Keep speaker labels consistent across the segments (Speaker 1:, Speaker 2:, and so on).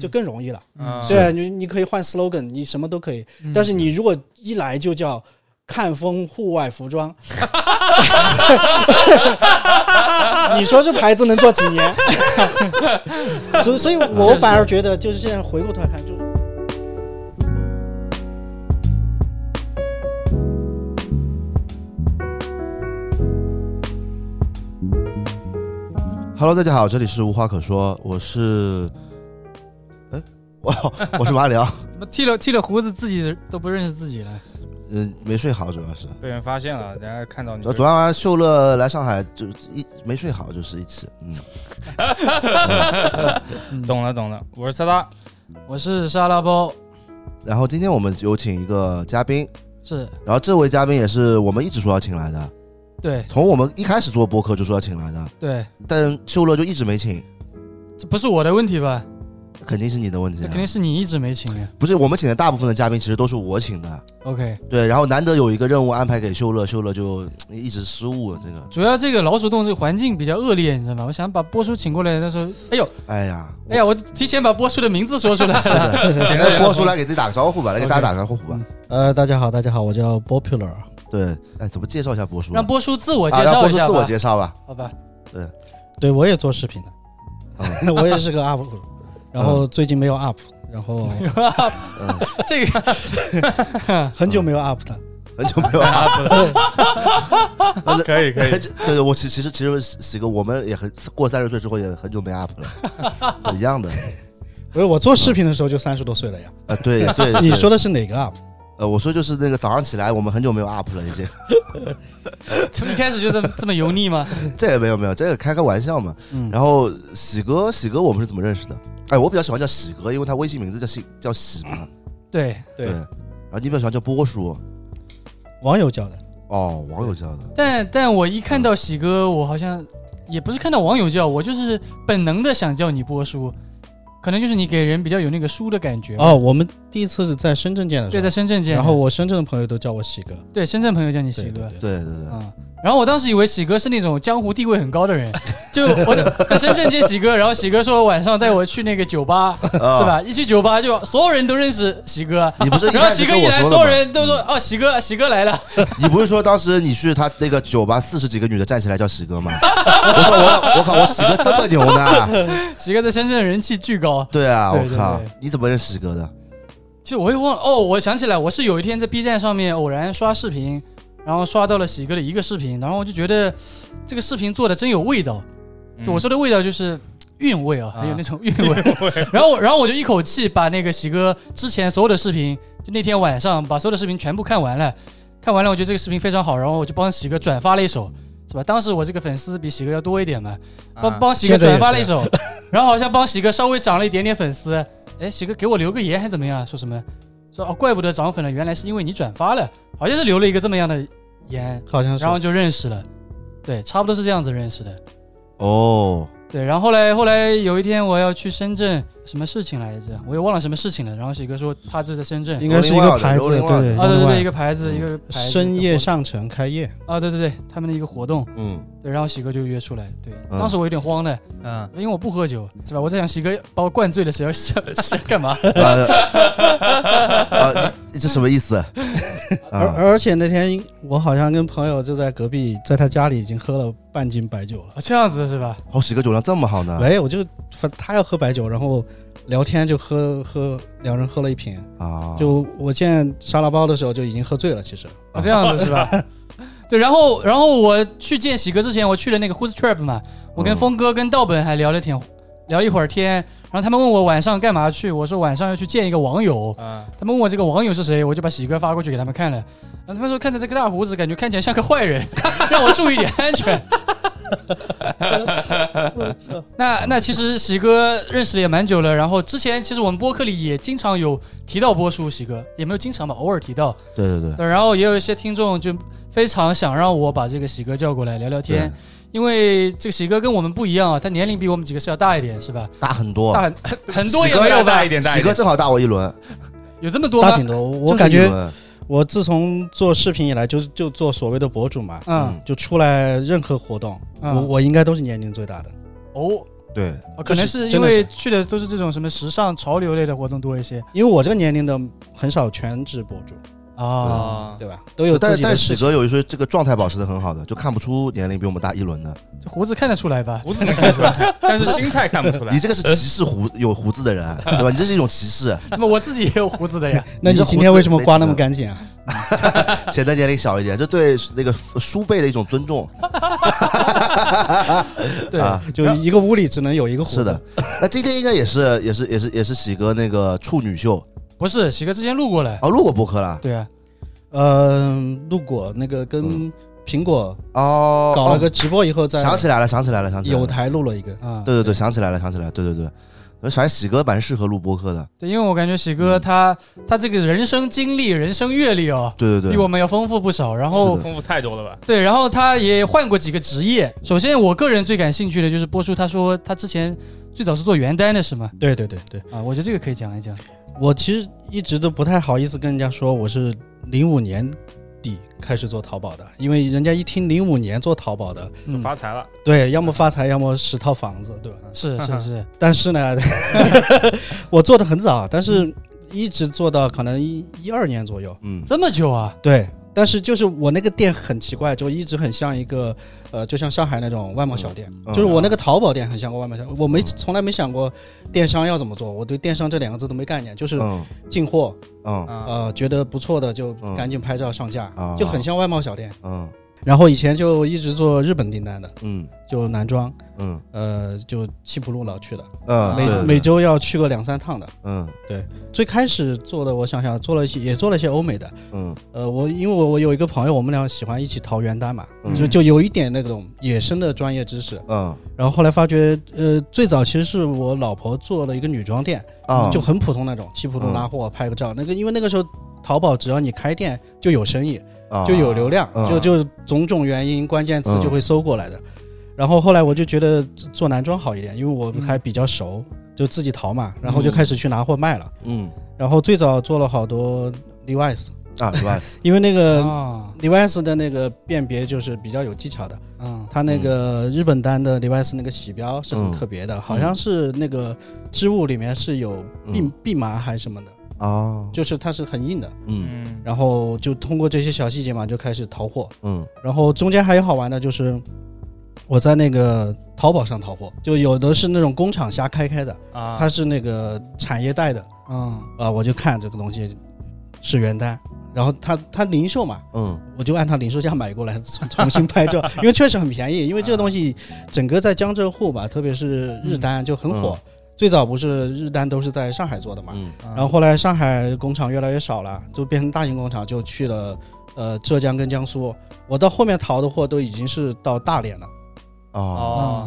Speaker 1: 就更容易了。
Speaker 2: 嗯
Speaker 1: 对啊，你你可以换 slogan，你什么都可以。但是你如果一来就叫看风户外服装，你说这牌子能做几年？ 所以所以，我反而觉得就是现在回过头来看，就
Speaker 3: Hello，大家好，这里是无话可说，我是，哎， 我我是马里奥，
Speaker 2: 怎么剃了剃了胡子，自己都不认识自己了？
Speaker 3: 嗯、没睡好，主要是，
Speaker 4: 被人发现了，人家看到你
Speaker 3: 主要主要秀乐来上海就一没睡好，就是一起，嗯，
Speaker 4: 懂了懂了，我是萨达，
Speaker 2: 我是沙拉包，
Speaker 3: 然后今天我们有请一个嘉宾，
Speaker 2: 是
Speaker 3: 然后这位嘉宾也是我们一直说要请来的，
Speaker 2: 对
Speaker 3: 从我们一开始做播客就说要请来的，
Speaker 2: 对，
Speaker 3: 但秀乐就一直没请，
Speaker 2: 这不是我的问题吧？
Speaker 3: 肯定是你的问题、
Speaker 2: 这
Speaker 3: 啊嗯
Speaker 2: 肯，定是你一直没请呀。
Speaker 3: 不是我们请的大部分的嘉宾其实都是我请的，
Speaker 2: OK，
Speaker 3: 对，然后难得有一个任务安排给秀乐，秀乐就一直失误，这个，
Speaker 2: 主要这个老鼠洞这个环境比较恶劣，你知道吗？我想把波叔请过来，但是哎呦
Speaker 3: 哎呀， 我
Speaker 2: 哎呀，我提前把波叔的名字说出来。
Speaker 3: 是的，简哎
Speaker 1: 哎
Speaker 3: 单播出来给自己打个招呼吧，来给大
Speaker 2: OK
Speaker 3: 家打个招呼吧。
Speaker 1: 呃，大家好，大家好，我叫 popular。
Speaker 3: 对，哎，怎么介绍一下播叔？
Speaker 2: 让波叔自我介
Speaker 3: 啊，让
Speaker 2: 绍
Speaker 3: 播
Speaker 2: 一
Speaker 3: 叔
Speaker 2: 下
Speaker 3: 自我
Speaker 2: 吧，
Speaker 3: 介绍吧。
Speaker 2: 好吧？
Speaker 1: 对，我也做视频的， 我也是个 UP 主，然后最近没有 UP，然后
Speaker 2: 这个
Speaker 1: 很久没有 UP 了。
Speaker 3: 很久没有 up 了，
Speaker 4: 可以可以，
Speaker 3: 对对，我其其实其实喜哥，我们也很过三十岁之后也很久没 up 了， 一样的。
Speaker 1: 不是我做视频的时候就三十多岁了 呀。
Speaker 3: 啊，对对，对
Speaker 1: 你说的是哪个 UP？
Speaker 3: 呃，我说就是那个早上起来，我们很久没有 up 了，已经。
Speaker 2: 从一开始就这么这么油腻吗？
Speaker 3: 这个没有没有，这个开个玩笑嘛。
Speaker 2: 嗯
Speaker 3: 然后喜哥，喜哥我们是怎么认识的？哎，我比较喜欢叫喜哥，因为他微信名字叫喜叫喜嘛。
Speaker 2: 对，
Speaker 1: 对
Speaker 3: 然后你比较喜欢叫波叔
Speaker 1: 网友叫的。
Speaker 3: 哦，网友叫的。
Speaker 2: 但但我一看到喜哥，我好像也不是看到网友叫我，就是本能的想叫你波叔，可能就是你给人比较有那个叔的感觉。
Speaker 1: 哦，我们第一次是在深圳见的时
Speaker 2: 对，在
Speaker 1: 候，
Speaker 2: 深圳见的，
Speaker 1: 然后我深圳的朋友都叫我喜哥。
Speaker 2: 对深圳朋友叫你喜
Speaker 1: 对
Speaker 2: 哥，
Speaker 1: 对对
Speaker 3: 对对对，
Speaker 2: 嗯。然后我当时以为喜哥是那种江湖地位很高 的人，就我在深圳见喜哥，然后喜哥说晚上带我去那个酒吧，
Speaker 3: 是
Speaker 2: 是？吧？一去酒吧就所有人都认识喜哥，
Speaker 3: 你啊不是一
Speaker 2: 然后
Speaker 3: 开
Speaker 2: 喜
Speaker 3: 始
Speaker 2: 哥
Speaker 3: 跟
Speaker 2: 一
Speaker 3: 我
Speaker 2: 来，
Speaker 3: 说
Speaker 2: 所
Speaker 3: 的嗯
Speaker 2: 有
Speaker 3: 吗？
Speaker 2: 人都说哦，喜哥，喜哥来了。
Speaker 3: 你不是说当时你去他那个酒吧四十几个女的站起来叫喜哥吗？我说我我靠，我喜哥这么牛呢？
Speaker 2: 喜哥在深圳人气巨高，
Speaker 3: 对啊，
Speaker 2: 对
Speaker 3: 我
Speaker 2: 对
Speaker 3: 靠
Speaker 2: 对，
Speaker 3: 你怎么认识喜哥的？
Speaker 2: 其实我也忘了哦，我想起来，我是有一天在 B 站上面偶然刷视频，然后刷到了喜哥的一个视频，然后我就觉得这个视频做的真有味道。就我说的味道就是韵味啊，
Speaker 4: 嗯啊
Speaker 2: 很有那种韵味。然后我，然后我就一口气把那个喜哥之前所有的视频，就那天晚上把所有的视频全部看完了。看完了，我觉得这个视频非常好，然后我就帮喜哥转发了一首，是吧？当时我这个粉丝比喜哥要多一点嘛，
Speaker 4: 啊
Speaker 2: 帮帮喜哥
Speaker 1: 现在也
Speaker 2: 转发了一首， 然后好像帮喜哥稍微涨了一点点粉丝。哎，喜哥给我留个言还怎么样？说什么？说哦，怪不得涨粉了，原来是因为你转发了，好像是留了一个这么样的言，
Speaker 1: 好像是
Speaker 2: 然。后就认识了。对，差不多是这样子认识的。
Speaker 3: 哦，
Speaker 2: 对，然后后来后来有一天我要去深圳，什么事情来着？我也忘了什么事情了。然后喜哥说他就在深圳，
Speaker 1: 应该是一个牌子，对
Speaker 3: Rolling Wild
Speaker 1: 对
Speaker 2: 啊对对对，一
Speaker 1: 个
Speaker 2: 个牌子
Speaker 3: 嗯
Speaker 2: 一个牌子
Speaker 1: 深夜
Speaker 2: 一个活
Speaker 1: 上城开业，
Speaker 2: 啊对对对，他们的一个活动，
Speaker 3: 嗯，
Speaker 2: 对，然后喜哥就约出来，对，
Speaker 3: 嗯
Speaker 2: 当时我有点慌的，
Speaker 4: 嗯，
Speaker 2: 因为我不喝酒，是吧？我在想喜哥把我灌醉了，是要是要是要干嘛？
Speaker 3: 呃， 呃你这什么意思？
Speaker 1: 而
Speaker 3: 啊，
Speaker 1: 而且那天我好像跟朋友就在隔壁，在他家里已经喝了半斤白酒了。
Speaker 2: 啊，这样子是吧？
Speaker 3: 哦，喜哥酒量这么好呢？
Speaker 1: 没有，就反他要喝白酒，然后聊天就喝喝，两人喝了一瓶。
Speaker 3: 啊，
Speaker 1: 就我见沙拉包的时候就已经喝醉了，其 实
Speaker 2: 啊，这样子是吧？ 对，然后然后我去见喜哥之前，我去了那个 Who's Trap 嘛，我跟
Speaker 3: 嗯
Speaker 2: 峰哥跟道本还聊了挺聊了一会儿天，然后他们问我晚上干嘛去，我说晚上要去见一个网友，
Speaker 4: 啊，
Speaker 2: 他们问我这个网友是谁，我就把喜哥发过去给他们看了，然后他们说看着这个大胡子，感觉看起来像个坏人， 让我注意点安全。 那那其实喜哥认识的也蛮久了，然后之前其实我们播客里也经常有提到波叔喜哥，也没有经常吧，偶尔提到。
Speaker 3: 对对对，
Speaker 2: 对，然后也有一些听众就非常想让我把这个喜哥叫过来聊聊天，因为这个喜哥跟我们不一样啊，他年龄比我们几个是要大一点，是吧？
Speaker 3: 大很多
Speaker 2: 大，很很多
Speaker 3: 喜
Speaker 2: 也
Speaker 3: 哥
Speaker 2: 没有吧
Speaker 4: 大一？点大
Speaker 3: 喜
Speaker 4: 一
Speaker 3: 哥
Speaker 4: 点，
Speaker 3: 正好大我一轮，
Speaker 2: 有这么多
Speaker 1: 大
Speaker 2: 吗
Speaker 1: 挺？多。我我
Speaker 3: 就是
Speaker 1: 感
Speaker 3: 一
Speaker 1: 觉
Speaker 3: 轮
Speaker 1: 我自从做视频以来就，就做所谓的博主嘛，
Speaker 2: 嗯，
Speaker 1: 就出来任何活动，
Speaker 2: 嗯
Speaker 1: 我我应该都是年龄最大的。
Speaker 2: 哦，
Speaker 3: 对，
Speaker 2: 啊可能是因
Speaker 1: 真的是
Speaker 2: 为去的都是这种什么时尚潮流类的活动多一些
Speaker 1: 因为我这个年龄的很少全职博主，
Speaker 2: 啊。
Speaker 4: 啊，
Speaker 1: 对吧？都有自
Speaker 3: 但
Speaker 1: 己
Speaker 3: 但
Speaker 1: 的
Speaker 3: 史
Speaker 1: 事情。
Speaker 3: 哥有一说这个状态保持的很好的，就看不出年龄比我们大一轮的。
Speaker 2: 这胡子看得出来 吧？
Speaker 4: 胡子能看出来，但是心态看不出来
Speaker 3: 你。这个是歧视胡有胡子的人，对吧？你这是一种歧视，
Speaker 2: 那么我自己也有胡子的呀。
Speaker 1: 那
Speaker 3: 你
Speaker 1: 你
Speaker 3: 这
Speaker 1: 今
Speaker 3: 胡
Speaker 1: 天
Speaker 3: 子
Speaker 1: 为什么
Speaker 3: 没
Speaker 1: 刮那
Speaker 3: 整
Speaker 1: 么干净啊？
Speaker 3: 显得年龄小一点，这对那个叔辈的一种尊重。
Speaker 2: 对，
Speaker 3: 啊
Speaker 1: 就一个屋里只能有一个胡子。
Speaker 3: 是的，那今天应该也是也是也是也是喜哥那个处女秀
Speaker 2: 不是喜哥之前录过了。
Speaker 3: 哦，录过播客了
Speaker 2: 对啊，
Speaker 1: 嗯，路过那个跟
Speaker 3: 嗯
Speaker 1: 苹果
Speaker 3: 哦，
Speaker 1: 搞了
Speaker 3: 哦
Speaker 1: 个直播以后，在
Speaker 3: 想起来了，想起来了，想起来
Speaker 1: 有
Speaker 3: 了。
Speaker 1: 台录了一个，
Speaker 2: 啊，
Speaker 3: 对对对，想起来了，想起来了，对对对。呃反正喜哥蛮适合录播客的，
Speaker 2: 对，因为我感觉喜哥他他这个人生经历、人生阅历哦，
Speaker 3: 对对
Speaker 2: 比
Speaker 3: 对
Speaker 2: 我，们要丰富不少。然
Speaker 3: 是
Speaker 2: 后
Speaker 3: 的
Speaker 4: 丰富太多了吧？
Speaker 2: 对，然后他也换过几个职业。首先，我个人最感兴趣的就是波叔，他说他之前最早是做原单的，是吗？
Speaker 1: 对对对对，
Speaker 2: 啊，我觉得这个可以讲一讲。
Speaker 1: 我其实一直都不太好意思跟人家说我是零五年底开始做淘宝的，因为人家一听零五年做淘宝的，
Speaker 4: 就
Speaker 2: 嗯，
Speaker 4: 发财了，
Speaker 1: 对，要么发财，要么十套房子，对吧？
Speaker 2: 是是是，
Speaker 1: 但是 呢，我做的很早，但是一直做到可能一一二年左右，
Speaker 3: 嗯，
Speaker 2: 这么久啊？
Speaker 1: 对。但是就是我那个店很奇怪，就一直很像一个，呃，就像上海那种外贸小店，
Speaker 3: 嗯
Speaker 1: 就是我那个淘宝店很像个外卖小，我没从来没想过电商要怎么做，我对电商这两个字都没概念，就是
Speaker 3: 嗯
Speaker 1: 进货，
Speaker 3: 嗯
Speaker 4: 啊，
Speaker 1: 呃，觉得不错的就
Speaker 3: 嗯
Speaker 1: 赶紧拍照上架
Speaker 3: 啊，
Speaker 1: 就很像外贸小店。
Speaker 3: 嗯
Speaker 1: 然后以前就一直做日本订单的，
Speaker 3: 嗯
Speaker 1: 就男装，
Speaker 3: 嗯
Speaker 1: 呃，就西浦路老去的，
Speaker 3: 嗯，
Speaker 1: 每
Speaker 3: 对对
Speaker 1: 每周要去个两三趟的。
Speaker 3: 嗯
Speaker 1: 最开始做的，我想想，做了一些，也做了一些欧美的。
Speaker 3: 嗯
Speaker 1: 呃，我因为我我有一个朋友，我们俩喜欢一起淘原单嘛，
Speaker 3: 嗯
Speaker 1: 就就有一点那种野生的专业知识。
Speaker 3: 嗯
Speaker 1: 然后后来发觉，呃，最早其实是我老婆做了一个女装店，
Speaker 3: 啊，嗯
Speaker 1: 就很普通那种，西普通拉货拍个照。那个因为那个时候淘宝只要你开店就有生意，
Speaker 3: 啊
Speaker 1: 就有流量，
Speaker 3: 啊
Speaker 1: 就就种种原因关键词
Speaker 3: 嗯
Speaker 1: 就会搜过来的。然后后来我就觉得做男装好一点，因为我
Speaker 3: 嗯
Speaker 1: 还比较熟，就自己淘嘛，然后就开始去拿货卖了。
Speaker 3: 嗯
Speaker 1: 然后最早做了好多 Levi's，
Speaker 3: 啊，是吧？
Speaker 1: 因为那个。
Speaker 3: 哦
Speaker 2: 啊，
Speaker 1: Levi's 的那个辨别就是比较有技巧的，
Speaker 2: 嗯，
Speaker 1: 它那个日本单的 Levi's 那个洗标是很
Speaker 3: 嗯
Speaker 1: 特别的，好像是那个织物里面是有蓖
Speaker 3: 嗯
Speaker 1: 蓖麻还是什么的，
Speaker 3: 哦，
Speaker 1: 就是它是很硬的。
Speaker 3: 嗯
Speaker 4: 嗯，
Speaker 1: 然后就通过这些小细节嘛，就开始淘货。
Speaker 3: 嗯
Speaker 1: 然后中间还有好玩的，就是我在那个淘宝上淘货，就有的是那种工厂瞎开开的，
Speaker 4: 啊，
Speaker 1: 它是那个产业带的
Speaker 2: 嗯，
Speaker 1: 啊、我就看这个东西是原单，然后它它零售嘛，
Speaker 3: 嗯
Speaker 1: 我就按它零售价买过来，重重新拍照，因为确实很便宜。因为这个东西整个在江浙沪吧，特别是日单就很火。最早不是日单都是在上海做的嘛，
Speaker 3: 嗯
Speaker 4: 然
Speaker 1: 然后后来上海工厂越来越少了，就变成大型工厂，就去了呃浙江跟江苏。我到后面淘的货都已经是到大连了，
Speaker 3: 哦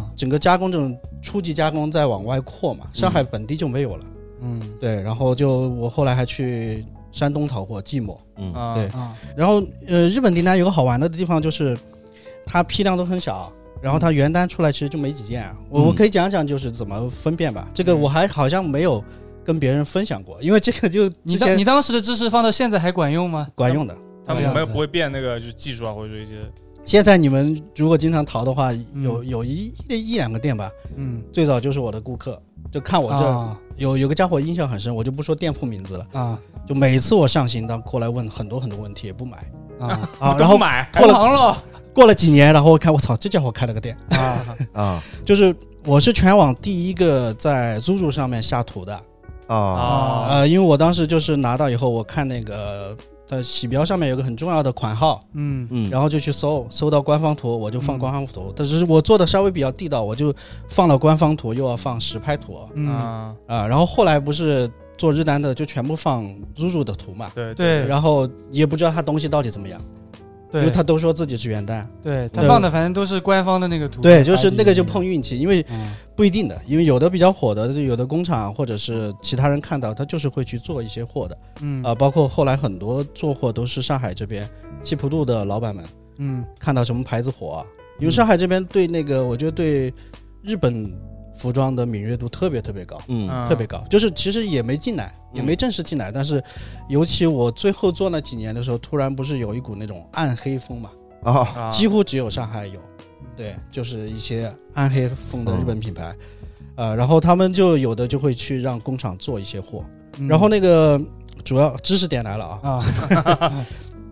Speaker 4: 哦，
Speaker 1: 整个加工这种初级加工在往外扩嘛，上海本地就没有了。
Speaker 2: 嗯
Speaker 1: 对，然后就我后来还去山东淘货，即墨。
Speaker 3: 嗯
Speaker 4: 啊
Speaker 1: 对
Speaker 2: 啊，
Speaker 1: 然后呃，日本订单有个好玩的地方就是，它批量都很小，然后它原单出来其实就没几件、啊。我、
Speaker 3: 嗯
Speaker 1: 我可以讲讲就是怎么分辨吧，这个
Speaker 2: 嗯
Speaker 1: 我还好像没有跟别人分享过，因为这个就
Speaker 2: 你
Speaker 1: 之
Speaker 2: 当
Speaker 1: 前
Speaker 2: 你当时的知识放到现在还管用吗？
Speaker 1: 管用的。
Speaker 4: 他们
Speaker 2: 这样
Speaker 4: 有没有
Speaker 2: 子
Speaker 4: 不会变那个就是技术啊，或者说一些
Speaker 1: 现在你们如果经常淘的话，
Speaker 2: 嗯
Speaker 1: 有有一一一两个店吧，
Speaker 2: 嗯，
Speaker 1: 最早就是我的顾客，就看我这、
Speaker 2: 啊
Speaker 1: 有有个家伙印象很深，我就不说店铺名字了，
Speaker 2: 啊
Speaker 1: 就每次我上新，他过来问很多很多问题，也不买
Speaker 2: 啊，
Speaker 1: 啊。然
Speaker 4: 都不
Speaker 1: 后
Speaker 4: 买，
Speaker 1: 过
Speaker 2: 同
Speaker 1: 了
Speaker 2: 行了
Speaker 1: 过了几年，然后我看我操，这家伙开了个店，
Speaker 2: 啊，
Speaker 3: 啊
Speaker 1: 就是我是全网第一个在 Zuzu 上面下图的，
Speaker 3: 啊
Speaker 4: 啊
Speaker 1: 呃，因为我当时就是拿到以后，我看那个呃洗标上面有个很重要的款号，
Speaker 2: 嗯
Speaker 3: 嗯，
Speaker 1: 然后就去搜，搜到官方图我就放
Speaker 2: 嗯
Speaker 1: 官方图，但是我做的稍微比较地道，我就放了官方图，又要放实拍图啊、
Speaker 2: 嗯，
Speaker 4: 啊，
Speaker 1: 然后后来不是做日单的就全部放 Zuzu 的图嘛，
Speaker 4: 对
Speaker 2: 对
Speaker 1: 然后也不知道他东西到底怎么样，因为
Speaker 2: 对，
Speaker 1: 他都说自己是原单，
Speaker 2: 对他
Speaker 1: 对
Speaker 2: 放的反正都是官方的那个图，
Speaker 1: 对，就是那个就碰运气，因为
Speaker 2: 嗯，
Speaker 1: 不一定的，因为有的比较火的，有的工厂或者是其他人看到他就是会去做一些货的
Speaker 2: 嗯
Speaker 1: 啊、包括后来很多做货都是上海这边七浦路的老板们。
Speaker 2: 嗯
Speaker 1: 看到什么牌子火、啊，因为
Speaker 2: 嗯
Speaker 1: 上海这边对那个，我觉得对日本服装的敏锐度特别特别高，
Speaker 3: 嗯
Speaker 2: 啊
Speaker 1: 特别高。就是其实也没进来，
Speaker 2: 嗯
Speaker 1: 也没正式进来，但是尤其我最后做那几年的时候，突然不是有一股那种暗黑风嘛，
Speaker 3: 啊
Speaker 4: 啊，
Speaker 2: 嗯
Speaker 1: 几乎只有上海有，对，就是一些暗黑风的日本品牌。呃，然后他们就有的就会去让工厂做一些货，
Speaker 2: 嗯
Speaker 1: 然后那个主要知识点来了啊，
Speaker 2: 啊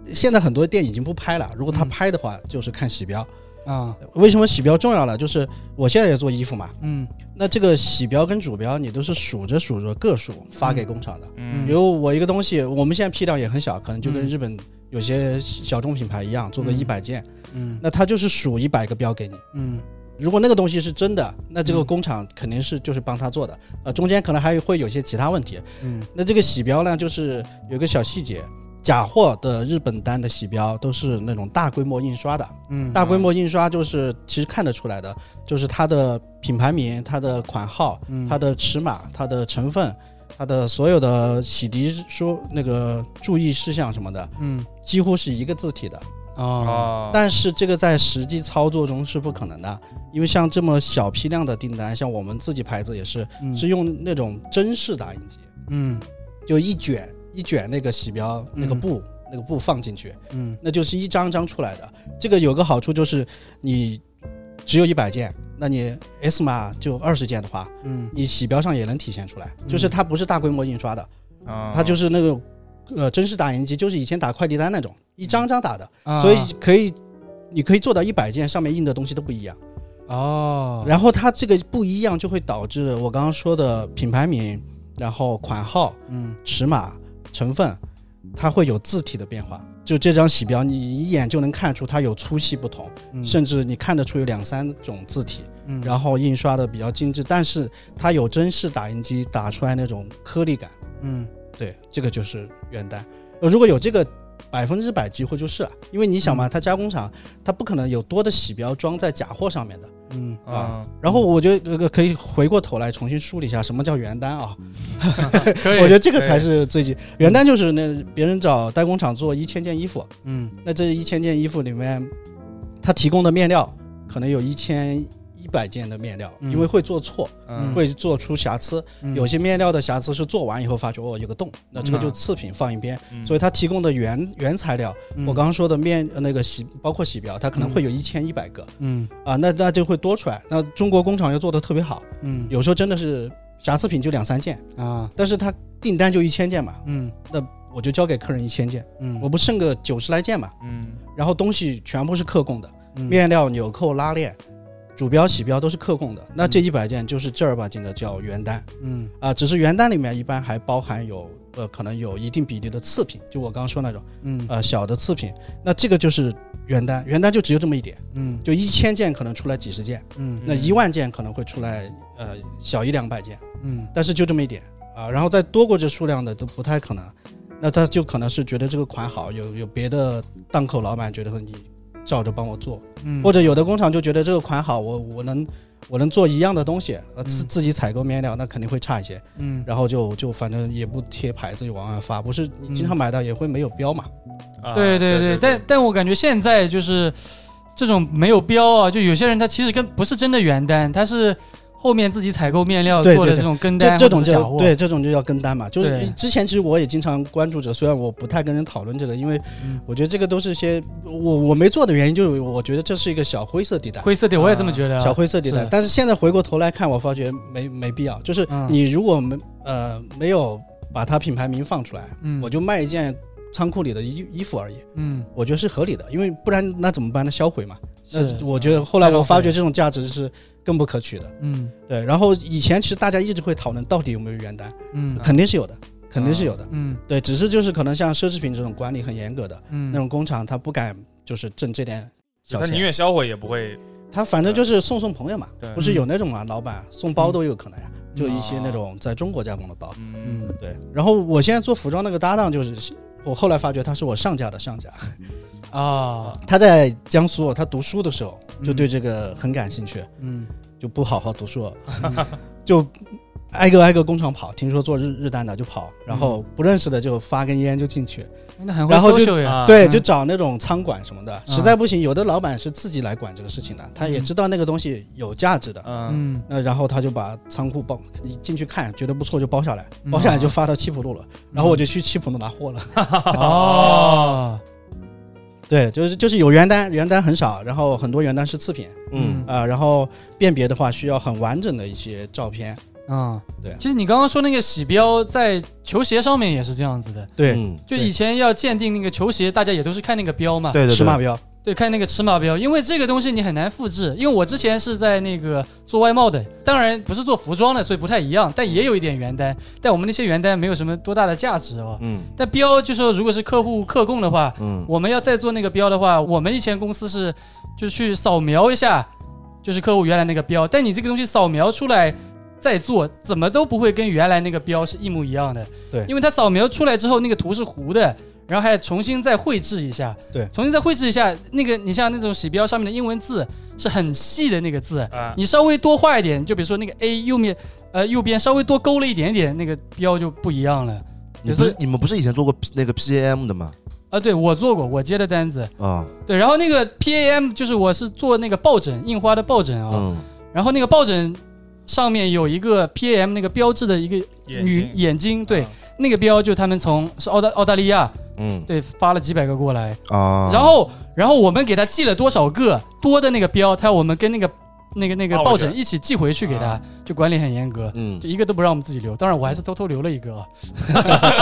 Speaker 1: 现在很多店已经不拍了，如果他
Speaker 2: 嗯
Speaker 1: 拍的话，就是看洗标。
Speaker 2: 啊
Speaker 1: 为什么洗标重要了？就是我现在也做衣服嘛，
Speaker 2: 嗯
Speaker 1: 那这个洗标跟主标你都是数着数着个数发给工厂的。
Speaker 4: 嗯
Speaker 1: 比如我一个东西，我们现在批量也很小，可能就跟日本有些小众品牌一样，做个
Speaker 2: 嗯
Speaker 1: 一百件，
Speaker 2: 嗯
Speaker 1: 那他就是数一百个标给你。
Speaker 2: 嗯
Speaker 1: 如果那个东西是真的，那这个
Speaker 2: 嗯
Speaker 1: 工厂肯定是就是帮他做的，呃，中间可能还会有些其他问题。
Speaker 2: 嗯
Speaker 1: 那这个洗标呢，就是有个小细节，假货的日本单的洗标都是那种大规模印刷的，
Speaker 2: 嗯
Speaker 1: 大规模印刷就是其实看得出来的，就是它的品牌名、它的款号、
Speaker 2: 嗯
Speaker 1: 它的尺码、它的成分、它的所有的洗涤说那个注意事项什么的，
Speaker 2: 嗯
Speaker 1: 几乎是一个字体的。
Speaker 2: 啊
Speaker 4: 啊，
Speaker 1: 但是这个在实际操作中是不可能的，因为像这么小批量的订单，像我们自己牌子也是，
Speaker 2: 嗯
Speaker 1: 是用那种针式打印机。
Speaker 2: 嗯
Speaker 1: 就一卷一卷那个洗标那个布、那个布放进去，
Speaker 2: 嗯
Speaker 1: 那就是一张张出来的。这个有个好处就是你只有一百件，那你 S 码就二十件的话，
Speaker 2: 嗯
Speaker 1: 你洗标上也能体现出来，
Speaker 2: 嗯
Speaker 1: 就是它不是大规模印刷的，
Speaker 4: 啊
Speaker 1: 它就是那种呃针式打印机，就是以前打快递单那种一张张打的，
Speaker 2: 啊
Speaker 1: 所以可以。你可以做到一百件，上面印的东西都不一样。
Speaker 2: 哦
Speaker 1: 然后它这个不一样，就会导致我刚刚说的品牌名，然后款号，
Speaker 2: 嗯
Speaker 1: 尺码、成分，它会有字体的变化。就这张洗标，你一眼就能看出它有粗细不同，
Speaker 2: 嗯
Speaker 1: 甚至你看得出有两三种字体，
Speaker 2: 嗯
Speaker 1: 然后印刷的比较精致，但是它有真式打印机打出来那种颗粒感。
Speaker 2: 嗯
Speaker 1: 对，这个就是原单。呃如果有这个百分之百几乎就是了，因为你想
Speaker 2: 嗯
Speaker 1: 嘛，它加工厂它不可能有多的洗标装在假货上面的。
Speaker 2: 嗯
Speaker 4: 啊，
Speaker 1: 然后我觉得呃可以回过头来重新梳理一下什么叫原单啊。
Speaker 2: 可以
Speaker 4: 嗯
Speaker 1: 我觉得这个才是最近原单就是那别人找代工厂做一千件衣服，
Speaker 2: 嗯
Speaker 1: 那这一千件衣服里面，他提供的面料可能有一千一百件的面料，
Speaker 2: 嗯
Speaker 1: 因为会做错，
Speaker 4: 嗯
Speaker 1: 会做出瑕疵，
Speaker 2: 嗯
Speaker 1: 有些面料的瑕疵是做完以后发觉哦有个洞，那这个就次品放一边。
Speaker 4: 嗯
Speaker 1: 所以他提供的原原材料，
Speaker 2: 嗯
Speaker 1: 我刚刚说的面呃那个洗包括洗标，它可能
Speaker 2: 嗯
Speaker 1: 会有一千一百个
Speaker 2: 嗯
Speaker 1: 啊，那那就会多出来。那中国工厂又做的特别好，
Speaker 2: 嗯
Speaker 1: 有时候真的是瑕疵品就两三件，
Speaker 2: 啊
Speaker 1: 但是他订单就一千件嘛。
Speaker 2: 嗯
Speaker 1: 我就交给客人一千件，
Speaker 2: 嗯
Speaker 1: 我不剩个九十来件嘛，
Speaker 4: 嗯
Speaker 1: 然后东西全部是客供的，
Speaker 2: 嗯
Speaker 1: 面料、纽扣、拉链、主标、洗标都是客供的，那这一百件就是正儿八经的叫原单
Speaker 2: 嗯
Speaker 1: 啊、只是原单里面一般还包含有呃可能有一定比例的次品，就我刚刚说那种
Speaker 2: 嗯
Speaker 1: 呃小的次品，那这个就是原单，原单就只有这么一点，
Speaker 2: 嗯
Speaker 1: 就一千件可能出来几十件，
Speaker 2: 嗯
Speaker 1: 那一万件可能会出来呃小一两百件。
Speaker 2: 嗯
Speaker 1: 但是就这么一点啊，然后再多过这数量的都不太可能。那他就可能是觉得这个款好，有有别的档口老板觉得说你照着帮我做，
Speaker 2: 嗯
Speaker 1: 或者有的工厂就觉得这个款好，我我能我能做一样的东西，呃自
Speaker 2: 嗯
Speaker 1: 自己采购面料那肯定会差一些，
Speaker 2: 嗯
Speaker 1: 然后就就反正也不贴牌子就往外发，不是你
Speaker 2: 嗯
Speaker 1: 经常买到也会没有标嘛，
Speaker 4: 啊
Speaker 2: 对对对，但但我感觉现在就是这种没有标啊，就有些人他其实跟不是真的原单，他是后面自己采购面料
Speaker 1: 对对
Speaker 2: 做的
Speaker 1: 对
Speaker 2: 这种跟
Speaker 1: 这
Speaker 2: 单
Speaker 1: 这种
Speaker 2: 或者是假
Speaker 1: 就
Speaker 2: 货，
Speaker 1: 对这种就叫跟单嘛，就是
Speaker 2: 对
Speaker 1: 之前其实我也经常关注着，虽然我不太跟人讨论这个，因为
Speaker 2: 嗯
Speaker 1: 我觉得这个都是些我我没做的原因，就是我觉得这是一个小灰色地带，
Speaker 2: 灰色的我也这么觉得啊。
Speaker 1: 小灰色地带
Speaker 2: 是。
Speaker 1: 但是现在回过头来看，我发觉没没必要，就是
Speaker 2: 嗯
Speaker 1: 你如果没呃没有把它品牌名放出来，
Speaker 2: 嗯
Speaker 1: 我就卖一件仓库里的衣衣服而已，
Speaker 2: 嗯
Speaker 1: 我觉得是合理的，因为不然那怎么办呢？销毁嘛。
Speaker 2: 是
Speaker 1: 那我觉得后来我发觉这种价值是更不可取的。
Speaker 2: 嗯
Speaker 1: 对，然后以前其实大家一直会讨论到底有没有原单。
Speaker 2: 嗯
Speaker 1: 肯定是有的，肯定是有的。
Speaker 2: 嗯
Speaker 1: 对，只是就是可能像奢侈品这种管理很严格的
Speaker 2: 嗯
Speaker 1: 那种工厂，他不敢就是挣这点小
Speaker 4: 就他宁
Speaker 1: 钱，
Speaker 4: 愿嗯销毁也不会
Speaker 1: 他反正就是送送朋友嘛
Speaker 4: 对，
Speaker 1: 不是有那种嘛，啊老板送包都有可能呀，
Speaker 2: 嗯
Speaker 1: 就一些那种在中国加工的包。
Speaker 4: 嗯
Speaker 2: 嗯
Speaker 1: 对，然后我现在做服装那个搭档就是。我后来发觉他是我上家的上家，
Speaker 2: 嗯啊
Speaker 1: 他在江苏，哦他读书的时候就
Speaker 2: 嗯
Speaker 1: 对这个很感兴趣，
Speaker 2: 嗯
Speaker 1: 就不好好读书， 就挨个挨个工厂跑。听说做日日单的就跑，然后
Speaker 2: 嗯
Speaker 1: 不认识的就发根烟就进去，
Speaker 2: 哎那很
Speaker 1: 然后就
Speaker 2: 就呀，
Speaker 1: 对，
Speaker 2: 嗯
Speaker 1: 就找那种仓管什么的。
Speaker 2: 嗯
Speaker 1: 实在不行，有的老板是自己来管这个事情的，他也知道那个东西有价值的。
Speaker 4: 嗯
Speaker 2: 嗯
Speaker 1: 那然后他就把仓库包，你进去看，觉得不错就包下来，
Speaker 2: 嗯
Speaker 1: 包下来就发到七浦路了。然后我就去七浦路拿货了。
Speaker 2: 哦
Speaker 1: 对，就是就是有原单，原单很少，然后很多原单是次品。
Speaker 3: 嗯
Speaker 1: 啊、然后辨别的话需要很完整的一些照片。
Speaker 2: 嗯，
Speaker 1: 对
Speaker 2: 其实你刚刚说那个洗标在球鞋上面也是这样子的，
Speaker 1: 对，
Speaker 3: 嗯
Speaker 2: 就
Speaker 1: 对
Speaker 2: 以前要鉴定那个球鞋，大家也都是看那个标嘛，
Speaker 3: 对对
Speaker 1: 尺码
Speaker 3: 对，
Speaker 1: 标，
Speaker 2: 对，看那个尺码标，因为这个东西你很难复制。因为我之前是在那个做外贸的，当然不是做服装的，所以不太一样，但也有一点原单。但我们那些原单没有什么多大的价值哦。
Speaker 3: 嗯
Speaker 2: 但标就说，如果是客户客供的话，
Speaker 3: 嗯
Speaker 2: 我们要再做那个标的话，我们以前公司是就去扫描一下，就是客户原来那个标。但你这个东西扫描出来再做，怎么都不会跟原来那个标是一模一样的。
Speaker 1: 对
Speaker 2: 因为它扫描出来之后，那个图是糊的，然后还重新再绘制一下。
Speaker 1: 对
Speaker 2: 重新再绘制一下那个，你像那种洗标上面的英文字是很细的那个字，
Speaker 4: 啊，
Speaker 2: 你稍微多画一点，就比如说那个 A 右面，呃右边稍微多勾了一点点，那个标就不一样了。
Speaker 3: 你
Speaker 2: 有时
Speaker 3: 不
Speaker 2: 候
Speaker 3: 是你们不是以前做过 P- 那个 PAM 的吗？
Speaker 2: 啊，对我做过，我接的单子。
Speaker 3: 啊，
Speaker 2: 对，然后那个 PAM 就是我是做那个抱枕，印花的抱枕啊、
Speaker 3: 嗯
Speaker 2: 然后那个抱枕上面有一个 PAM 那个标志的一个
Speaker 4: 眼
Speaker 2: 女
Speaker 4: 睛
Speaker 2: 眼睛，对，
Speaker 4: 啊
Speaker 2: 那个标就他们从是澳大澳大利亚
Speaker 3: 嗯
Speaker 2: 对发了几百个过来，
Speaker 3: 啊，
Speaker 2: 然后然后我们给他寄了多少个多的那个标，他要我们跟那个那个那个
Speaker 4: 抱
Speaker 2: 抱
Speaker 4: 枕
Speaker 2: 枕一起寄回去给他，
Speaker 4: 啊
Speaker 2: 就管理很严格。
Speaker 3: 嗯
Speaker 2: 就，一个都不让我们自己留，当然我还是偷偷留了一个啊，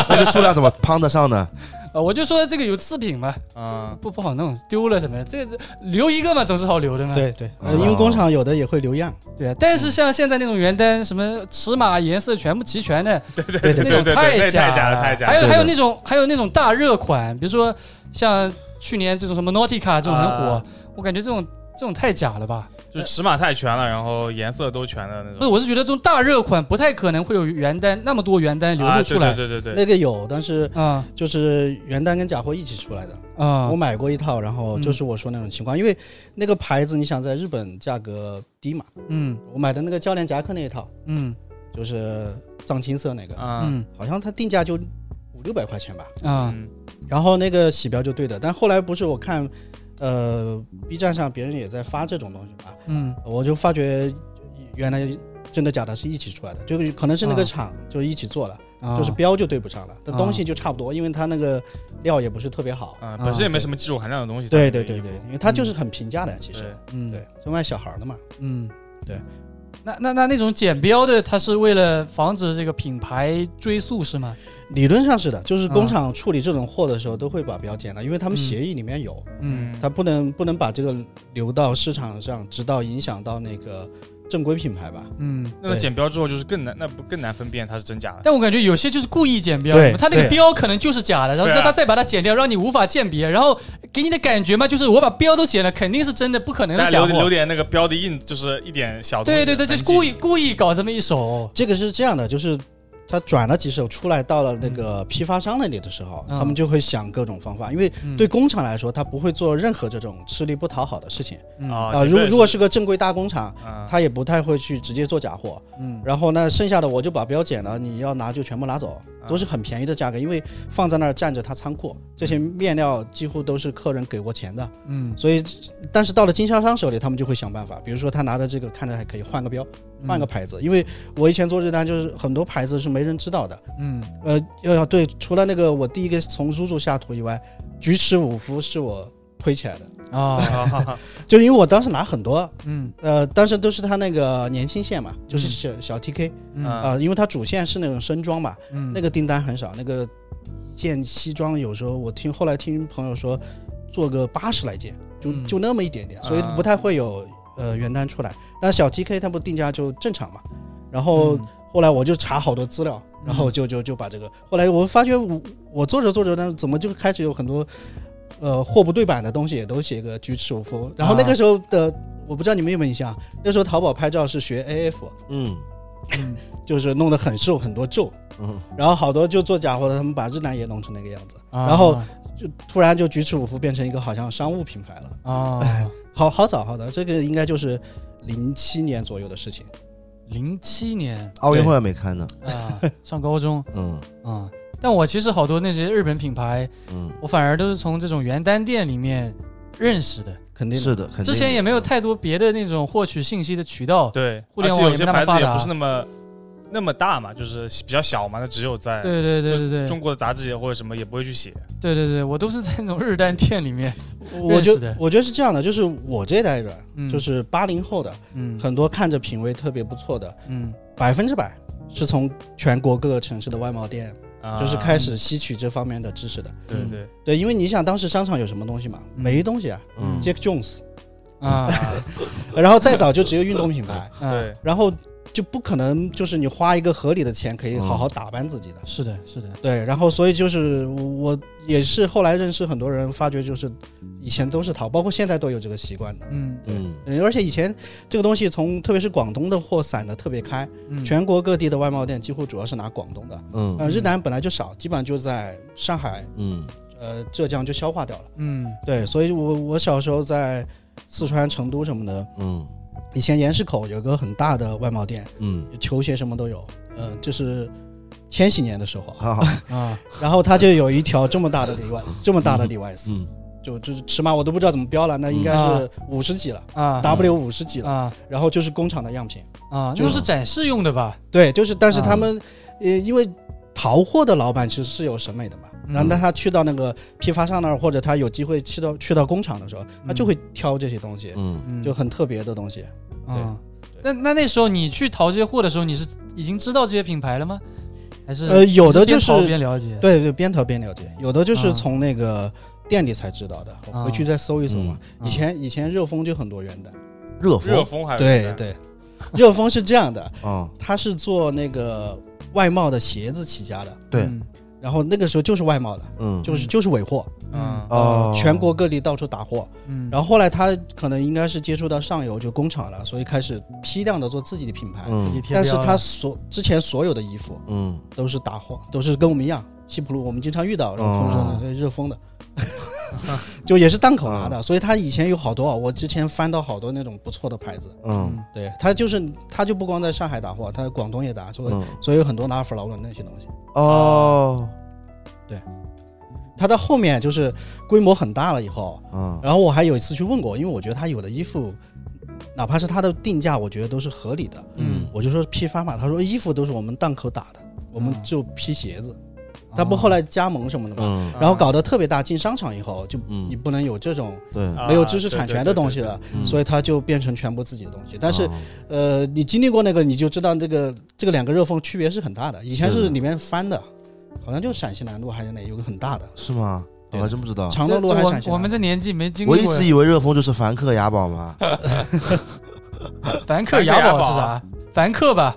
Speaker 3: 那个数量怎么攀得上呢？
Speaker 2: 呃，我就说这个有次品嘛，
Speaker 4: 啊，
Speaker 2: 不不好弄，丢了什么的，这个这留一个嘛，总是好留的嘛。
Speaker 1: 对对，呃
Speaker 3: 啊
Speaker 1: 因为工厂有的也会留样，
Speaker 2: 对，啊但
Speaker 4: 嗯
Speaker 2: 是像现在那种原单，什么尺码、颜色全部齐全的，
Speaker 1: 对对
Speaker 2: 那
Speaker 1: 对，
Speaker 2: 种
Speaker 4: 对对
Speaker 2: 太
Speaker 4: 太
Speaker 2: 假
Speaker 4: 假了太假了
Speaker 2: 还有
Speaker 3: 对
Speaker 2: 还有
Speaker 3: 对
Speaker 2: 那种还有那种大热款，比如说像去年这种什么 Nautica 这种很火，
Speaker 4: 啊
Speaker 2: 我感觉这种这种太假了吧？
Speaker 4: 就尺码太全了，然后颜色都全的那
Speaker 2: 不是，
Speaker 4: 种，
Speaker 2: 我是觉得这种大热款不太可能会有原单那么多原单流
Speaker 4: 啊
Speaker 2: 露出来。
Speaker 4: 对对对
Speaker 1: 那
Speaker 4: 对
Speaker 1: 个有，但是
Speaker 2: 啊
Speaker 1: 就是原单跟假货一起出来的。
Speaker 2: 啊嗯
Speaker 1: 我买过一套，然后就是我说那种情况，因为那个牌子你想在日本价格低嘛，
Speaker 2: 嗯
Speaker 1: 我买的那个教练夹克那一套
Speaker 2: 嗯
Speaker 1: 就是藏青色那个
Speaker 4: 对，，啊
Speaker 2: 嗯
Speaker 1: 好像它定价就五六百块钱吧。
Speaker 2: 啊
Speaker 4: 嗯
Speaker 1: 然后那个洗标就对的，但后来不是我看，呃，B 站上别人也在发这种东西嘛，
Speaker 2: 嗯
Speaker 1: 我就发觉原来真的假的是一起出来的，就是可能是那个
Speaker 2: 啊
Speaker 1: 厂就一起做了，
Speaker 2: 啊，
Speaker 1: 就是标就对不上了，但
Speaker 2: 啊
Speaker 1: 东西就差不多，因为它那个料也不是特别好。
Speaker 4: 啊，本身也没什么技术含量的东西，
Speaker 1: 对
Speaker 4: 它
Speaker 1: 对
Speaker 4: 那个
Speaker 1: 对
Speaker 4: 衣
Speaker 1: 对
Speaker 4: 服，
Speaker 1: 因为它就是很平价的，其实
Speaker 4: 对，
Speaker 2: 嗯
Speaker 1: 对，就卖小孩儿的嘛。
Speaker 2: 嗯，
Speaker 1: 对。
Speaker 2: 那那那那种剪标的，它是为了防止这个品牌追溯是吗？
Speaker 1: 理论上是的，就是工
Speaker 2: 啊
Speaker 1: 厂处理这种货的时候都会把标剪了，因为他们
Speaker 2: 嗯
Speaker 1: 协议里面有，
Speaker 2: 嗯
Speaker 1: 它不能不能把这个留到市场上，直到影响到那个正规品牌吧。
Speaker 2: 嗯。
Speaker 4: 那么
Speaker 1: 对
Speaker 4: 剪标之后就是更难，那不更难分辨它是真假的。
Speaker 2: 但我感觉有些就是故意剪标
Speaker 1: 对，
Speaker 2: 他那个
Speaker 1: 对
Speaker 2: 标可能就是假的，然后
Speaker 4: 对啊
Speaker 2: 他再把它剪掉，让你无法鉴别，然后给你的感觉嘛，就是我把标都剪了，肯定是真的，不可能
Speaker 4: 大
Speaker 2: 是
Speaker 4: 家
Speaker 2: 假
Speaker 4: 留留
Speaker 2: 货。
Speaker 4: 点那个标的印，就是一点小东西
Speaker 2: 对
Speaker 4: 的
Speaker 2: 对对，就
Speaker 4: 痕
Speaker 2: 是
Speaker 4: 迹
Speaker 2: 故意故意搞这么一手。
Speaker 1: 这个是这样的，就是他转了几手出来，到了那个批发商那里的时候，
Speaker 2: 嗯
Speaker 1: 他们就会想各种方法，因为
Speaker 2: 嗯
Speaker 1: 对工厂来说，他不会做任何这种吃力不讨好的事情
Speaker 2: 嗯
Speaker 4: 啊
Speaker 1: 啊。
Speaker 4: 这
Speaker 1: 如
Speaker 4: 个
Speaker 1: 如果是个正规大工厂，
Speaker 4: 啊
Speaker 1: 他也不太会去直接做假货。
Speaker 2: 嗯
Speaker 1: 然后呢，剩下的我就把标剪了，你要拿就全部拿走，
Speaker 4: 嗯
Speaker 1: 都是很便宜的价格，因为放在那儿占着他仓库，这些面料几乎都是客人给过钱的，
Speaker 2: 嗯，
Speaker 1: 所以，但是到了经销商手里，他们就会想办法，比如说他拿着这个看着还可以换个标，换个牌子，因为我以前做日单就是很多牌子是没人知道的，
Speaker 2: 嗯
Speaker 1: 呃，要要对，除了那个我第一个从叔叔下图以外，菊池五夫是我推起来的，
Speaker 2: 嗯啊
Speaker 4: 啊
Speaker 1: 就因为我当时拿很多，
Speaker 2: 嗯
Speaker 1: 呃，当时都是他那个年轻线嘛，就是小、小 TK
Speaker 2: 嗯
Speaker 1: 啊、因为他主线是那种深装嘛，
Speaker 2: 嗯，
Speaker 1: 那个订单很少，那个一件西装有时候我听后来听朋友说，做个八十来件，就
Speaker 2: 嗯
Speaker 1: 就那么一点点，
Speaker 4: 啊
Speaker 1: 所以不太会有呃原单出来。但小 TK 它不定价就正常嘛，然后
Speaker 2: 嗯
Speaker 1: 后来我就查好多资料，然后就就就把这个，后来我发觉我我做着做着，但是怎么就开始有很多呃货不对版的东西也都写个菊池五夫，然
Speaker 2: 啊
Speaker 1: 后那个时候的、我不知道你们有没有印象，那时候淘宝拍照是学 AF，
Speaker 3: 嗯
Speaker 2: 嗯
Speaker 1: 就是弄得很瘦很多皱，
Speaker 3: 嗯
Speaker 1: 然后好多就做假货的，他们把日南也弄成那个样子，
Speaker 2: 啊
Speaker 1: 然后突然就菊池五夫变成一个好像商务品牌了，
Speaker 2: 啊，
Speaker 1: 好好早好早，这个应该就是零七年左右的事情。
Speaker 2: 零七年
Speaker 3: 奥运会还没开呢，
Speaker 2: 啊，上高中
Speaker 3: 嗯
Speaker 2: 啊。但我其实好多那些日本品牌，
Speaker 3: 嗯，
Speaker 2: 我反而都是从这种原单店里面认识的。
Speaker 1: 肯定的
Speaker 3: 是的，肯定
Speaker 2: 之前也没有太多别的那种获取信息的渠道。
Speaker 4: 对，
Speaker 2: 互联
Speaker 4: 而
Speaker 2: 网
Speaker 4: 且
Speaker 2: 也
Speaker 4: 有些
Speaker 2: 没那么
Speaker 4: 牌子
Speaker 2: 发
Speaker 4: 也
Speaker 2: 达
Speaker 4: 不是那么那么大嘛，就是比较小嘛，那只有
Speaker 1: 哎
Speaker 4: 在
Speaker 2: 对对对对对
Speaker 4: 中国的杂志也或者什么也不会去写。
Speaker 2: 对对对，我都是在那种日单店 里面，
Speaker 1: 我
Speaker 2: 认识
Speaker 1: 就
Speaker 2: 的
Speaker 1: 我觉得是这样的，就是我这一代人，
Speaker 2: 嗯
Speaker 1: 就是八零后的，
Speaker 2: 嗯
Speaker 1: 很多看着品味特别不错的，
Speaker 2: 嗯，
Speaker 1: 百分之百是从全国各个城市的外贸店，
Speaker 4: 啊
Speaker 1: 就是开始吸取这方面的知识的。
Speaker 4: 对对，
Speaker 1: 对，因为你想当时商场有什么东西嘛？
Speaker 2: 嗯
Speaker 1: 没东西啊
Speaker 3: 嗯
Speaker 1: ，Jack Jones，
Speaker 2: 啊，
Speaker 1: 然后再早就只有运动品牌，
Speaker 2: 啊
Speaker 4: 对，
Speaker 1: 然后就不可能就是你花一个合理的钱可以好好打扮自己的。
Speaker 2: 是的，是的，
Speaker 1: 对，然后所以就是我也是后来认识很多人，发觉就是以前都是淘，包括现在都有这个习惯的。
Speaker 2: 嗯
Speaker 3: 嗯，
Speaker 1: 嗯，而且以前这个东西从特别是广东的货散的特别开，
Speaker 2: 嗯，
Speaker 1: 全国各地的外贸店几乎主要是拿广东的，
Speaker 3: 嗯
Speaker 1: 呃，日南本来就少，基本上就在上海、
Speaker 3: 嗯
Speaker 1: 呃浙江就消化掉了。
Speaker 2: 嗯
Speaker 1: 对，所以我我小时候在四川成都什么的，
Speaker 3: 嗯
Speaker 1: 以前盐市口有个很大的外贸店，
Speaker 3: 嗯，
Speaker 1: 球鞋什么都有，呃，就是千禧年的时候啊，
Speaker 3: 好好，
Speaker 2: 啊，
Speaker 1: 然后它就有一条这么大的里外，这么大的里外丝，
Speaker 3: 嗯
Speaker 1: 就就是尺码我都不知道怎么标了，那应该是五十几了、
Speaker 2: 嗯啊
Speaker 1: w 五十几了，
Speaker 2: 啊
Speaker 1: 然后就是工厂的样品。
Speaker 2: 啊，就是展示用的吧？
Speaker 1: 对，就是但是
Speaker 2: 啊
Speaker 1: 他们，呃，因为淘货的老板其实是有审美的嘛，然后
Speaker 2: 嗯
Speaker 1: 那他去到那个批发商那儿，或者他有机会去到去到工厂的时候，他就会挑这些东西，
Speaker 3: 嗯，
Speaker 2: 嗯，
Speaker 1: 就很特别的东西。
Speaker 2: 啊，那那那时候你去淘这些货的时候，你是已经知道这些品牌了吗？还是
Speaker 1: 呃，有的就
Speaker 2: 边淘
Speaker 1: 是
Speaker 2: 边了解？
Speaker 1: 对对，边淘边了解，有的就是
Speaker 2: 啊
Speaker 1: 从那个店里才知道的，我回去再搜一搜嘛。
Speaker 2: 嗯
Speaker 1: 以前以前热风就很多元的，
Speaker 3: 热风
Speaker 4: 热风还是
Speaker 1: 对对，热风是这样的，
Speaker 3: 啊，
Speaker 1: 他是做那个外贸的鞋子起家的，
Speaker 3: 对
Speaker 2: 嗯
Speaker 1: 然后那个时候就是外贸的，
Speaker 3: 嗯，
Speaker 1: 就是
Speaker 2: 嗯
Speaker 1: 就是尾货，呃
Speaker 2: 嗯
Speaker 3: 哦，
Speaker 1: 全国各地到处打货。
Speaker 2: 嗯，
Speaker 1: 然后后来他可能应该是接触到上游就工厂了，所以开始批量的做自己的品牌。
Speaker 2: 自己
Speaker 3: 嗯
Speaker 2: 贴标
Speaker 1: 但
Speaker 2: 了，
Speaker 1: 是他所之前所有的衣服
Speaker 3: 嗯，
Speaker 1: 都是打货，都是跟我们一样，西普路我们经常遇到，然后朋友说
Speaker 2: 哦
Speaker 1: 那热风的， 就也是档口拿的。所以他以前有好多啊，我之前翻到好多那种不错的牌子。
Speaker 3: 嗯
Speaker 1: 对他就是他就不光在上海打货，他在广东也打，所以、
Speaker 3: 嗯，
Speaker 1: 所以有很多拿法劳伦那些东西。
Speaker 3: 哦，
Speaker 1: 他到后面就是规模很大了以后，
Speaker 3: 嗯
Speaker 1: 然后我还有一次去问过，因为我觉得他有的衣服，哪怕是他的定价，我觉得都是合理的。
Speaker 2: 嗯
Speaker 1: 我就说批发嘛，他说衣服都是我们档口打的，我们就批鞋子。他不
Speaker 2: 哦
Speaker 1: 后来加盟什么的嘛，
Speaker 3: 嗯，
Speaker 1: 然后搞得特别大，进商场以后就
Speaker 3: 嗯
Speaker 1: 你不能有这种
Speaker 3: 对，
Speaker 4: 啊
Speaker 1: 没有知识产权的东西了，
Speaker 3: 嗯啊
Speaker 1: 所以他就变成全部自己的东西。但是
Speaker 3: 哦
Speaker 1: 呃，你经历过那个，你就知道这个这个两个热风区别是很大的。以前
Speaker 3: 对
Speaker 1: 是
Speaker 3: 的
Speaker 1: 里面翻的，好像就陕西南路还是哪有个很大的，
Speaker 3: 是吗？我还真不知道。
Speaker 1: 长乐路
Speaker 2: 这
Speaker 1: 还
Speaker 2: 这
Speaker 1: 是
Speaker 2: 我
Speaker 1: 陕西南路
Speaker 2: 我们这年纪没经
Speaker 3: 我
Speaker 2: 历
Speaker 3: 一
Speaker 2: 过
Speaker 3: 直以为热风就是凡客雅宝 嘛，
Speaker 2: 凡客
Speaker 4: 凡客
Speaker 2: 宝
Speaker 4: 雅
Speaker 2: 是
Speaker 4: 宝
Speaker 2: 啥？凡客吧，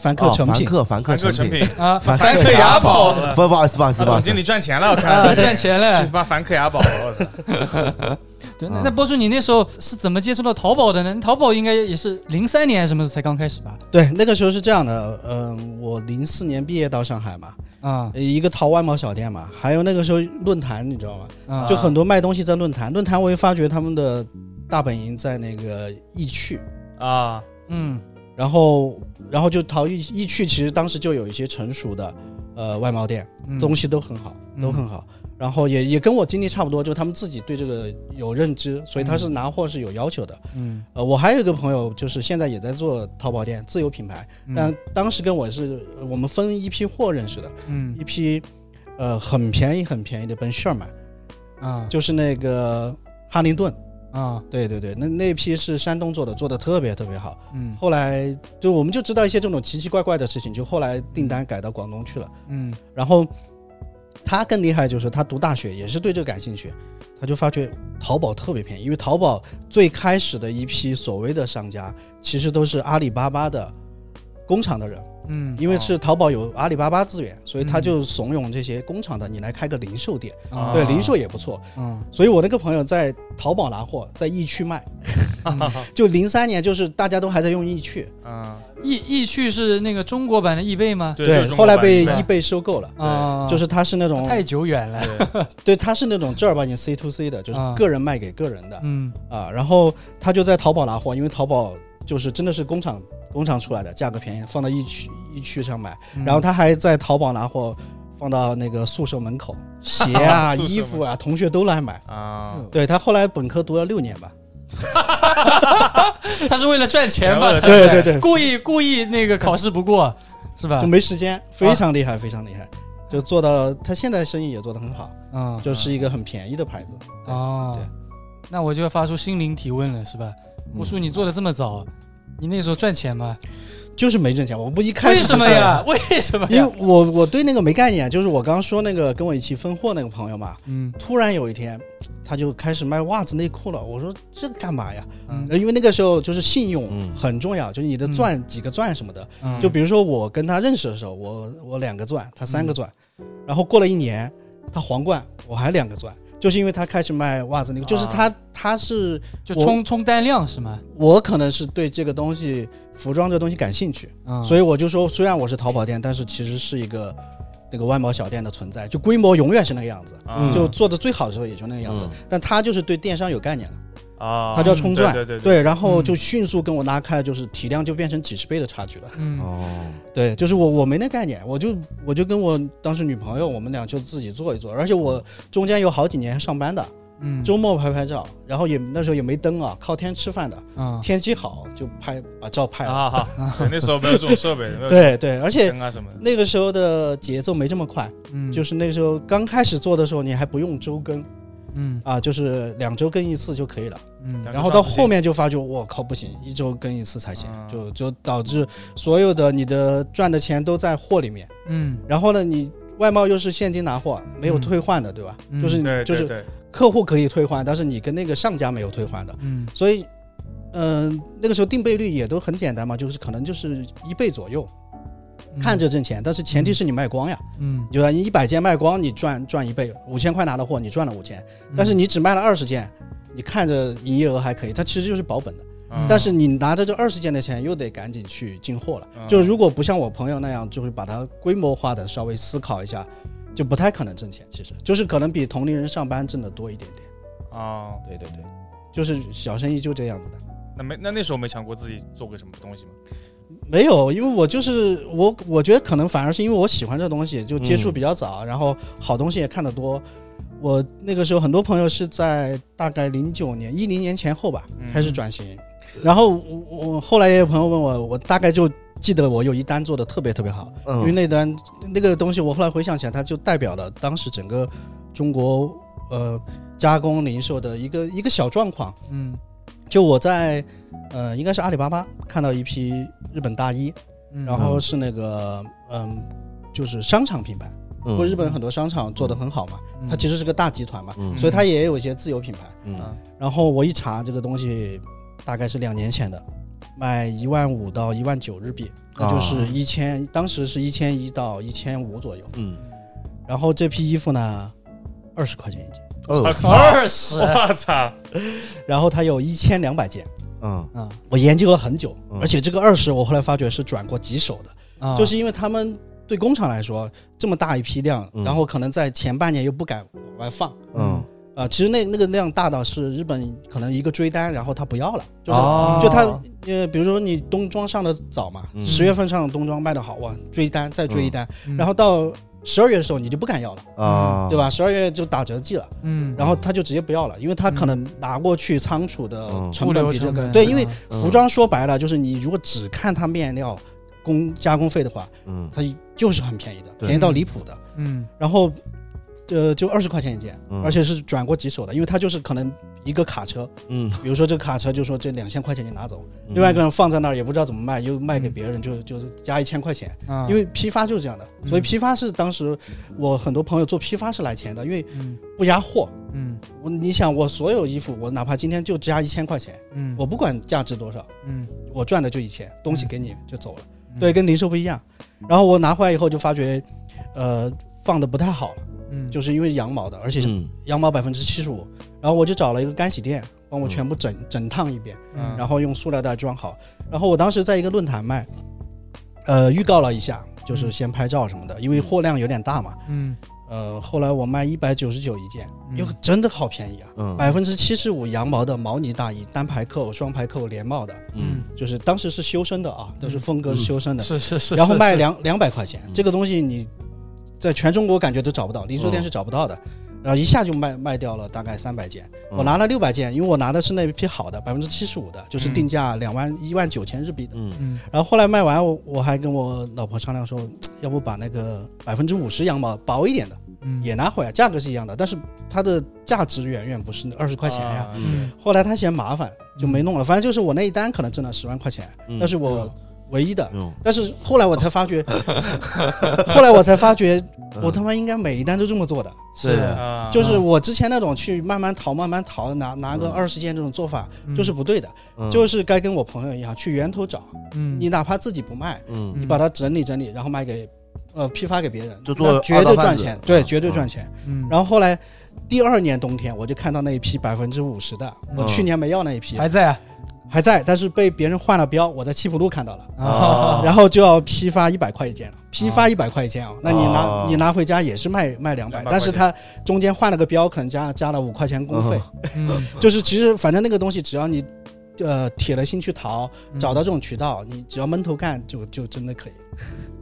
Speaker 1: 凡客成
Speaker 3: 哦凡
Speaker 1: 品，
Speaker 3: 客凡
Speaker 4: 凡
Speaker 3: 客
Speaker 4: 客
Speaker 3: 成
Speaker 4: 成
Speaker 3: 品，
Speaker 4: 品，
Speaker 2: 啊，
Speaker 3: 凡
Speaker 2: 凡
Speaker 3: 客
Speaker 2: 客
Speaker 3: 雅
Speaker 2: 雅
Speaker 4: 宝
Speaker 2: 宝
Speaker 4: 了，
Speaker 3: 不不好意思不好意思
Speaker 4: 那
Speaker 3: 不好
Speaker 4: 总
Speaker 3: 意思
Speaker 4: 经，理赚钱了，我
Speaker 2: 啊，赚
Speaker 4: 看
Speaker 2: 钱
Speaker 4: 去
Speaker 2: 了
Speaker 4: 他。妈凡客雅宝，我操
Speaker 2: 对，
Speaker 3: 嗯
Speaker 2: 那那波叔，你那时候是怎么接触到淘宝的呢？淘宝应该也是零三年什么时候才刚开始吧？
Speaker 1: 对，那个时候是这样的，嗯、我零四年毕业到上海嘛，
Speaker 2: 啊
Speaker 1: 呃一个淘外贸小店嘛，还有那个时候论坛，你知道吗？
Speaker 2: 啊，
Speaker 1: 就很多卖东西在论坛，论坛我也发觉他们的大本营在那个易趣，
Speaker 4: 啊！
Speaker 2: 嗯
Speaker 1: 然后然后就淘易易趣，其实当时就有一些成熟的呃外贸店，
Speaker 2: 嗯
Speaker 1: 东西都很好，
Speaker 2: 嗯
Speaker 1: 都很好。然后也也跟我经历差不多，就他们自己对这个有认知，所以他是拿货是有要求的。
Speaker 2: 嗯
Speaker 1: 呃，我还有一个朋友，就是现在也在做淘宝店自有品牌，
Speaker 2: 嗯
Speaker 1: 但当时跟我是呃我们分一批货认识的，
Speaker 2: 嗯
Speaker 1: 一批呃很便宜很便宜的奔 Sherman，
Speaker 2: 啊
Speaker 1: 就是那个哈灵顿，
Speaker 2: 啊
Speaker 1: 对对对，那那批是山东做的，做的特别特别好。
Speaker 2: 嗯
Speaker 1: 后来就我们就知道一些这种奇奇怪怪的事情，就后来订单改到广东去了。
Speaker 2: 嗯
Speaker 1: 然后他更厉害，就是他读大学也是对这个感兴趣，他就发觉淘宝特别便宜，因为淘宝最开始的一批所谓的商家，其实都是阿里巴巴的工厂的人，
Speaker 2: 嗯，
Speaker 1: 因为
Speaker 2: 哦
Speaker 1: 是淘宝有阿里巴巴资源，所以他就怂恿这些工厂的你来开个零售店，
Speaker 2: 啊
Speaker 1: 对，零售也不错。
Speaker 2: 嗯
Speaker 1: 所以我那个朋友在淘宝拿货，在易趣 卖，就零三年就是大家都还在用易趣，
Speaker 4: 嗯，
Speaker 2: 易易趣是那个中国版的易贝吗？
Speaker 4: 就是
Speaker 1: 对，
Speaker 4: 中
Speaker 1: 后
Speaker 4: 国
Speaker 1: 来
Speaker 4: 版
Speaker 1: 被
Speaker 4: 的
Speaker 1: 易贝收购了。
Speaker 2: 啊，
Speaker 1: 就是它是那种
Speaker 2: 太久远了。
Speaker 1: 对，他是那种正儿八经 C to C 的，就是
Speaker 2: 啊
Speaker 1: 个人卖给个人的啊
Speaker 2: 嗯
Speaker 1: 然后他就在淘宝拿货，因为淘宝就是真的是工厂工厂出来的，价格便宜，放到易区易区上买。
Speaker 2: 嗯
Speaker 1: 然后他还在淘宝拿货，放到那个宿舍门口，鞋啊、
Speaker 4: 宿舍门
Speaker 1: 衣服啊，同学都来买。
Speaker 4: 啊，
Speaker 1: 对他后来本科读了六年吧，
Speaker 2: 他是为了赚钱吧？
Speaker 4: 对
Speaker 1: 对对对，
Speaker 2: 故意故意那个考试不过，是吧
Speaker 1: 就？没时间，非常厉害，非常厉
Speaker 2: 啊
Speaker 1: 害，就做到他现在生意也做得很好，
Speaker 2: 嗯，
Speaker 1: 就是一个很便宜的牌子。对
Speaker 2: 哦，那我就要发出心灵提问了，是吧？我说你做的这么早，你那时候赚钱吗？
Speaker 1: 就是没挣钱，我不一开
Speaker 2: 为
Speaker 1: 始就
Speaker 2: 什么
Speaker 1: 说了
Speaker 2: 呀？为什么
Speaker 1: 因
Speaker 2: 呀
Speaker 1: 为？我我对那个没概念，就是我刚刚说那个跟我一起分货那个朋友嘛，
Speaker 2: 嗯
Speaker 1: 突然有一天他就开始卖袜子内裤了。我说这干嘛呀？
Speaker 2: 嗯
Speaker 1: 呃因为那个时候就是信用
Speaker 3: 嗯
Speaker 1: 很重要，就是你的钻几个钻什么的。
Speaker 2: 嗯，
Speaker 1: 就比如说我跟他认识的时候，我我两个钻，他
Speaker 2: 嗯
Speaker 1: 三个钻，然后过了一年，他皇冠我还两个钻，就是因为他开始卖袜子内裤，
Speaker 2: 啊
Speaker 1: 就是他他是
Speaker 2: 就
Speaker 1: 我
Speaker 2: 冲冲单量是吗？
Speaker 1: 我可能是对这个东西服装这东西感兴趣。
Speaker 2: 嗯，
Speaker 1: 所
Speaker 2: 以
Speaker 1: 以我就说，虽然我是淘宝店，但是其实是一个那个外贸小店的存在，就规模永远是那个样子，
Speaker 4: 啊
Speaker 1: 嗯就做的最好的时候也就那个样子。但他就是对电商有概念的，
Speaker 4: 啊，
Speaker 1: 他就要冲钻，
Speaker 4: 对对对，
Speaker 1: 对，然后
Speaker 2: 嗯
Speaker 1: 就迅速跟我拉开，就是体量就变成几十倍的差距了。
Speaker 2: 嗯
Speaker 3: 哦，
Speaker 1: 对，就是我我没那概念，我就我就跟我当时女朋友，我们俩就自己做一做，而且我中间有好几年上班的，
Speaker 2: 嗯
Speaker 1: 周末拍拍照，然后也那时候也没灯啊，靠天吃饭的，
Speaker 2: 嗯
Speaker 1: 天气好就拍把照拍了。
Speaker 4: 啊，对那时候没有这种设备，没有
Speaker 1: 对对，而且
Speaker 4: 灯啊什么的，
Speaker 1: 那个时候的节奏没这么快，
Speaker 2: 嗯
Speaker 1: 就是那个时候刚开始做的时候，你还不用周更
Speaker 2: 嗯
Speaker 1: 啊，就是两周更一次就可以了。
Speaker 2: 嗯
Speaker 4: 两
Speaker 1: 然后
Speaker 4: 周上
Speaker 1: 到
Speaker 4: 不行
Speaker 1: 后面就发觉，我靠，不行，一周更一次才行
Speaker 4: 啊，
Speaker 1: 就就导致所有的你的赚的钱都在货里面。
Speaker 2: 嗯
Speaker 1: 然后呢，你外贸又是现金拿货，没有
Speaker 2: 嗯
Speaker 1: 退换的，对吧？
Speaker 2: 嗯
Speaker 1: 就是
Speaker 4: 对
Speaker 1: 你就
Speaker 4: 对
Speaker 1: 是
Speaker 4: 对，
Speaker 1: 客户可以退换，但是你跟那个上家没有退换的，
Speaker 2: 嗯
Speaker 1: 所以。嗯、那个时候定倍率也都很简单嘛，就是可能就是一倍左右，
Speaker 4: 嗯
Speaker 1: 看着挣钱，但是前提是你卖光呀。
Speaker 2: 嗯，
Speaker 1: 对吧？你一百件卖光，你赚赚一倍，五千块拿的货，你赚了五千，
Speaker 2: 嗯
Speaker 1: 但是你只卖了二十件，你看着营业额还可以，它其实就是保本的。
Speaker 4: 嗯
Speaker 1: 但是你拿着这二十件的钱，又得赶紧去进货了。
Speaker 4: 嗯
Speaker 1: 就如果不像我朋友那样，就是把它规模化的稍微思考一下，就不太可能挣钱。其实就是可能比同龄人上班挣的多一点点。
Speaker 4: 啊，
Speaker 1: 对对对，就是小生意就这样子的。
Speaker 4: 那没那那时候没想过自己做个什么东西 吗？
Speaker 1: 没有，因为我就是我，我觉得可能反而是因为我喜欢这东西，就接触比较早，然后好东西也看得多。我那个时候很多朋友是在大概零九年、一零年前后吧
Speaker 4: 嗯
Speaker 1: 开始转型，然后我我后来也有朋友问我，我大概就记得我有一单做的特别特别好，因为
Speaker 3: 嗯，
Speaker 1: 那单那个东西我后来回想起来，它就代表了当时整个中国呃加工零售的一个一个小状况。
Speaker 2: 嗯
Speaker 1: 就我在呃应该是阿里巴巴看到一批日本大衣，
Speaker 2: 嗯，
Speaker 1: 然后是那个嗯，就是商场品牌，
Speaker 3: 嗯
Speaker 1: 因为日本很多商场做得很好嘛，它其
Speaker 2: 实
Speaker 1: 实是个大集团嘛，
Speaker 3: 嗯
Speaker 1: 所以它也有一些自有品牌。
Speaker 3: 嗯
Speaker 1: 然后我一查这个东西，大概是两年前的，卖一万五到一万九日币，那就是
Speaker 3: 啊
Speaker 1: 一千，当时是一千一到一千五左右。
Speaker 3: 嗯，
Speaker 1: 然后这批衣服呢，二十块钱一件，
Speaker 4: 我
Speaker 3: 哦，
Speaker 4: 操，
Speaker 2: 二十，
Speaker 4: 我操，
Speaker 1: 然后它有一千两百件。
Speaker 3: 嗯
Speaker 2: 嗯
Speaker 1: 我研究了很久，
Speaker 3: 嗯
Speaker 1: 而且这个二十我后来发觉是转过几手的。
Speaker 2: 啊
Speaker 1: 就是因为他们对工厂来说这么大一批量，
Speaker 3: 嗯
Speaker 1: 然后可能在前半年又不敢往外放。
Speaker 3: 嗯，
Speaker 1: 啊、其实那那个量大到是日本可能一个追单，然后他不要了，就是、
Speaker 3: 哦
Speaker 1: 就他呃，比如说你冬装上的早嘛，
Speaker 3: 嗯
Speaker 1: 十、月份上的冬装卖的好，哇，追单再追一单，
Speaker 2: 嗯哦
Speaker 1: 然后到十二月的时候你就不敢要了，
Speaker 3: 啊，
Speaker 1: 对？吧？十二月就打折季了，
Speaker 2: 嗯，
Speaker 1: 然后他就直接不要了，因为他可能拿过去仓储的
Speaker 3: 嗯
Speaker 1: 成本比这
Speaker 2: 哦物流成
Speaker 1: 个、
Speaker 2: 本
Speaker 1: 对，因为
Speaker 3: 嗯
Speaker 1: 服装说白了就是你如果只看它面料工加工费的话，
Speaker 3: 嗯
Speaker 1: 它就是很便宜的，
Speaker 3: 对
Speaker 1: 便宜到离谱的。
Speaker 2: 嗯
Speaker 1: 然后，呃，就二十块钱一件，
Speaker 3: 嗯
Speaker 1: 而且是转过几手的，因为它就是可能一个卡车，
Speaker 3: 嗯，
Speaker 1: 比如说这个卡车就说这两千块钱你拿走，另外一个人放在那儿也不知道怎么卖，又卖给别人，就就加一千块钱，
Speaker 2: 啊，
Speaker 1: 因为批发就是这样的，
Speaker 2: 嗯
Speaker 1: 所以批发是当时我很多朋友做批发是来钱的，因为
Speaker 2: 嗯
Speaker 1: 不压货。
Speaker 2: 嗯
Speaker 1: 我你想，我所有衣服，我哪怕今天就加一千块钱，
Speaker 2: 嗯
Speaker 1: 我不管价值多少，
Speaker 2: 嗯
Speaker 1: 我赚的就一千，东西给你就走了。
Speaker 2: 嗯
Speaker 1: 对，跟零售不一样。然后我拿回来以后就发觉，呃，放的不太好了，
Speaker 2: 嗯
Speaker 1: 就是因为羊毛的，而且是
Speaker 3: 嗯
Speaker 1: 羊毛百分之七十五。然后我就找了一个干洗店，帮我全部整、整烫一遍，
Speaker 2: 嗯
Speaker 1: 然后用塑料袋装好。然后我当时在一个论坛卖，呃，预告了一下，就是先拍照什么的，因为货量有点大嘛。
Speaker 2: 嗯
Speaker 1: 呃，后来我卖一百九十九一件，
Speaker 2: 嗯
Speaker 1: 哟，真的好便宜啊！
Speaker 3: 嗯
Speaker 1: 百分之七十五羊毛的毛呢大衣，单排扣、双排扣、连帽的，
Speaker 3: 嗯
Speaker 1: 就是当时是修身的啊，都是
Speaker 2: 嗯
Speaker 1: 风格是修身的。
Speaker 2: 是是是，
Speaker 1: 然后卖
Speaker 2: 是
Speaker 1: 两两百块钱，
Speaker 3: 嗯
Speaker 2: 嗯
Speaker 1: 这个东西你在全中国感觉都找不到，零售店是找不到的。然后一下就卖卖掉了大概三百件，
Speaker 3: 嗯
Speaker 1: 我拿了六百件，因为我拿的是那一批好的，百分之七十五的，就是
Speaker 4: 嗯
Speaker 1: 定价两万一万九千日币的。
Speaker 3: 嗯
Speaker 2: 嗯
Speaker 1: 然后后来卖完，我我还跟我老婆商量说，要不把那个百分之五十羊毛薄一点的
Speaker 2: 嗯，
Speaker 1: 也拿回来，价格是一样的，但是它的价值远远不是二十块钱呀、
Speaker 4: 啊
Speaker 3: 嗯
Speaker 1: 后来他嫌麻烦，就
Speaker 2: 嗯
Speaker 1: 没弄了。反正就是我那一单可能挣了十万块钱，
Speaker 3: 嗯
Speaker 1: 那是我唯一的。
Speaker 3: 嗯，
Speaker 1: 但是后来我才发 觉，后来我才发觉，
Speaker 3: 嗯
Speaker 1: 我他妈应该每一单都这么做的。
Speaker 2: 是
Speaker 3: 对
Speaker 2: 的，
Speaker 4: 啊
Speaker 1: 嗯就是我之前那种去慢慢淘、慢慢淘，拿拿个
Speaker 3: 嗯
Speaker 1: 二十件这种做法，就是不对的，
Speaker 3: 嗯
Speaker 1: 就是该跟我朋友一样去源头找。
Speaker 2: 嗯
Speaker 1: 你哪怕自己不卖，
Speaker 3: 嗯
Speaker 1: 你把它整理整理，然后卖给，呃，批发给别人，
Speaker 3: 就做
Speaker 1: 那绝对
Speaker 3: 二道贩
Speaker 1: 赚
Speaker 3: 子
Speaker 1: 钱，对，
Speaker 3: 嗯
Speaker 1: 绝对
Speaker 3: 嗯
Speaker 1: 赚钱。
Speaker 2: 嗯，
Speaker 1: 然后后来第二年冬天，我就看到那一批百分之五十的，我
Speaker 3: 嗯
Speaker 1: 去年没要那一批，
Speaker 2: 还在啊
Speaker 1: 还在，但是被别人换了标，我在七浦路看到
Speaker 2: 嗯
Speaker 1: 了，
Speaker 3: 啊
Speaker 1: 然后就要批发一百块一
Speaker 2: 啊
Speaker 1: 件了，批发一百块一件啊，那你拿、
Speaker 3: 哦
Speaker 1: 你拿回家也是卖卖两百
Speaker 4: 200，
Speaker 1: 但是它中间换了个标，可能加加了五块钱工费，
Speaker 2: 嗯
Speaker 1: 就是其实反正那个东西只要你。呃，铁了心去淘，
Speaker 2: 嗯
Speaker 1: 找到这种渠道，你只要闷头干，就就真的可以。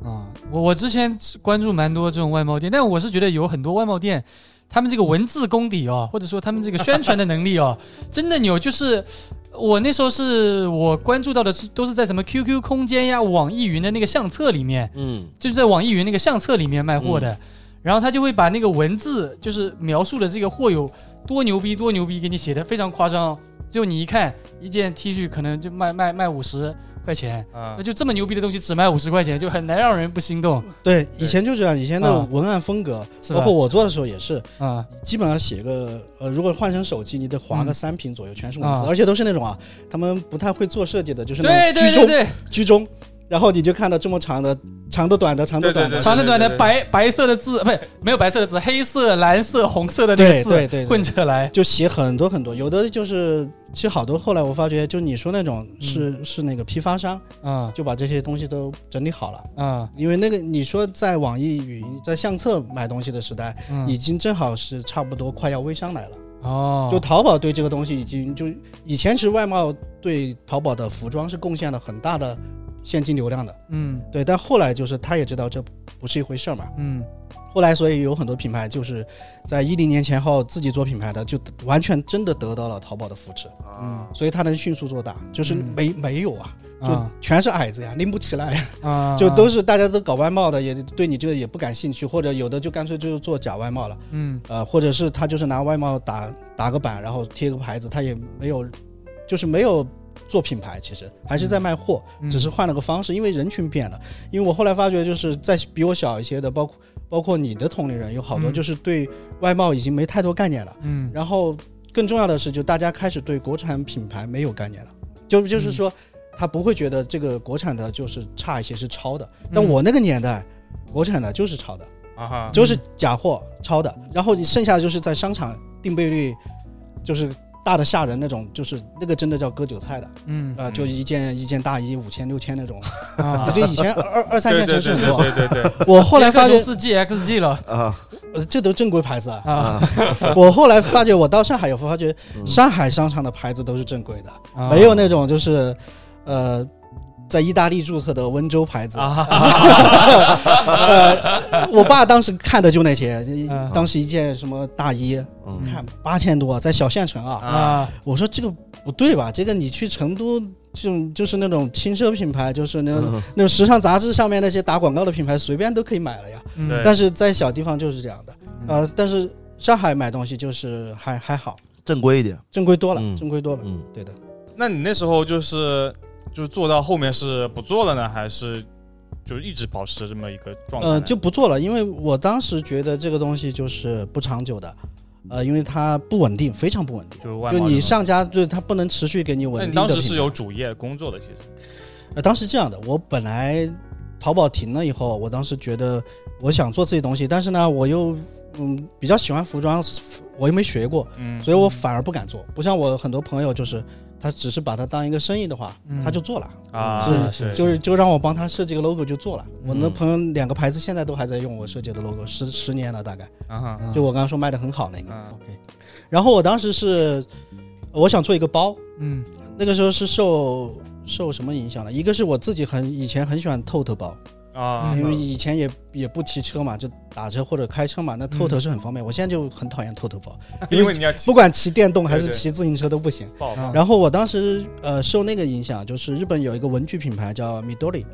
Speaker 2: 啊，我我之前关注蛮多这种外贸店，但我是觉得有很多外贸店，他们这个文字功底哦，或者说他们这个宣传的能力哦，真的牛。就是我那时候是我关注到的是都是在什么 QQ 空间呀、网易云的那个相册里面，
Speaker 3: 嗯
Speaker 2: 就是在网易云那个相册里面卖货的，然后他就会把那个文字就是描述的这个货有多牛逼多牛逼，给你写的非常夸张，哦就你一看一件 T 恤可能就卖卖卖五十块钱。
Speaker 4: 啊
Speaker 2: 那，就这么牛逼的东西只卖五十块钱，就很难让人不心动，
Speaker 1: 对，以前就这样，以前那种文案风格，
Speaker 2: 啊是吧
Speaker 1: 包括？我做的时候也是，
Speaker 2: 啊，
Speaker 1: 基本上写个呃，如果换成手机，你得划个
Speaker 2: 嗯
Speaker 1: 三屏左右，全是文字，
Speaker 2: 啊
Speaker 1: 而且都是那种啊，他们不太会做设计的，就是那
Speaker 2: 对
Speaker 1: 种居
Speaker 2: 对
Speaker 1: 中
Speaker 2: 对对，
Speaker 1: 居中，然后你就看到这么长的、长的、短的、长的、
Speaker 4: 对
Speaker 1: 短
Speaker 4: 对
Speaker 1: 的，
Speaker 2: 长的
Speaker 4: 对
Speaker 2: 短的
Speaker 4: 对对
Speaker 2: 白白色的字，不是没有白色的字，黑色、蓝色、红色的那个字
Speaker 1: 对对对对
Speaker 2: 混着来，
Speaker 1: 就写很多很多。有的就是，其实好多后来我发觉，就你说那种
Speaker 4: 嗯
Speaker 1: 是、是那个批发商
Speaker 2: 嗯
Speaker 1: 就把这些东西都整理好了，
Speaker 2: 嗯
Speaker 1: 因为那个你说在网易云、在相册买东西的时代，已
Speaker 2: 嗯，
Speaker 1: 经正好是差不多快要微商来了。
Speaker 2: 哦，
Speaker 1: 就淘宝对这个东西已经就以前其实外贸对淘宝的服装是贡献了很大的现金流量的，
Speaker 2: 嗯
Speaker 1: 对，但后来就是他也知道这不是一回事儿嘛，
Speaker 2: 嗯
Speaker 1: 后来所以有很多品牌就是在一零年前后自己做品牌的，就完全真的得到了淘宝的扶持，
Speaker 3: 啊
Speaker 1: 所以它能迅速做大，就是
Speaker 2: 嗯
Speaker 1: 没、没有啊，就
Speaker 2: 啊
Speaker 1: 全是矮子呀，拎不起来呀，
Speaker 2: 啊，
Speaker 1: 就都是大家都搞外贸的，也对你这个也不感兴趣，或者有的就干脆就是做假外贸了。
Speaker 2: 嗯
Speaker 1: 呃，或者是他就是拿外贸打打个板，然后贴个牌子，他也没有，就是没有做品牌，其实还是在卖货，
Speaker 2: 嗯
Speaker 1: 只是换了个方式，因为人群变了。因为我后来发觉，就是在比我小一些的，包括包括你的同龄人，有好多
Speaker 2: 嗯
Speaker 1: 就是对外贸已经没太多概念了。
Speaker 2: 嗯
Speaker 1: 然后更重要的是，就大家开始对国产品牌没有概念了，就
Speaker 2: 嗯
Speaker 1: 就是说，他不会觉得这个国产的就是差一些是抄的，但
Speaker 2: 嗯
Speaker 1: 我那个年代，国产的就是抄的。
Speaker 4: 啊哈，
Speaker 2: 嗯
Speaker 1: 就是假货抄的，然后你剩下的就是在商场定倍率就是大的吓人那种，就是那个真的叫割韭菜的，
Speaker 2: 嗯
Speaker 1: 呃，就一件一件大衣五千六千那种，
Speaker 2: 啊，
Speaker 1: 就以前二二二三线
Speaker 4: 对
Speaker 1: 城市
Speaker 4: 对对
Speaker 1: 很多。
Speaker 4: 对对对对，
Speaker 1: 我后来发觉，
Speaker 2: 四 G XG 了
Speaker 3: 啊
Speaker 1: 呃，这都正规牌子啊。
Speaker 2: 啊，
Speaker 1: 我后来发觉，我到上海以后发觉，
Speaker 3: 嗯
Speaker 1: 上海商场的牌子都是正规的，
Speaker 2: 啊
Speaker 1: 没有那种就是，呃，在意大利注册的温州牌子。
Speaker 4: 啊
Speaker 1: 呃，我爸当时看的就那些，
Speaker 4: 嗯
Speaker 2: 啊
Speaker 1: 当时一件什么大衣，
Speaker 3: 嗯
Speaker 1: 看八千多，在小县城啊，
Speaker 2: 啊，
Speaker 1: 我说这个不对吧？这个你去成都这种就是那种轻奢品牌，就是那
Speaker 4: 嗯
Speaker 1: 种、那种时尚杂志上面那些打广告的品牌，随便都可以买了呀。
Speaker 2: 嗯
Speaker 4: 对嗯
Speaker 1: 但是在小地方就是这样的，呃，但是上海买东西就是还还好，
Speaker 3: 正规一点，
Speaker 1: 正规多了，
Speaker 3: 嗯
Speaker 1: 正规多了。
Speaker 3: 嗯。
Speaker 1: 对的，
Speaker 4: 那你那时候就是就做到后面是不做了呢，还是就一直保持这么一个状态呢？
Speaker 1: 呃，就不做了，因为我当时觉得这个东西就是不长久的，呃，因为它不稳定，非常不稳定。
Speaker 4: 就是外
Speaker 1: 就
Speaker 4: 贸
Speaker 1: 你
Speaker 4: 这种
Speaker 1: 上家，就是它不能持续给你
Speaker 4: 那
Speaker 1: 稳
Speaker 4: 你
Speaker 1: 定的
Speaker 4: 当
Speaker 1: 品牌。
Speaker 4: 时是有主业工作的，其实
Speaker 1: 呃，当时这样的，我本来淘宝停了以后，我当时觉得我想做自己东西，但是呢，我又嗯比较喜欢服装，我又没学过，
Speaker 4: 嗯
Speaker 1: 所以我反而不敢做。不像我很多朋友，就是他只是把它当一个生意的话，
Speaker 2: 嗯
Speaker 1: 他就做了，
Speaker 4: 啊
Speaker 1: 嗯是
Speaker 4: 对
Speaker 1: 就是就让我帮他设计个 logo 就做了。我那
Speaker 3: 嗯
Speaker 1: 朋友两个牌子现在都还在用我设计的 logo，十十年了大概，
Speaker 4: 啊哈
Speaker 1: 就我刚刚说卖的很好那个。
Speaker 4: 啊
Speaker 2: OK，
Speaker 1: 然后我当时是我想做一个包，
Speaker 2: 嗯
Speaker 1: 那个时候是受受什么影响呢？一个是我自己很以前很喜欢透透包。
Speaker 4: 啊啊
Speaker 1: 因为以前也也不骑车嘛，就打车或者开车嘛，那透头是很方便。我现在就很讨厌透头包，
Speaker 4: 啊因为你要骑
Speaker 1: 不管骑电动还是
Speaker 4: 对对
Speaker 1: 骑自行车都不行。
Speaker 4: 爆
Speaker 2: 啊
Speaker 1: 然后我当时呃受那个影响，就是日本有一个文具品牌叫 Midori，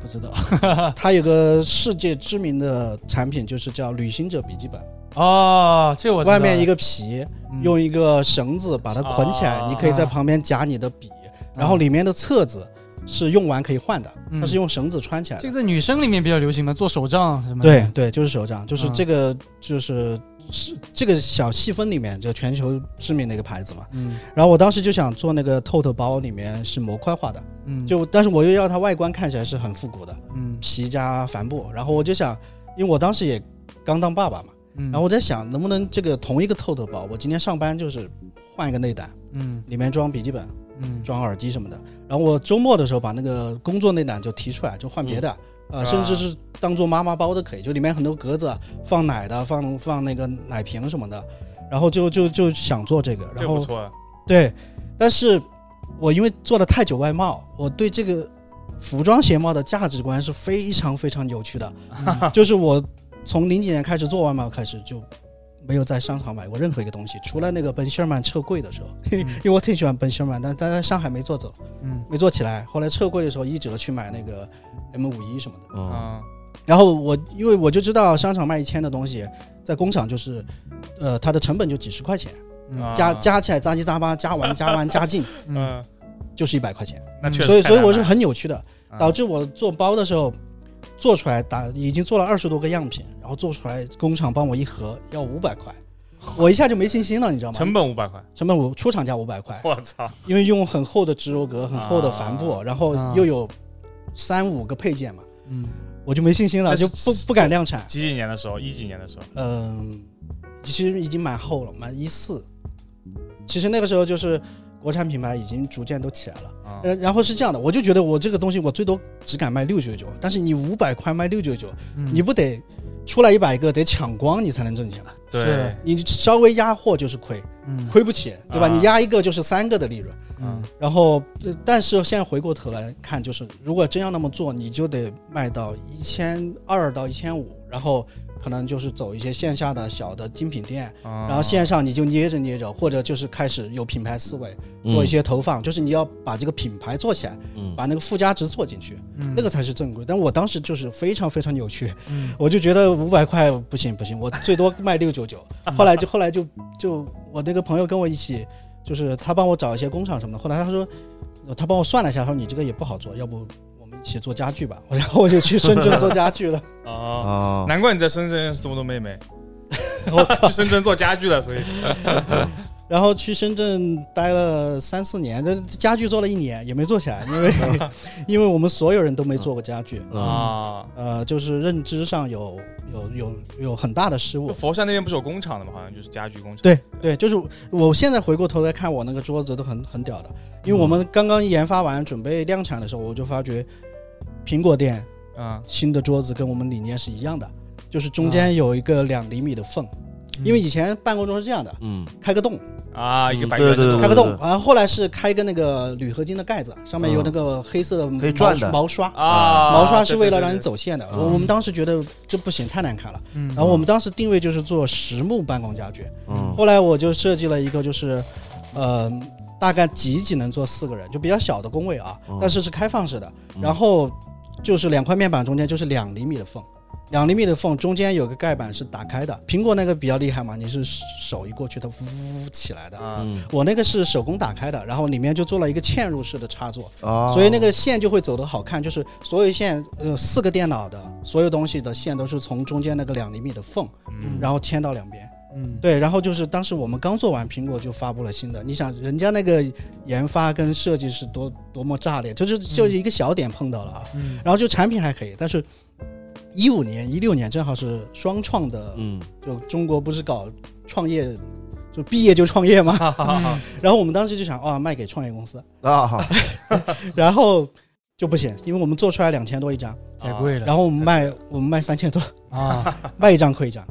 Speaker 2: 不知道
Speaker 1: 它有个世界知名的产品，就是叫旅行者笔记本，
Speaker 2: 哦，这我知道
Speaker 1: 外面一个皮，
Speaker 2: 嗯
Speaker 1: 用一个绳子把它捆起来，
Speaker 4: 啊
Speaker 1: 你可以在旁边夹你的笔，然后里面的册子是用完可以换的，
Speaker 2: 嗯
Speaker 1: 它是用绳子穿起来
Speaker 2: 这
Speaker 1: 的。
Speaker 2: 个在女生里面比较流行嘛，做手账什么的。
Speaker 1: 对对，就是手账，就是
Speaker 2: 嗯
Speaker 1: 这个，就是是这个小细分里面，就全球知名的一个牌子嘛。
Speaker 2: 嗯，
Speaker 1: 然后我当时就想做那个透透包，里面是模块化的，
Speaker 2: 嗯
Speaker 1: 就但是我又要它外观看起来是很复古的，
Speaker 2: 嗯
Speaker 1: 皮加帆布。然后我就想，因为我当时也刚当爸爸嘛，
Speaker 2: 嗯，
Speaker 1: 然后我在想能不能这个同一个透透包，我今天上班就是换一个内胆，
Speaker 2: 嗯
Speaker 1: 里面装笔记本、
Speaker 2: 嗯
Speaker 1: 装耳机什么的。然后我周末的时候把那个工作内胆就提出来，就换别的，呃，
Speaker 4: 啊
Speaker 1: 甚至是当做妈妈包都可以，就里面很多格子，啊放奶的、放放那个奶瓶什么的。然后就就就想做这个，
Speaker 4: 这
Speaker 1: 然
Speaker 4: 不
Speaker 1: 后
Speaker 4: 错，啊
Speaker 1: 对，但是我因为做了太久外贸，我对这个服装鞋帽的价值观是非常非常扭曲的。
Speaker 4: 嗯
Speaker 1: 就是我从零几年开始做外贸开始，就没有在商场买过任何一个东西，除了那个本希尔曼撤柜的时候，因为我挺喜欢本希尔曼，但但在上海没做走，
Speaker 2: 嗯
Speaker 1: 没做起来。后来撤柜的时候，一折去买那个 M 五一什么的。
Speaker 3: 嗯，
Speaker 4: 嗯，
Speaker 1: 然后我因为我就知道商场卖一千的东西，在工厂就是，呃，它的成本就几十块钱，
Speaker 2: 嗯
Speaker 1: 加
Speaker 4: 啊
Speaker 1: 加起来杂七杂八，加完加完 加进。
Speaker 2: 嗯
Speaker 4: 嗯，
Speaker 1: 就是一百块钱，
Speaker 4: 那确实
Speaker 1: 嗯所以
Speaker 4: 太
Speaker 1: 所以
Speaker 4: 难
Speaker 1: 我是
Speaker 4: 买
Speaker 1: 很扭曲的，
Speaker 4: 嗯
Speaker 1: 导致我做包的时候做出来打已经做了二十多个样品，然后做出来工厂帮我一合要五百块，我一下就没信心了，你知道吗？
Speaker 4: 成本五百块，
Speaker 1: 成本我出厂价五百块，
Speaker 4: 我操，
Speaker 1: 因为用很厚的植鞣革、很厚的帆布，
Speaker 4: 啊
Speaker 1: 然后
Speaker 2: 啊
Speaker 1: 又有三五个配件嘛，
Speaker 2: 嗯
Speaker 1: 我就没信心了，
Speaker 4: 那
Speaker 1: 就是不不敢量产。
Speaker 4: 几几年的时候，一几年的时候，
Speaker 1: 嗯，其实已经蛮厚了，蛮一四。其实那个时候就是国产品牌已经逐渐都起来了。
Speaker 4: 啊
Speaker 1: 呃，然后是这样的，我就觉得我这个东西我最多只敢卖六九九，但是你五百块卖六九九，
Speaker 2: 嗯
Speaker 1: 你不得出来一百个得抢光你才能挣钱吧？
Speaker 4: 对
Speaker 2: 是，
Speaker 1: 你稍微压货就是亏，
Speaker 2: 嗯
Speaker 1: 亏不起，对吧？
Speaker 4: 啊
Speaker 1: 你压一个就是三个的利润。
Speaker 2: 嗯
Speaker 1: 然后，呃但是现在回过头来看，就是如果真要那么做，你就得卖到一千二到一千五，然后可能就是走一些线下的小的精品店，
Speaker 4: 然
Speaker 1: 然后线上你就捏着捏着，或者就是开始有品牌思维，做一些投放，就是你要把这个品牌做起来。
Speaker 3: 嗯，
Speaker 1: 把那个附加值做进去，
Speaker 2: 嗯
Speaker 1: 那个才是正规。但我当时就是非常非常扭曲，
Speaker 2: 嗯
Speaker 1: 我就觉得五百块不行不行，我最多卖六九九。后来就后来就就我那个朋友跟我一起，就是他帮我找一些工厂什么的。后来他说，呃他帮我算了一下，他说你这个也不好做，要不我们一起做家具吧。 然后我就去深圳做家具了。 嗯
Speaker 4: 啊，
Speaker 2: 哦
Speaker 3: 啊，
Speaker 4: 难怪你在深圳认识这么多妹妹，我去深圳做家具的，所以
Speaker 1: 然后去深圳待了三四年，但是家具做了一年也没做起来，因为 因为我们所有人都没做过家具。
Speaker 3: 嗯
Speaker 4: 啊，
Speaker 1: 呃，就是认知上有有有有很大的失误
Speaker 4: 就，佛山那边不是有工厂的吗？好像就是家具工厂，
Speaker 1: 对对，就是我现在回过头来看，我那个桌子都很很屌的，因为我们刚刚研发完准备量产的时候，我就发觉苹果店
Speaker 4: 嗯，
Speaker 1: 新的桌子跟我们理念是一样的，就是中
Speaker 3: 啊
Speaker 1: 间有一个两厘米的缝，因为以前办公桌是这样的，
Speaker 3: 嗯，
Speaker 1: 开个洞，
Speaker 4: 啊，一个
Speaker 3: 嗯
Speaker 4: 白
Speaker 3: 对
Speaker 4: 圆
Speaker 3: 对对
Speaker 4: 的
Speaker 3: 啊
Speaker 1: 开
Speaker 4: 东
Speaker 1: 个
Speaker 4: 西
Speaker 1: 洞，然后后来是开一个那个铝合金的盖子，上面有那个黑色的
Speaker 3: 可以转
Speaker 1: 毛
Speaker 3: 的
Speaker 1: 毛刷。
Speaker 4: 啊，
Speaker 1: 毛刷是
Speaker 4: 对
Speaker 1: 为
Speaker 4: 对
Speaker 1: 了
Speaker 4: 对
Speaker 1: 让你
Speaker 4: 对
Speaker 1: 走线的，
Speaker 3: 嗯
Speaker 1: 我我们当时觉得这不行，太难看了。
Speaker 2: 嗯
Speaker 1: 然后我们当时定位就是做实木办公家具，
Speaker 3: 嗯
Speaker 1: 后来我就设计了一个，就是，呃，大概挤挤能坐四个人，就比较小的工位啊
Speaker 3: 嗯，
Speaker 1: 但是是开放式的。
Speaker 3: 嗯
Speaker 1: 然后就是两块面板中间就是两厘米的缝，两厘米的缝中间有个盖板是打开的。苹果那个比较厉害嘛，你是手一过去它呜起来的。
Speaker 4: 啊，
Speaker 3: 嗯
Speaker 1: 我那个是手工打开的，然后里面就做了一个嵌入式的插座，
Speaker 3: 啊，
Speaker 1: 所以那个线就会走得好看，就是所有线，呃，四个电脑的所有东西的线都是从中间那个两厘米的缝，
Speaker 4: 嗯
Speaker 1: 然后牵到两边。
Speaker 2: 嗯
Speaker 1: 对，然后就是当时我们刚做完，苹果就发布了新的。你想，人家那个研发跟设计是多多么炸裂，就是就是一个小点碰到了啊。
Speaker 2: 嗯
Speaker 1: 然后就产品还可以，但是一五年、一六年正好是双创的，
Speaker 3: 嗯
Speaker 1: 就中国不是搞创业，就毕业就创业嘛。
Speaker 2: 嗯
Speaker 1: 然后我们当时就想，啊，卖给创业公司，
Speaker 3: 啊， 好
Speaker 1: 然后就不行，因为我们做出来两千多一张，
Speaker 2: 太贵了
Speaker 1: 然后我们卖我们卖三千多，
Speaker 2: 啊
Speaker 1: 卖一张亏一张，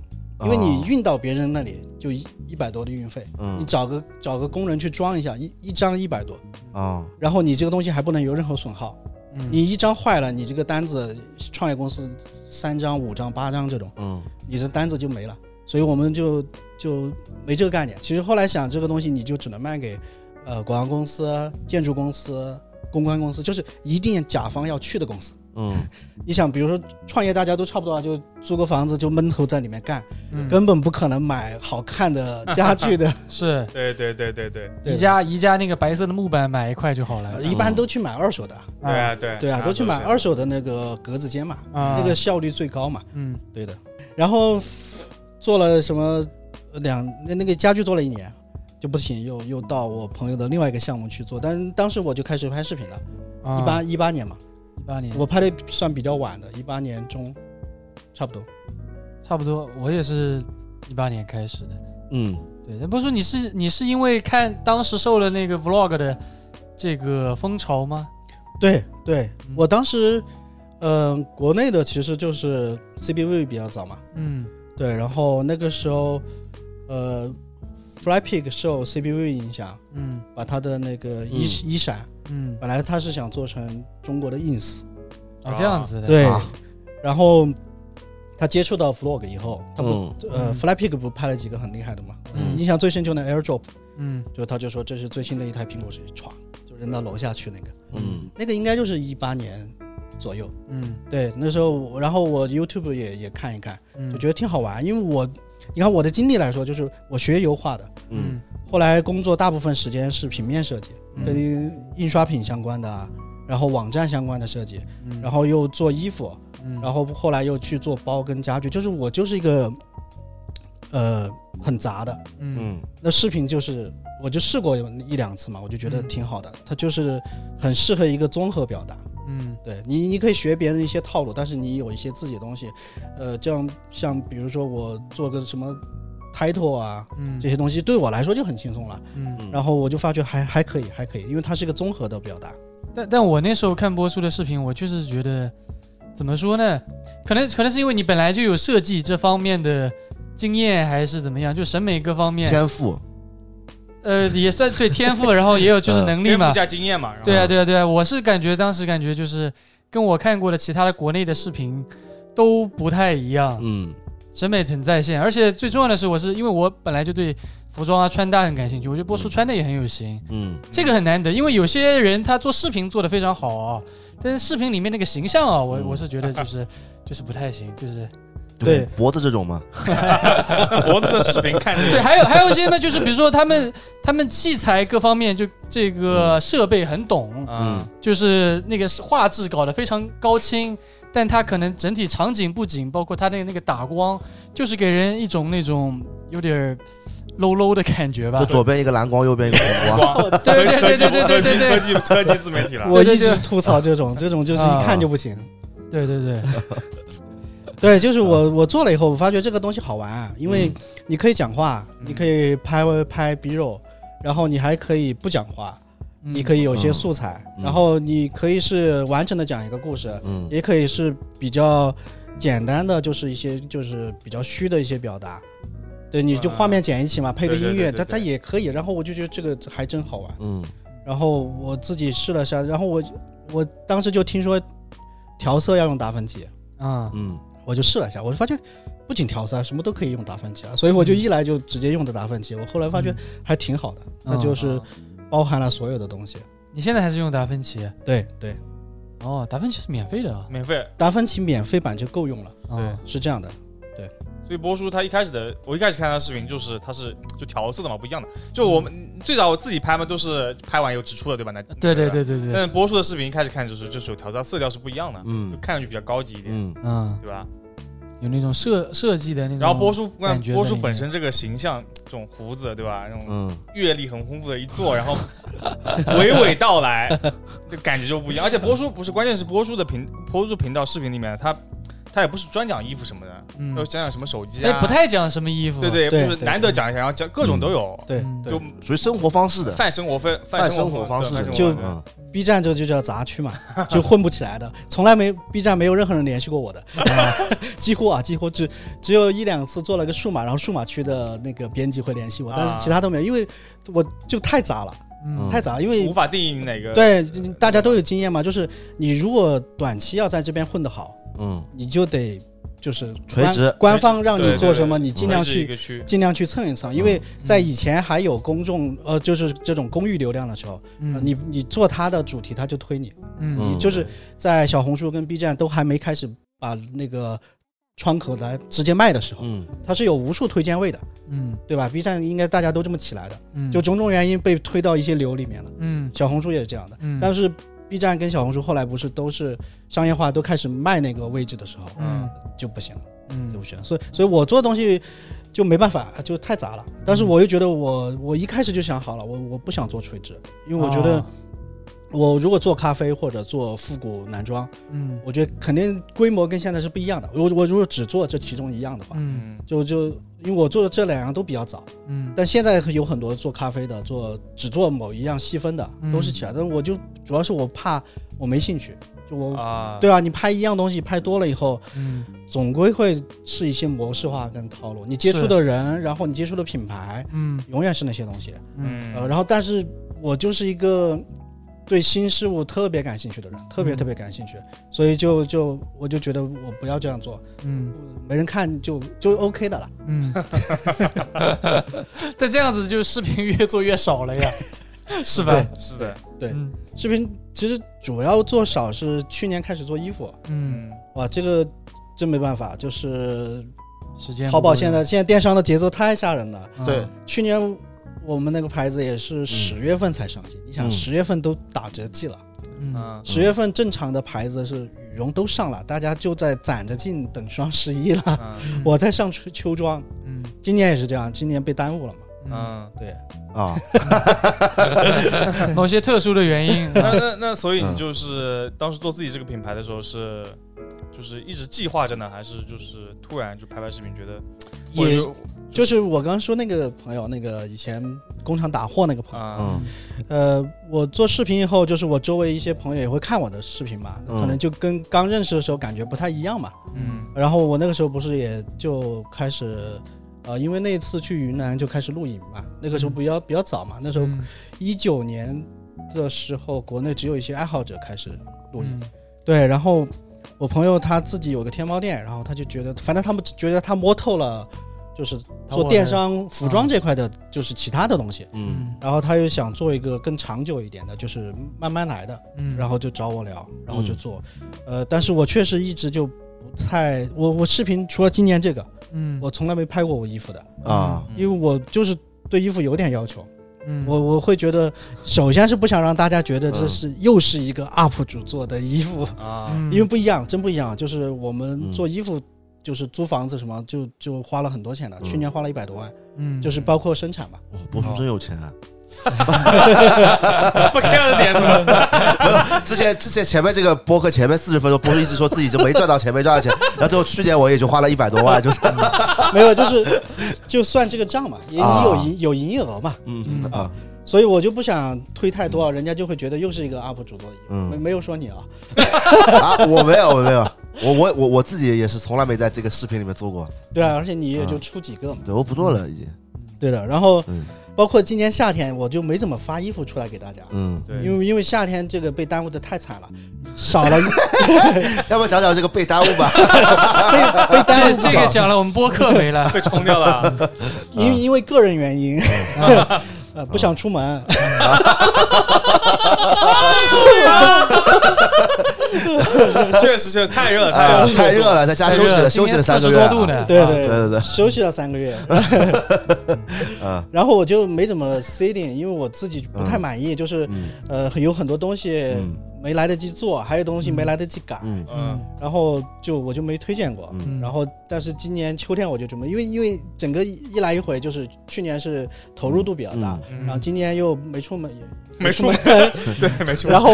Speaker 1: 因为
Speaker 3: 哦
Speaker 1: 你运到别人那里就一一百多的运费。你
Speaker 3: 啊嗯
Speaker 1: 找个找个工人去装一下，一一张一百多，
Speaker 3: 啊
Speaker 1: 然后你这个东西还不能有任何损耗，
Speaker 2: 嗯
Speaker 1: 你一张坏了，你这个单子创业公司三张、五张、八张这种，
Speaker 3: 嗯
Speaker 1: 你的单子就没了，所以我们就就没这个概念。其实后来想，这个东西你就只能卖给呃广告公司、建筑公司、公关公司，就是一定甲方要去的公司。
Speaker 3: 嗯，
Speaker 1: 你想，比如说创业，大家都差不多啊，就租个房子就闷头在里面干，
Speaker 2: 嗯
Speaker 1: 根本不可能买好看的家具的，
Speaker 2: 是
Speaker 4: 对对对对对，
Speaker 1: 对
Speaker 2: 宜家宜家那个白色的木板买一块就好了
Speaker 1: 呃。一般都去买二手的，
Speaker 4: 对啊对
Speaker 1: 对啊，都去买
Speaker 4: 这样
Speaker 1: 二手的那个格子间嘛，
Speaker 2: 啊
Speaker 1: 那个效率最高嘛。
Speaker 2: 嗯
Speaker 1: 对的。然后做了什么呃两那那个家具做了一年就不行，又又到我朋友的另外一个项目去做，但当时我就开始拍视频了，
Speaker 2: 啊
Speaker 1: 一
Speaker 2: 嗯
Speaker 1: 八一八年嘛，
Speaker 2: 一八年
Speaker 1: 我拍的算比较晚的，一八年中，差不多。
Speaker 2: 差不多，我也是一八年开始的。
Speaker 3: 嗯，
Speaker 2: 对，那不是说你是你是因为看当时受了那个 vlog 的这个风潮吗？
Speaker 1: 对对
Speaker 2: 嗯，
Speaker 1: 我当时，嗯、国内的其实就是 CBV 比较早嘛，
Speaker 2: 嗯
Speaker 1: 对，然后那个时候，呃，Flypig 受 CBV 影响，
Speaker 2: 嗯
Speaker 1: 把它的那个一
Speaker 3: 嗯
Speaker 1: 一闪，
Speaker 2: 嗯，
Speaker 1: 本来他是想做成中国的 ins，
Speaker 2: 啊这样子的。
Speaker 1: 对
Speaker 3: 啊，
Speaker 1: 然后他接触到 vlog 以后，他不、
Speaker 3: 嗯
Speaker 1: 呃
Speaker 2: 嗯
Speaker 1: Flypig 不拍了几个很厉害的嘛？
Speaker 2: 嗯
Speaker 1: 印象最深就那 AirDrop，
Speaker 2: 嗯
Speaker 1: 就他就说这是最新的一台苹果手机，歘就扔到楼下去那个，
Speaker 3: 嗯
Speaker 1: 那个应该就是一八年左右。
Speaker 2: 嗯
Speaker 1: 对，那时候我然后我 YouTube 也也看一看，
Speaker 2: 嗯，
Speaker 1: 就觉得挺好玩，因为我你看我的经历来说，就是我学油画的，
Speaker 3: 嗯
Speaker 1: 后来工作大部分时间是平面设计，
Speaker 2: 嗯
Speaker 1: 跟印刷品相关的啊，然后网站相关的设计，
Speaker 2: 嗯
Speaker 1: 然后又做衣服。
Speaker 2: 嗯
Speaker 1: 然后后来又去做包跟家具，就是我就是一个，呃，很杂的。
Speaker 2: 嗯
Speaker 3: 嗯
Speaker 1: 那饰品就是我就试过有一两次嘛，我就觉得
Speaker 2: 嗯
Speaker 1: 挺好的，它就是很适合一个综合表达。
Speaker 2: 嗯
Speaker 1: 对你，你可以学别人一些套路，但是你有一些自己的东西，呃，这样像比如说我做个什么 title 啊
Speaker 2: 嗯
Speaker 1: 这些东西，对我来说就很轻松了。
Speaker 2: 嗯
Speaker 3: 嗯，
Speaker 1: 然后我就发觉还还可以，还可以，因为它是一个综合的表达。
Speaker 2: 但但我那时候看波叔的视频，我确实觉得，怎么说呢？可能可能是因为你本来就有设计这方面的经验，还是怎么样？就审美各方面，
Speaker 3: 天赋，
Speaker 2: 呃，也算对天赋，然后也有 就是能力
Speaker 4: 天
Speaker 2: 嘛
Speaker 4: 赋。加经验嘛，然后
Speaker 2: 对啊，对啊，对啊！我是感觉当时感觉就是跟我看过的其他的国内的视频都不太一样，
Speaker 3: 嗯
Speaker 2: 审美很在线。而且最重要的是，我是因为我本来就对服装啊、穿搭很感兴趣，我觉得波叔穿的也很有型。
Speaker 3: 嗯
Speaker 2: 这个很难得，因为有些人他做视频做的非常好啊、但是视频里面那个形象啊、我
Speaker 3: 嗯
Speaker 2: 我是觉得就是 就是不太行，就是
Speaker 1: 对
Speaker 3: 脖子这种嘛，
Speaker 4: 脖子的视频看 这
Speaker 2: 对，还有还有一些呢，就是比如说他们他们器材各方面就这个设备很懂
Speaker 4: 个，，啊，
Speaker 2: 就是那个画质搞得非常高清，但他可能整体场景布景，包括他那个那个打光，就是给人一种那种有点儿 low low 的感觉吧
Speaker 3: 就。左边一个蓝光，右边一个红光，
Speaker 4: 哇
Speaker 2: 对 对对对对对对对
Speaker 4: 科技科技自媒体了，
Speaker 1: 我
Speaker 2: 对
Speaker 1: 一
Speaker 2: 对
Speaker 1: 直吐槽这
Speaker 4: 啊
Speaker 1: 种，这种就是一看就不行。
Speaker 2: 对对对，
Speaker 1: 对，就是
Speaker 4: 啊
Speaker 1: 我我做了以后，我发觉这个东西好玩、啊，因为你可以讲话，
Speaker 4: 嗯
Speaker 1: 你可以拍拍 B 肉，然后你还可以不讲话，你
Speaker 4: 嗯
Speaker 1: 可以
Speaker 2: 以
Speaker 1: 有
Speaker 4: 啊
Speaker 1: 些素材，
Speaker 3: 嗯
Speaker 1: 然后你可以是完整的讲一个故事，
Speaker 3: 嗯
Speaker 1: 也可以是比较简单的，就是一些就是比较虚的一些表达。对，你就
Speaker 4: 啊
Speaker 1: 画面剪一起嘛，配个
Speaker 4: 对对
Speaker 1: 音乐，
Speaker 4: 对对
Speaker 1: 它
Speaker 4: 对
Speaker 1: 它也可以。然后我就觉得这个还真好玩。
Speaker 3: 嗯
Speaker 1: 然后我自己试了下，然后我我当时就听说调色要用达芬奇，
Speaker 2: 啊，
Speaker 3: 嗯
Speaker 1: 我就试了一下，我就发现不仅调色啊，什么都可以用达芬奇啊，所以我就一来就直接用的达芬奇。我后来发觉还挺好的，它
Speaker 2: 嗯
Speaker 1: 就是包含了所有的东西。
Speaker 2: 你现在还是用达芬奇？啊
Speaker 1: 对对，
Speaker 2: 哦，达芬奇是免费的啊。
Speaker 4: 免费。
Speaker 1: 达芬奇免费版就够用了，
Speaker 2: 哦
Speaker 1: 是这样的。
Speaker 4: 所以波叔他一开始的，我一开始看他的视频就是他是就调色的嘛，不一样的。就我们最早我自己拍嘛，都是拍完有直出的，对吧？那
Speaker 2: 对对。对对对，
Speaker 4: 但波叔的视频一开始看就是就是有调色，色调是不一样的，就
Speaker 3: 嗯
Speaker 4: 看上去比较高级一点，
Speaker 3: 嗯
Speaker 2: 嗯，
Speaker 4: 对吧？
Speaker 2: 有那种设设计的那种。
Speaker 4: 然后波叔，
Speaker 2: 嗯感觉在
Speaker 4: 波
Speaker 2: 里
Speaker 4: 叔
Speaker 2: 面
Speaker 4: 本身这个形象，这种胡子，对吧？那种
Speaker 3: 嗯
Speaker 4: 阅历很丰富的一坐，然后 娓娓 道来，就感觉就不一样。而且波叔不是，关键是波叔的频波叔频道视频里面，他他也不是专讲衣服什么的，
Speaker 2: 嗯
Speaker 4: 要，讲讲什么手机啊，
Speaker 2: 哎，不太讲什么衣服。
Speaker 4: 对对，
Speaker 1: 对
Speaker 4: 就是难得讲一下，然后讲各种都有，
Speaker 1: 对
Speaker 2: 嗯
Speaker 1: 对
Speaker 4: 就
Speaker 3: 属于生活方式的，
Speaker 4: 泛生活分
Speaker 3: 泛
Speaker 4: 生
Speaker 3: 生活方式
Speaker 4: 对
Speaker 3: 的，
Speaker 4: 泛
Speaker 1: 就
Speaker 4: 生活
Speaker 3: 嗯
Speaker 1: ，B 站这就叫杂区嘛， 就混不起来的，从来没 B 站没有任何人联系过我的， 几乎啊几乎只只有一两次做了个数码，然后数码区的那个编辑会联系我，但
Speaker 4: 啊
Speaker 1: 是其他都没有，因为我就太杂了。
Speaker 2: 嗯
Speaker 1: 太杂，因为
Speaker 4: 无法定义哪个。
Speaker 1: 对大家都有经验嘛，就是你如果短期要在这边混得好，
Speaker 3: 嗯，
Speaker 1: 你就得就是
Speaker 3: 垂直
Speaker 1: 官官方让你
Speaker 4: 对
Speaker 1: 做
Speaker 4: 对
Speaker 1: 什么，
Speaker 4: 对
Speaker 1: 你
Speaker 4: 对
Speaker 1: 尽量
Speaker 4: 垂直一
Speaker 1: 去
Speaker 4: 个嗯区，
Speaker 1: 尽量去蹭一蹭，因为在以前还有公众呃就是这种公域流量的时候，呃
Speaker 2: 嗯
Speaker 1: 你你做它的主题，它就推你，
Speaker 2: 嗯
Speaker 3: 嗯
Speaker 1: 你就是在小红书跟 B 站都还没开始把那个窗口来直接卖的时候，
Speaker 3: 嗯
Speaker 1: 它是有无数推荐位的，
Speaker 2: 嗯
Speaker 1: 对吧？B 站应该大家都这么起来的，
Speaker 2: 嗯，
Speaker 1: 就种种原因被推到一些流里面了，
Speaker 2: 嗯
Speaker 1: 小红书也是这样的，
Speaker 2: 嗯，
Speaker 1: 但是 B 站跟小红书后来不是都是商业化，都开始卖那个位置的时候
Speaker 2: 嗯
Speaker 1: 就不行了。对
Speaker 2: 嗯
Speaker 1: 不起，所以所以我做东西就没办法，就太杂
Speaker 2: 嗯
Speaker 1: 了。但是我又觉得我我一开始就想好了，我我不想做垂直，因为我觉得
Speaker 2: 哦
Speaker 1: 我如果做咖啡或者做复古男装，
Speaker 2: 嗯
Speaker 1: 我觉得肯定规模跟现在是不一样的。我我如果只做这其中一样的话，
Speaker 2: 嗯
Speaker 4: 嗯，
Speaker 1: 就就因为我做的这两样都比较早，
Speaker 2: 嗯
Speaker 1: 但现在有很多做咖啡的，做只做某一样细分的
Speaker 2: 嗯
Speaker 1: 都是起来，但是我就主要是我怕我没兴趣，就我。
Speaker 4: 啊，
Speaker 1: 对啊，你拍一样东西拍多了以后，
Speaker 2: 嗯
Speaker 1: 总归会是一些模式化跟套路。你接触的人，然后你接触的品牌，
Speaker 2: 嗯
Speaker 1: 永远是那些东西。
Speaker 2: 嗯
Speaker 1: 呃，
Speaker 4: 嗯，
Speaker 1: 然后但是我就是一个对新事物特别感兴趣的人，特别
Speaker 2: 嗯
Speaker 1: 特别感兴趣，所以就就我就觉得我不要这样做，
Speaker 2: 嗯
Speaker 1: 没人看就就 OK 的了。
Speaker 2: 嗯， 但这样子就视频越做越少了呀，是吧？
Speaker 4: 是的，
Speaker 1: 对
Speaker 2: 嗯
Speaker 1: 视频其实主要做少是去年开始做衣服，
Speaker 2: 嗯，
Speaker 4: 嗯，
Speaker 1: 哇，这个真没办法，就是
Speaker 2: 时间不
Speaker 1: 淘宝
Speaker 2: 够
Speaker 1: 现
Speaker 2: 用
Speaker 1: 在现在电商的节奏太吓人了。
Speaker 2: 嗯
Speaker 3: 对
Speaker 1: 去年我们那个牌子也是十月份才上新，你想
Speaker 3: 嗯
Speaker 1: 十月份都打折季了，
Speaker 2: 嗯
Speaker 4: 嗯
Speaker 1: 十、月份正常的牌子是羽绒都上了，大家就在攒着劲等双十一了。
Speaker 4: 嗯
Speaker 2: 嗯
Speaker 1: 我在上秋秋装，
Speaker 2: 嗯
Speaker 1: 今年也是这样，今年被耽误了嘛？
Speaker 2: 嗯
Speaker 4: 嗯，
Speaker 1: 对，
Speaker 3: 啊，
Speaker 2: 某些特殊的原因
Speaker 4: 那那那，所以
Speaker 3: 嗯
Speaker 4: 你就是当时做自己这个品牌的时候是，就是一直计划着呢，还是就是突然就拍拍视频觉得，或者
Speaker 1: 也
Speaker 4: 说
Speaker 1: 就是我刚刚说那个朋友，那个以前工厂打货那个朋友，
Speaker 4: 啊，
Speaker 3: 嗯
Speaker 1: 呃，我做视频以后，就是我周围一些朋友也会看我的视频嘛，
Speaker 3: 嗯
Speaker 1: 可能就跟刚认识的时候感觉不太一样嘛。
Speaker 2: 嗯
Speaker 1: 然后我那个时候不是也就开始，呃，因为那次去云南就开始露营嘛，那个时候比较、比较早嘛，那时候
Speaker 2: 嗯
Speaker 1: 一九年的时候，国内只有一些爱好者开始露营，
Speaker 2: 嗯
Speaker 1: 对，然后我朋友他自己有个天猫店，然后他就觉得，反正他们觉得他摸透了，就是
Speaker 2: 淘宝
Speaker 1: 做
Speaker 2: 的
Speaker 1: 电商服装这块的，就是其他的东西。
Speaker 3: 嗯
Speaker 2: 嗯
Speaker 1: 然后他又想做一个更长久一点的，就是慢慢来的，
Speaker 2: 嗯，
Speaker 1: 然后就找我聊，然后就做。呃，但是我确实一直就不太，我我视频除了今年这个，
Speaker 2: 嗯
Speaker 1: 我从来没拍过我衣服的，
Speaker 3: 啊，
Speaker 4: 嗯
Speaker 1: 因为我就是对衣服有点要求。
Speaker 2: 嗯
Speaker 1: 我我会觉得，首先是不想让大家觉得这
Speaker 3: 嗯
Speaker 1: 是又是一个 UP 主做的衣服，
Speaker 4: 啊，
Speaker 2: 嗯
Speaker 1: 因为不一样，真不一样。就是我
Speaker 3: 嗯
Speaker 1: 们做衣服，就是租房子什么，就就花了很多钱的，
Speaker 3: 嗯
Speaker 1: 去年花了一百多万，
Speaker 2: 嗯
Speaker 1: 就是包括生产吧。
Speaker 3: 哇博叔真有钱啊！
Speaker 4: 不 care 的点是吧？
Speaker 3: 之前之前前面这个播客前面四十分钟，播客一直说自己就没赚到钱，没赚到钱，然后最后去年我也就花了一百多万，就是
Speaker 1: 没有，就是就算这个账嘛，也
Speaker 3: 啊
Speaker 1: 你有营有营业额嘛，
Speaker 3: 嗯啊
Speaker 1: 所以我就不想推太多，人家就会觉得又是一个 UP 主做的衣服。
Speaker 3: 嗯
Speaker 1: 没没有说你啊，
Speaker 3: 啊，我没有我没有，我我我我自己也是从来没在这个视频里面做过，
Speaker 1: 对啊，而且你也就出几个嘛，
Speaker 3: 对，我不做了已经，
Speaker 1: 对的。然后
Speaker 3: 嗯
Speaker 1: 包括今年夏天，我就没怎么发衣服出来给大家。
Speaker 3: 嗯，
Speaker 4: 对，
Speaker 1: 因为因为夏天这个被耽误的太惨了，少 了
Speaker 3: 要不要讲讲这个被耽误吧？
Speaker 1: 被被耽
Speaker 2: 这
Speaker 1: 误
Speaker 2: 这个讲了，我们播客没 了。
Speaker 4: 被冲掉了，
Speaker 1: 因因为个人原因， 呃，不想出门，
Speaker 4: 确实确实太热了，太
Speaker 3: 啊
Speaker 4: 热了，，
Speaker 3: 太热了，在家休息了，休息了三个月啊
Speaker 2: 四十多度呢。
Speaker 1: 对
Speaker 2: 啊
Speaker 1: 对
Speaker 3: 对对对
Speaker 1: 休息了三个月，
Speaker 3: 啊，
Speaker 1: 然后我就没怎么 sitting，因为我自己不太满意，就是
Speaker 3: 嗯
Speaker 1: 呃有很多东西
Speaker 3: 嗯
Speaker 1: 没来得及做，还有东西没来得及改，
Speaker 3: 嗯
Speaker 4: 嗯
Speaker 1: 然后就我就没推荐过。
Speaker 2: 嗯
Speaker 1: 然后但是今年秋天我就准备，因为因为整个一来一回，就是去年是投入度比较大，
Speaker 4: 嗯
Speaker 1: 然后今年又没出门，
Speaker 4: 没出门
Speaker 1: 门，
Speaker 4: 对， 没出
Speaker 1: 然后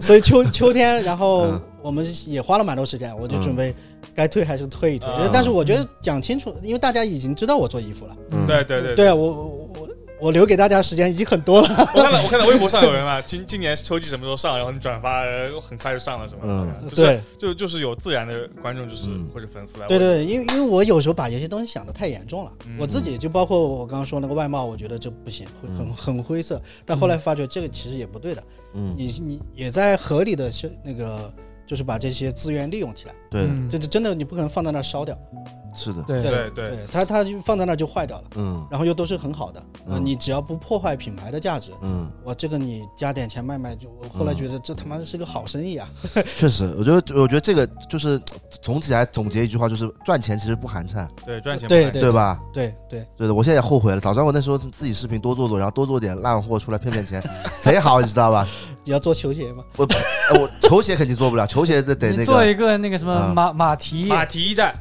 Speaker 1: 所以秋秋天，然后
Speaker 3: 嗯
Speaker 1: 我们也花了蛮多时间，我就准备该退还是退一退。
Speaker 4: 嗯
Speaker 1: 但是我觉得讲清楚，因为大家已经知道我做衣服了，
Speaker 3: 嗯
Speaker 4: 对对对
Speaker 1: 对啊，我我我我留给大家时间已经很多了。
Speaker 4: 我看到我看到微博上有人嘛，今今年秋季什么时候上，然后你转发，呃很快就上了什么的，
Speaker 3: 嗯
Speaker 4: 就是
Speaker 1: 对
Speaker 4: 就就是有自然的观众，就是、
Speaker 3: 嗯
Speaker 4: 或者粉丝来，
Speaker 1: 对，对，因为因为我有时候把有些东西想的太严重了，
Speaker 4: 嗯
Speaker 1: 我自己就包括我刚刚说那个外貌，我觉得这不行，会很很灰色。但后来发觉这个其实也不对的，
Speaker 3: 嗯，
Speaker 1: 你你也在合理的去那个，就是把这些资源利用起来。
Speaker 3: 对，
Speaker 2: 嗯
Speaker 1: 这这真的你不可能放在那儿烧掉，
Speaker 3: 是的，
Speaker 2: 对
Speaker 4: 对对
Speaker 1: 对，它它就放在那儿就坏掉了，
Speaker 3: 嗯
Speaker 1: 然后又都是很好的，
Speaker 3: 嗯
Speaker 1: 啊你只要不破坏品牌的价值。
Speaker 3: 嗯，
Speaker 1: 我这个你加点钱卖卖，就我后来觉得这他妈是个好生意啊！
Speaker 3: 嗯确实，我觉得我觉得这个就是总体来总结一句话，就是赚钱其实不寒碜，
Speaker 4: 对赚钱
Speaker 1: 对
Speaker 4: 不难
Speaker 1: 对
Speaker 3: 对吧？
Speaker 1: 对对，
Speaker 3: 对的，我现在也后悔了，早知道我那时候自己视频多做做，然后多做点烂货出来骗骗钱， 贼好，你知道吧？
Speaker 1: 你要做球鞋吗？
Speaker 3: 我呃我球鞋肯定做不了，球鞋得得
Speaker 2: 你
Speaker 3: 那
Speaker 2: 做
Speaker 3: 个
Speaker 2: 一个那个什么
Speaker 3: 嗯
Speaker 2: 马马蹄，
Speaker 4: 马蹄一代，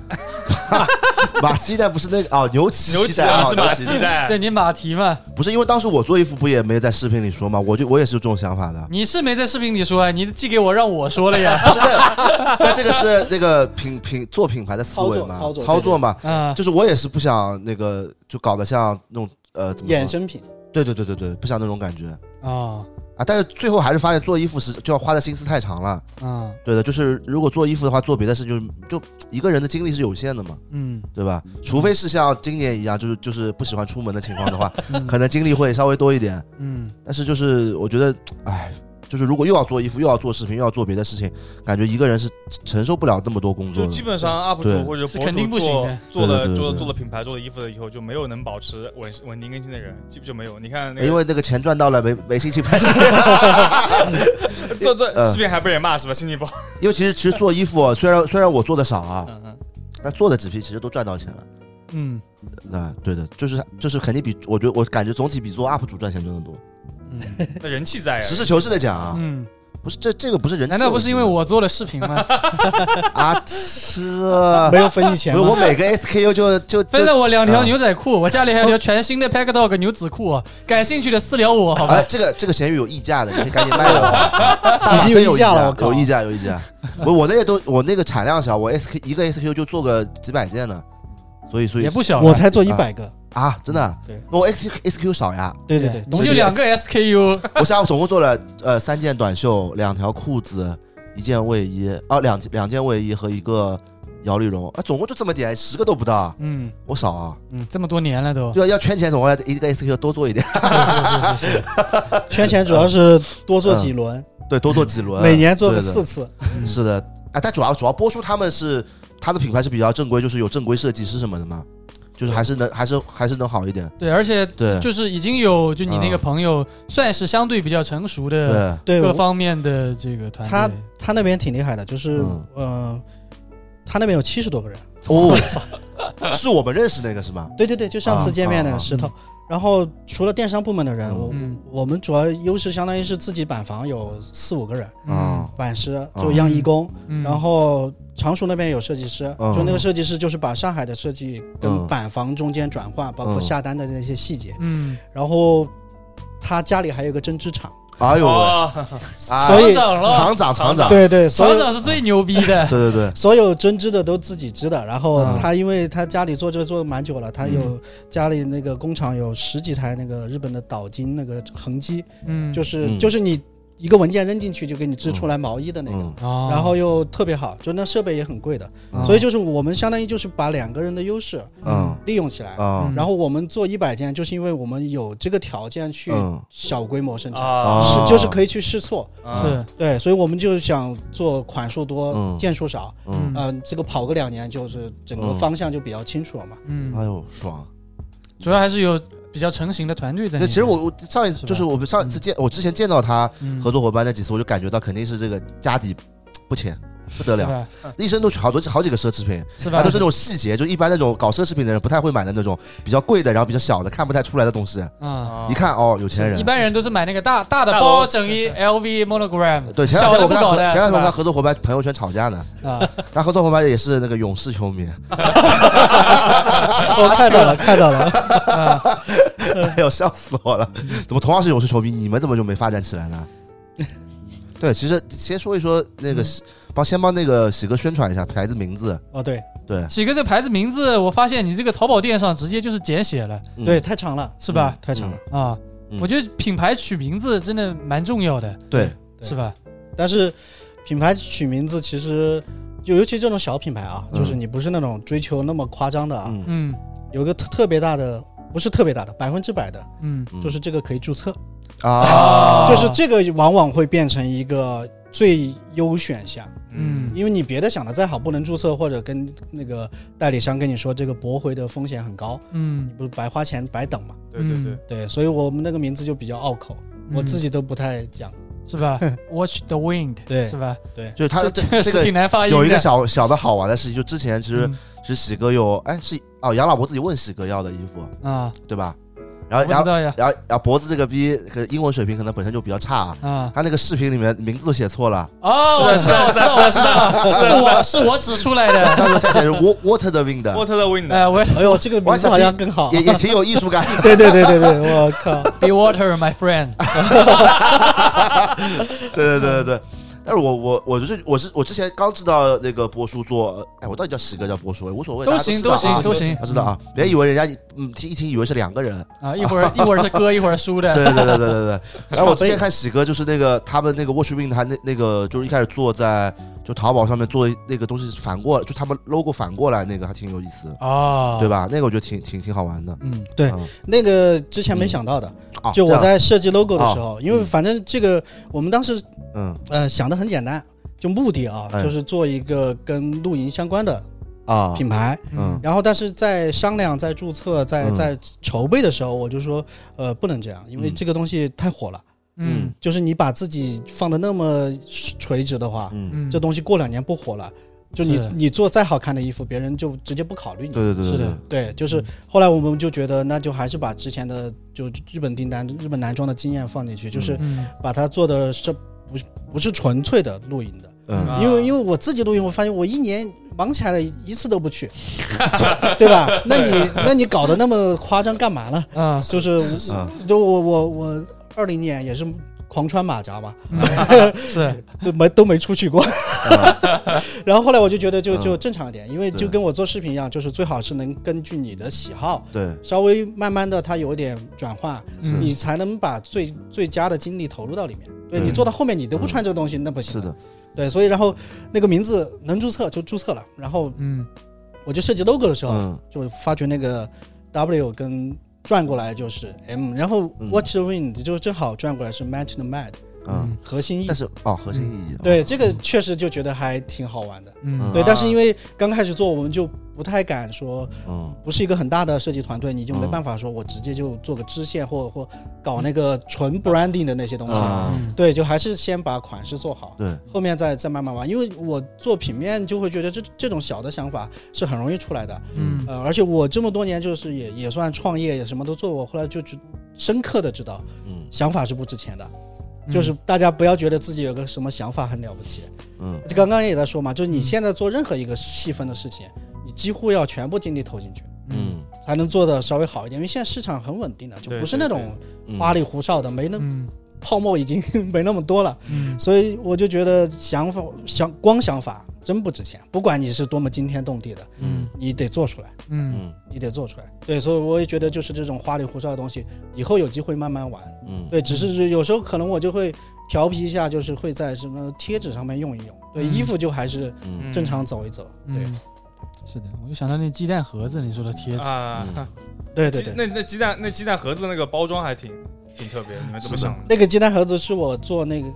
Speaker 3: 马蹄带，不是那个哦牛蹄
Speaker 4: 牛蹄
Speaker 3: 带
Speaker 4: 啊
Speaker 3: 哦
Speaker 4: 是马蹄
Speaker 3: 蹄
Speaker 4: 一
Speaker 3: 带，
Speaker 2: 嗯
Speaker 4: 代，
Speaker 2: 对你马蹄嘛，
Speaker 3: 不是因为当时我做衣服不也没有在视频里说嘛，我就我也是有这种想法的。
Speaker 2: 你是没在视频里说啊，你寄给我让我说了 呀，
Speaker 3: 是的，那这个是那个品品做品牌的思维嘛，
Speaker 1: 操作操作
Speaker 3: 嘛，
Speaker 2: 嗯，
Speaker 3: 就是我也是不想那个就搞得像那种呃怎么
Speaker 1: 衍
Speaker 3: 说？
Speaker 1: 生 品，
Speaker 3: 对对对对对，不想那种感觉
Speaker 2: 哦，
Speaker 3: 啊。但是最后还是发现做衣服是就要花的心思太长了。
Speaker 2: 嗯
Speaker 3: 对的，就是如果做衣服的话，做别的事就就一个人的精力是有限的嘛，
Speaker 2: 嗯，
Speaker 3: 对吧？除非是像今年一样，就是就是不喜欢出门的情况 的话，
Speaker 2: 嗯
Speaker 3: 可能精力会稍微多一点。
Speaker 2: 嗯，
Speaker 3: 但是就是我觉得，哎，就是如果又要做衣服，又要做视频，又要做别的事情，感觉一个人是承受不了那么多工作
Speaker 4: 就
Speaker 3: 的。
Speaker 4: 基本上 UP
Speaker 3: 嗯对
Speaker 4: 主或者
Speaker 2: 是
Speaker 4: 博
Speaker 2: 肯定
Speaker 4: 主
Speaker 2: 不行的
Speaker 3: 对
Speaker 4: 做做
Speaker 3: 对
Speaker 4: 了
Speaker 3: 对
Speaker 4: 做了
Speaker 3: 对
Speaker 4: 做了品牌做了衣服了以后，就没有能保持稳稳定更新的人，基本就没有。你看那
Speaker 3: 因
Speaker 4: 个
Speaker 3: 为那个钱赚到了，没没心情拍视频。
Speaker 4: 做做
Speaker 3: 呃
Speaker 4: 视频还被人骂是吧？心情不好。
Speaker 3: 因为其实其实做衣服，啊虽然虽然我做的少啊，
Speaker 4: 嗯嗯，
Speaker 3: 但做的几批其实都赚到钱了。
Speaker 2: 嗯
Speaker 3: 那对的，就是就是肯定比我觉得我感觉总体比做 UP 主赚钱赚的多。
Speaker 2: 嗯
Speaker 4: 那人气在啊。
Speaker 3: 实事求是的讲啊，
Speaker 2: 嗯，
Speaker 3: 不是这这个不是人气，
Speaker 2: 难道不是因为
Speaker 3: 我
Speaker 2: 我做了视频 吗？
Speaker 3: 觉得啊这？
Speaker 1: 没有分你钱
Speaker 3: 不是
Speaker 1: 吗？
Speaker 3: 啊我每个 SKU 就就
Speaker 2: 分
Speaker 3: 就
Speaker 2: 了我两条
Speaker 1: 啊
Speaker 3: 嗯
Speaker 2: 牛仔裤，我家里还有条全新的 Pack Dog 牛仔裤，啊感兴趣的私聊
Speaker 1: 啊
Speaker 2: 我，好吧
Speaker 3: 哎，？这个这个咸鱼有溢价的，你可以赶紧卖了。
Speaker 1: 已经
Speaker 3: 真
Speaker 1: 有
Speaker 3: 有
Speaker 1: 溢价了，我靠！
Speaker 3: 有溢价，有溢价。我我那个都我那个产量小，我 SK 一个 SKU 就做个几百件呢，所以所以
Speaker 2: 也不小了，
Speaker 1: 我才做一百个，
Speaker 3: 啊，真的，
Speaker 1: 对
Speaker 3: 那我 S SKU 少呀，
Speaker 1: 对对对，
Speaker 2: 我
Speaker 1: 东西
Speaker 2: 就两个 SKU，
Speaker 3: 我下午总共做了呃三件短袖，两条裤子，一件卫衣，哦两两件卫衣和一个摇粒绒，啊总共就这么点，十个都不到，
Speaker 2: 嗯
Speaker 3: 我少啊，
Speaker 2: 嗯，这么多年了
Speaker 1: 哦
Speaker 2: 都，
Speaker 3: 对啊，要圈钱总共要一个 SKU 多做一点，
Speaker 1: 圈钱主要是多做几轮，
Speaker 3: 对，多做几轮，
Speaker 1: 每年做个
Speaker 3: 嗯对的
Speaker 1: 四次。
Speaker 3: 是的，啊，但主要主要波叔他们是他的品牌是比较正规，就是有正规设计师什么的嘛，就是还是能还是还是能好一点，
Speaker 2: 对，而且
Speaker 3: 对
Speaker 2: 就是已经有就你那个
Speaker 3: 嗯
Speaker 2: 朋友算是相对比较成熟的
Speaker 3: 对，
Speaker 1: 对，
Speaker 2: 各
Speaker 1: 我
Speaker 2: 方面的这个团
Speaker 1: 他
Speaker 2: 队，
Speaker 1: 他那边挺厉害的，就是
Speaker 3: 嗯
Speaker 1: 嗯，他那边有七十多个人。
Speaker 3: 哦，是我们认识那个是吧？
Speaker 1: 对对对，就上次见面
Speaker 3: 啊啊
Speaker 1: 的石头。然后除了电商部门的人，我
Speaker 2: 嗯
Speaker 1: 我们主要优势相当于是自己板房有四五个人，
Speaker 3: 啊、
Speaker 1: 板师就样义工，
Speaker 2: 嗯，
Speaker 1: 然后常熟那边有设计师，
Speaker 3: 嗯
Speaker 1: 就那个设计师就是把上海的设计
Speaker 3: 嗯
Speaker 1: 跟板房中间转化，包括
Speaker 3: 嗯
Speaker 1: 下单的那些细节。
Speaker 2: 嗯，
Speaker 1: 然后他家里还有个针织厂，
Speaker 3: 哎呦喂，
Speaker 4: 哦，
Speaker 3: 啊
Speaker 1: 所以
Speaker 2: 厂长了，
Speaker 3: 厂长厂长，
Speaker 1: 对对，所
Speaker 2: 厂
Speaker 1: 有
Speaker 2: 长是最牛逼 的，
Speaker 3: 对对对，
Speaker 1: 所有针织的都自己织的。然后
Speaker 2: 嗯
Speaker 1: 他因为他家里做这个做的蛮久了，他
Speaker 3: 嗯
Speaker 1: 有家里那个工厂有十几台那个日本的岛金那个横机，
Speaker 2: 嗯，
Speaker 1: 就是
Speaker 3: 嗯
Speaker 1: 就是你一个文件扔进去就给你织出来毛衣 的那个。
Speaker 3: 嗯，
Speaker 2: 哦，
Speaker 1: 然后又特别好，就那设备也很贵的，
Speaker 3: 嗯
Speaker 1: 所以就是我们相当于就是把两个人的优势
Speaker 3: 嗯
Speaker 1: 利用起来，
Speaker 3: 嗯
Speaker 1: 然后我们做一百件，就是因为我们有这个条件去
Speaker 3: 嗯
Speaker 1: 小规模生产，
Speaker 4: 啊
Speaker 3: 哦
Speaker 1: 是就是可以去试错，
Speaker 4: 啊
Speaker 2: 是
Speaker 1: 对，所以我们就想做款数多
Speaker 3: 嗯，
Speaker 1: 件数少，
Speaker 3: 嗯，
Speaker 1: 嗯、这个跑个两年就是整个
Speaker 3: 嗯
Speaker 1: 方向就比较清楚了嘛。
Speaker 3: 哎
Speaker 2: 嗯，
Speaker 3: 呦爽！
Speaker 2: 主要还是有比较成型的团队在那
Speaker 3: 那
Speaker 2: 边，
Speaker 3: 其实我我上一次
Speaker 2: 是吧
Speaker 3: 就是我们上一次见我之前见到他
Speaker 2: 嗯
Speaker 3: 合作伙伴那几次，我就感觉到肯定是这个家底不浅，不得
Speaker 2: 是啊
Speaker 3: 了，
Speaker 2: 吧？
Speaker 3: 一身都好多好几个奢侈品，
Speaker 2: 是
Speaker 3: 啊，
Speaker 2: 吧
Speaker 3: 都是？那种细节，就一般那种搞奢侈品的人不太会买的那种比较贵的，然后比较小的看不太出来的东西。
Speaker 2: 啊，
Speaker 3: 一看哦，有钱人
Speaker 2: 一。般人都是买那个大大的
Speaker 4: 大
Speaker 2: 包，
Speaker 4: 楼
Speaker 2: 整一 LV monogram，
Speaker 3: 对，前两
Speaker 2: 小
Speaker 3: 天
Speaker 2: 的
Speaker 3: 我
Speaker 2: 不
Speaker 3: 跟他
Speaker 2: 搞
Speaker 3: 合
Speaker 2: 的，
Speaker 3: 前两天我跟他
Speaker 2: 是吧
Speaker 3: 合作伙伴朋友圈吵架呢，
Speaker 2: 啊，
Speaker 3: 他合作伙伴也是那个勇士球 迷，
Speaker 1: 我看到了，看到了，
Speaker 3: 哎呦，笑死我了！
Speaker 2: 嗯
Speaker 3: 怎么同样是勇士球迷，你们怎么就没发展起来 呢？
Speaker 2: 嗯
Speaker 3: 对，其实先说一说那个，帮先帮那个喜哥宣传一下牌子名字，
Speaker 1: 哦对，
Speaker 3: 对，
Speaker 2: 喜哥这牌子名字，我发现你这个淘宝店上直接就是简写了
Speaker 3: 嗯
Speaker 1: 对，太长了，
Speaker 2: 是吧？
Speaker 1: 太长了。
Speaker 2: 啊，
Speaker 3: 嗯
Speaker 2: 我觉得品牌取名字真的蛮重要的，
Speaker 3: 对，
Speaker 1: 对
Speaker 2: 是吧？
Speaker 1: 但是品牌取名字其实，就尤其这种小品牌啊，
Speaker 3: 嗯
Speaker 1: 就是你不是那种追求那么夸张的啊，
Speaker 3: 嗯
Speaker 2: 嗯
Speaker 1: 有一个特特别大的，不是特别大的，百分之百的，
Speaker 2: 嗯，
Speaker 3: 嗯
Speaker 1: 就是这个可以注册，
Speaker 3: 啊，
Speaker 2: 啊
Speaker 1: 就是这个往往会变成一个最优选项，
Speaker 2: 嗯
Speaker 1: 因为你别的想的再好，不能注册或者跟那个代理商跟你说这个驳回的风险很高，你
Speaker 2: 嗯，
Speaker 1: 不是白花钱白等嘛？
Speaker 4: 对对对，
Speaker 1: 对，所以我们那个名字就比较拗口，我
Speaker 3: 嗯
Speaker 1: 自己都不太讲。
Speaker 2: 嗯是吧？Watch the wind，
Speaker 1: 对
Speaker 2: 是吧？
Speaker 3: 就是他这
Speaker 2: 这
Speaker 3: 这
Speaker 2: 是
Speaker 3: 个
Speaker 2: 挺难发音的。
Speaker 3: 有一个小小的好玩的事情，就之前其实
Speaker 2: 嗯
Speaker 3: 是喜哥有哎是哦杨老伯自己问喜哥要的衣服，
Speaker 2: 啊，
Speaker 3: 对吧？然
Speaker 2: 我
Speaker 3: 后
Speaker 2: 知
Speaker 3: 然后
Speaker 2: 道呀
Speaker 3: 然后然后脖子这个逼，可英文水平可能本身就比较差啊。
Speaker 2: 啊。
Speaker 3: 他那个视频里面名字都写错了，
Speaker 2: 哦，我知道，我知道，我知道，是我是我指出来 的。
Speaker 3: 他说他写是 wa- water 的 wind，
Speaker 4: ，What the wind？
Speaker 2: 呃，我
Speaker 1: 哎呦，这个名字好像更好。
Speaker 3: 也也挺有艺术感。
Speaker 1: 对对对对对，我靠！
Speaker 2: be water my friend。
Speaker 3: 对对对对对。但是我我我就是我是我之前刚知道那个波叔做，哎，我到底叫喜哥叫波叔，无所谓，
Speaker 2: 都行都
Speaker 3: 大家知道
Speaker 2: 行
Speaker 3: 啊
Speaker 2: 都行，
Speaker 3: 他知道啊，别以为人家嗯听一听以为是两个人，
Speaker 2: 啊，一会儿一会儿是哥，一会儿是叔的，
Speaker 3: 对对对对对 对。然后我之前看喜哥，就是那个他们那个 Watch Win，他那那个就是一开始做在就淘宝上面做那个东西反过，就他们 logo 反过来那个还挺有意思，
Speaker 2: 哦，
Speaker 3: 对？吧？那个我觉得挺挺挺好玩的。
Speaker 2: 嗯
Speaker 1: 对
Speaker 3: 嗯
Speaker 1: 那个之前没想到的，
Speaker 3: 啊，
Speaker 1: 就哦我
Speaker 3: 这样
Speaker 1: 在设计 logo 的时候，
Speaker 3: 哦
Speaker 1: 因为反正这个我们当时
Speaker 3: 嗯
Speaker 1: 呃想的很简单，就目的啊，
Speaker 3: 哎
Speaker 1: 就是做一个跟露营相关的
Speaker 3: 啊
Speaker 1: 哦品牌。
Speaker 3: 嗯
Speaker 1: 然后，但是在商量、在注册、在
Speaker 3: 嗯
Speaker 1: 在筹备的时候，我就说，呃，不能这样，因为
Speaker 3: 嗯
Speaker 1: 这个东西太火了。
Speaker 2: 嗯
Speaker 1: 就是你把自己放的那么垂直的话，
Speaker 3: 嗯，
Speaker 2: 嗯，
Speaker 1: 这东西过两年不火了，就你
Speaker 2: 是
Speaker 1: 你做再好看的衣服，别人就直接不考虑你。
Speaker 3: 对对嗯对
Speaker 2: 是
Speaker 3: 对
Speaker 2: 的
Speaker 3: 对，
Speaker 1: 对，就是后来我们就觉得，那就还是把之前的就日本订单、日本男装的经验放进去，就是
Speaker 2: 嗯
Speaker 1: 把它做的是不是不是纯粹的露营的，
Speaker 3: 嗯
Speaker 4: 啊
Speaker 1: 因为因为我自己露营，我发现我一年忙起来了一次都不去， 对吧？那你那你搞得那么夸张干嘛呢？
Speaker 2: 啊，
Speaker 1: 就是
Speaker 3: 啊
Speaker 1: 就我我我二零年也是狂穿马甲嘛，
Speaker 2: 是
Speaker 1: 都没都没出去过。 然后后来我就觉得就
Speaker 3: 嗯
Speaker 1: 就正常一点，因为就
Speaker 3: 啊对
Speaker 1: 跟我做视频一样，就是最好是能根据你的喜好，
Speaker 3: 对
Speaker 1: 稍微慢慢的它有点转化，
Speaker 2: 嗯
Speaker 1: 你才能把最最佳的精力投入到里面。对
Speaker 3: 对
Speaker 1: 你做到后面你都不穿这个东西，那不行。
Speaker 3: 嗯是的，
Speaker 1: 对，所以然后那个名字能注册就注册了，然后
Speaker 2: 嗯
Speaker 1: 我就设计 logo 的时候，
Speaker 3: 嗯
Speaker 1: 就发觉那个 W 跟转过来就是 M，然后
Speaker 3: 嗯
Speaker 1: Watch the Wind 就正好转过来是 Match the Mad
Speaker 3: 嗯，
Speaker 2: 嗯
Speaker 1: 核心意义
Speaker 3: 但。是哦，核心意义啊
Speaker 1: 对，这个确实就觉得还挺好玩的。
Speaker 2: 嗯
Speaker 1: 对，
Speaker 4: 啊
Speaker 1: 但是因为刚开始做，我们就不太敢说，
Speaker 3: 嗯
Speaker 1: 不是一个很大的设计团队，你就没办法说我直接就做个支线或或搞那个纯 branding 的那些东西。
Speaker 3: 啊
Speaker 2: 嗯
Speaker 1: 对，就还是先把款式做好，
Speaker 3: 对
Speaker 1: 后面再再慢慢玩。因为我做平面就会觉得这这种小的想法是很容易出来的，
Speaker 2: 嗯
Speaker 1: 呃，而且我这么多年就是也也算创业，也什么都做过，后来就知深刻的知道
Speaker 3: 嗯
Speaker 1: 想法是不值钱的，
Speaker 2: 嗯
Speaker 1: 就是大家不要觉得自己有个什么想法很了不起，
Speaker 3: 嗯
Speaker 1: 就刚刚也在说嘛，就是你现在做任何一个细分的事情，你几乎要全部精力投进去，
Speaker 3: 嗯
Speaker 1: 才能做的稍微好一点。因为现在市场很稳定的，就
Speaker 4: 对
Speaker 1: 不是那种
Speaker 3: 嗯
Speaker 1: 花里胡哨的，没那
Speaker 2: 嗯
Speaker 1: 泡沫已经 没那么多了。
Speaker 2: 嗯
Speaker 1: 所以我就觉得想法想光想法真不值钱，不管你是多么惊天动地的，
Speaker 2: 嗯
Speaker 1: 你得做出来，
Speaker 2: 嗯
Speaker 3: 嗯
Speaker 1: 你得做出来。对，所以我也觉得就是这种花里胡哨的东西，以后有机会慢慢玩。
Speaker 3: 嗯
Speaker 1: 对，只是有时候可能我就会调皮一下，就是会在什么贴纸上面用一用。对，
Speaker 2: 嗯
Speaker 1: 衣服就还是。
Speaker 3: 嗯
Speaker 1: 正常走一走。
Speaker 2: 嗯，是的，我就想到那鸡蛋盒子，你说的贴纸，
Speaker 4: 啊，
Speaker 1: 对对
Speaker 4: 鸡
Speaker 1: 对对，
Speaker 4: 那那鸡蛋那鸡蛋盒子那个包装还挺挺特别，你们怎么
Speaker 3: 是的
Speaker 4: 想的？
Speaker 1: 那个鸡蛋盒子是我做那个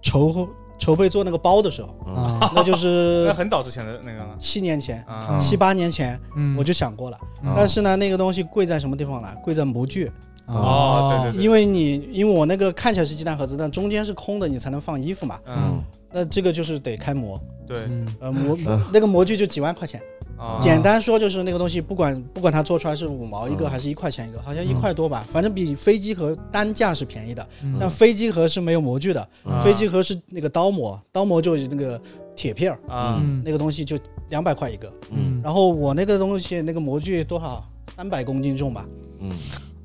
Speaker 1: 筹筹备做那个包的时候，
Speaker 3: 嗯
Speaker 2: 啊
Speaker 1: 那就
Speaker 4: 那
Speaker 1: 是
Speaker 4: 很早之前的那个了
Speaker 1: 七年前、
Speaker 4: 啊
Speaker 1: 七八年前
Speaker 2: 嗯，啊
Speaker 1: 我就想过了。
Speaker 3: 嗯
Speaker 1: 但是呢，那个东西贵在什么地方呢？贵在模具，
Speaker 4: 哦对对
Speaker 1: 嗯
Speaker 4: 对
Speaker 1: 因为你因为我那个看起来是鸡蛋盒子，但中间是空的，你才能放衣服嘛。
Speaker 4: 嗯，
Speaker 1: 那这个就是得开模，
Speaker 4: 对
Speaker 2: 嗯
Speaker 1: 呃模那个模具就几万块钱。
Speaker 4: 啊，
Speaker 1: 嗯简单说就是那个东西，不管不管它做出来是五毛一个
Speaker 3: 嗯
Speaker 1: 还是一块钱一个，好像一块多吧，反正比飞机盒单价是便宜的，
Speaker 2: 嗯
Speaker 1: 但飞机盒是没有模具的，
Speaker 3: 嗯
Speaker 4: 啊
Speaker 1: 飞机盒是那个刀模，刀模就是那个铁片儿，
Speaker 4: 啊
Speaker 2: 嗯
Speaker 1: 那个东西就两百块一个。
Speaker 3: 嗯
Speaker 1: 然后我那个东西那个模具多少？三百公斤重吧，
Speaker 3: 嗯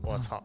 Speaker 4: 我操，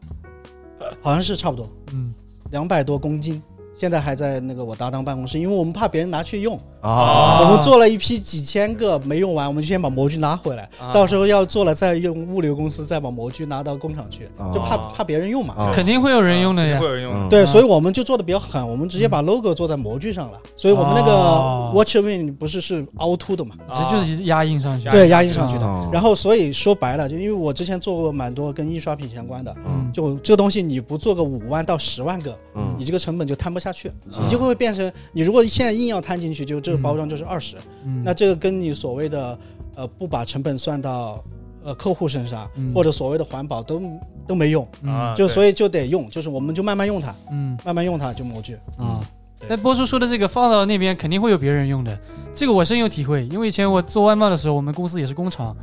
Speaker 1: 好像是差不多
Speaker 2: 嗯
Speaker 1: 两百多公斤。现在还在那个我搭档办公室，因为我们怕别人拿去用，
Speaker 3: 啊，
Speaker 1: 我们做了一批几千个没用完，我们就先把模具拿回来，
Speaker 4: 啊
Speaker 1: 到时候要做了再用物流公司再把模具拿到工厂去，就怕
Speaker 4: 啊
Speaker 1: 怕别人用嘛。
Speaker 3: 啊
Speaker 2: 肯定会有人用的呀
Speaker 4: 会。有人用
Speaker 3: 嗯
Speaker 1: 对，所以我们就做的比较狠，我们直接把 logo 做在模具上了。所以我们那
Speaker 2: 哦
Speaker 1: 个 Watch Win 不是是凹凸的嘛？
Speaker 2: 直接就是压印上去。
Speaker 4: 啊
Speaker 1: 对，压印上去的。
Speaker 3: 哦
Speaker 1: 然后，所以说白了，就因为我之前做过蛮多跟印刷品相关的，
Speaker 2: 嗯
Speaker 1: 就这个东西你不做个五万到十万个，
Speaker 3: 嗯
Speaker 1: 你这个成本就摊不下去，
Speaker 3: 嗯
Speaker 1: 你就会变成你如果现在硬要摊进去，就这个包装就是二十、
Speaker 2: 嗯，
Speaker 1: 那这个跟你所谓的呃不把成本算到呃客户身上，
Speaker 2: 嗯
Speaker 1: 或者所谓的环保都都没用，
Speaker 4: 哦
Speaker 2: 嗯
Speaker 1: 就所
Speaker 4: 以
Speaker 1: 以就得用，就是我们就慢慢用它，
Speaker 2: 嗯
Speaker 1: 慢慢用它就模具。
Speaker 2: 啊。
Speaker 1: 对
Speaker 2: 但波叔说的这个放到那边肯定会有别人用的，这个我深有体会。因为以前我做外贸的时候，我们公司也是工厂，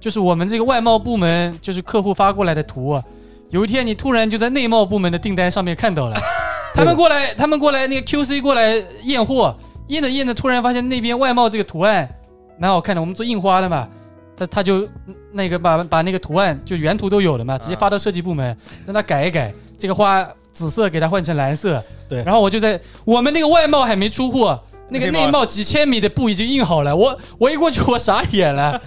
Speaker 2: 就是我们这个外贸部门就是客户发过来的图啊，有一天你突然就在内贸部门的订单上面看到了，他们过来，他们过来那个 QC 过来验货，验着验着突然发现那边外贸这个图案蛮好看的，我们做印花的嘛，他他就那个把把那个图案就原图都有了嘛，直接发到设计部门，让他改一改，这个花紫色给它换成蓝色，
Speaker 1: 对
Speaker 2: 然后我就在我们那个外贸还没出货。那个
Speaker 4: 内贸
Speaker 2: 内贸几千米的布已经印好了，我我一过去我傻眼了，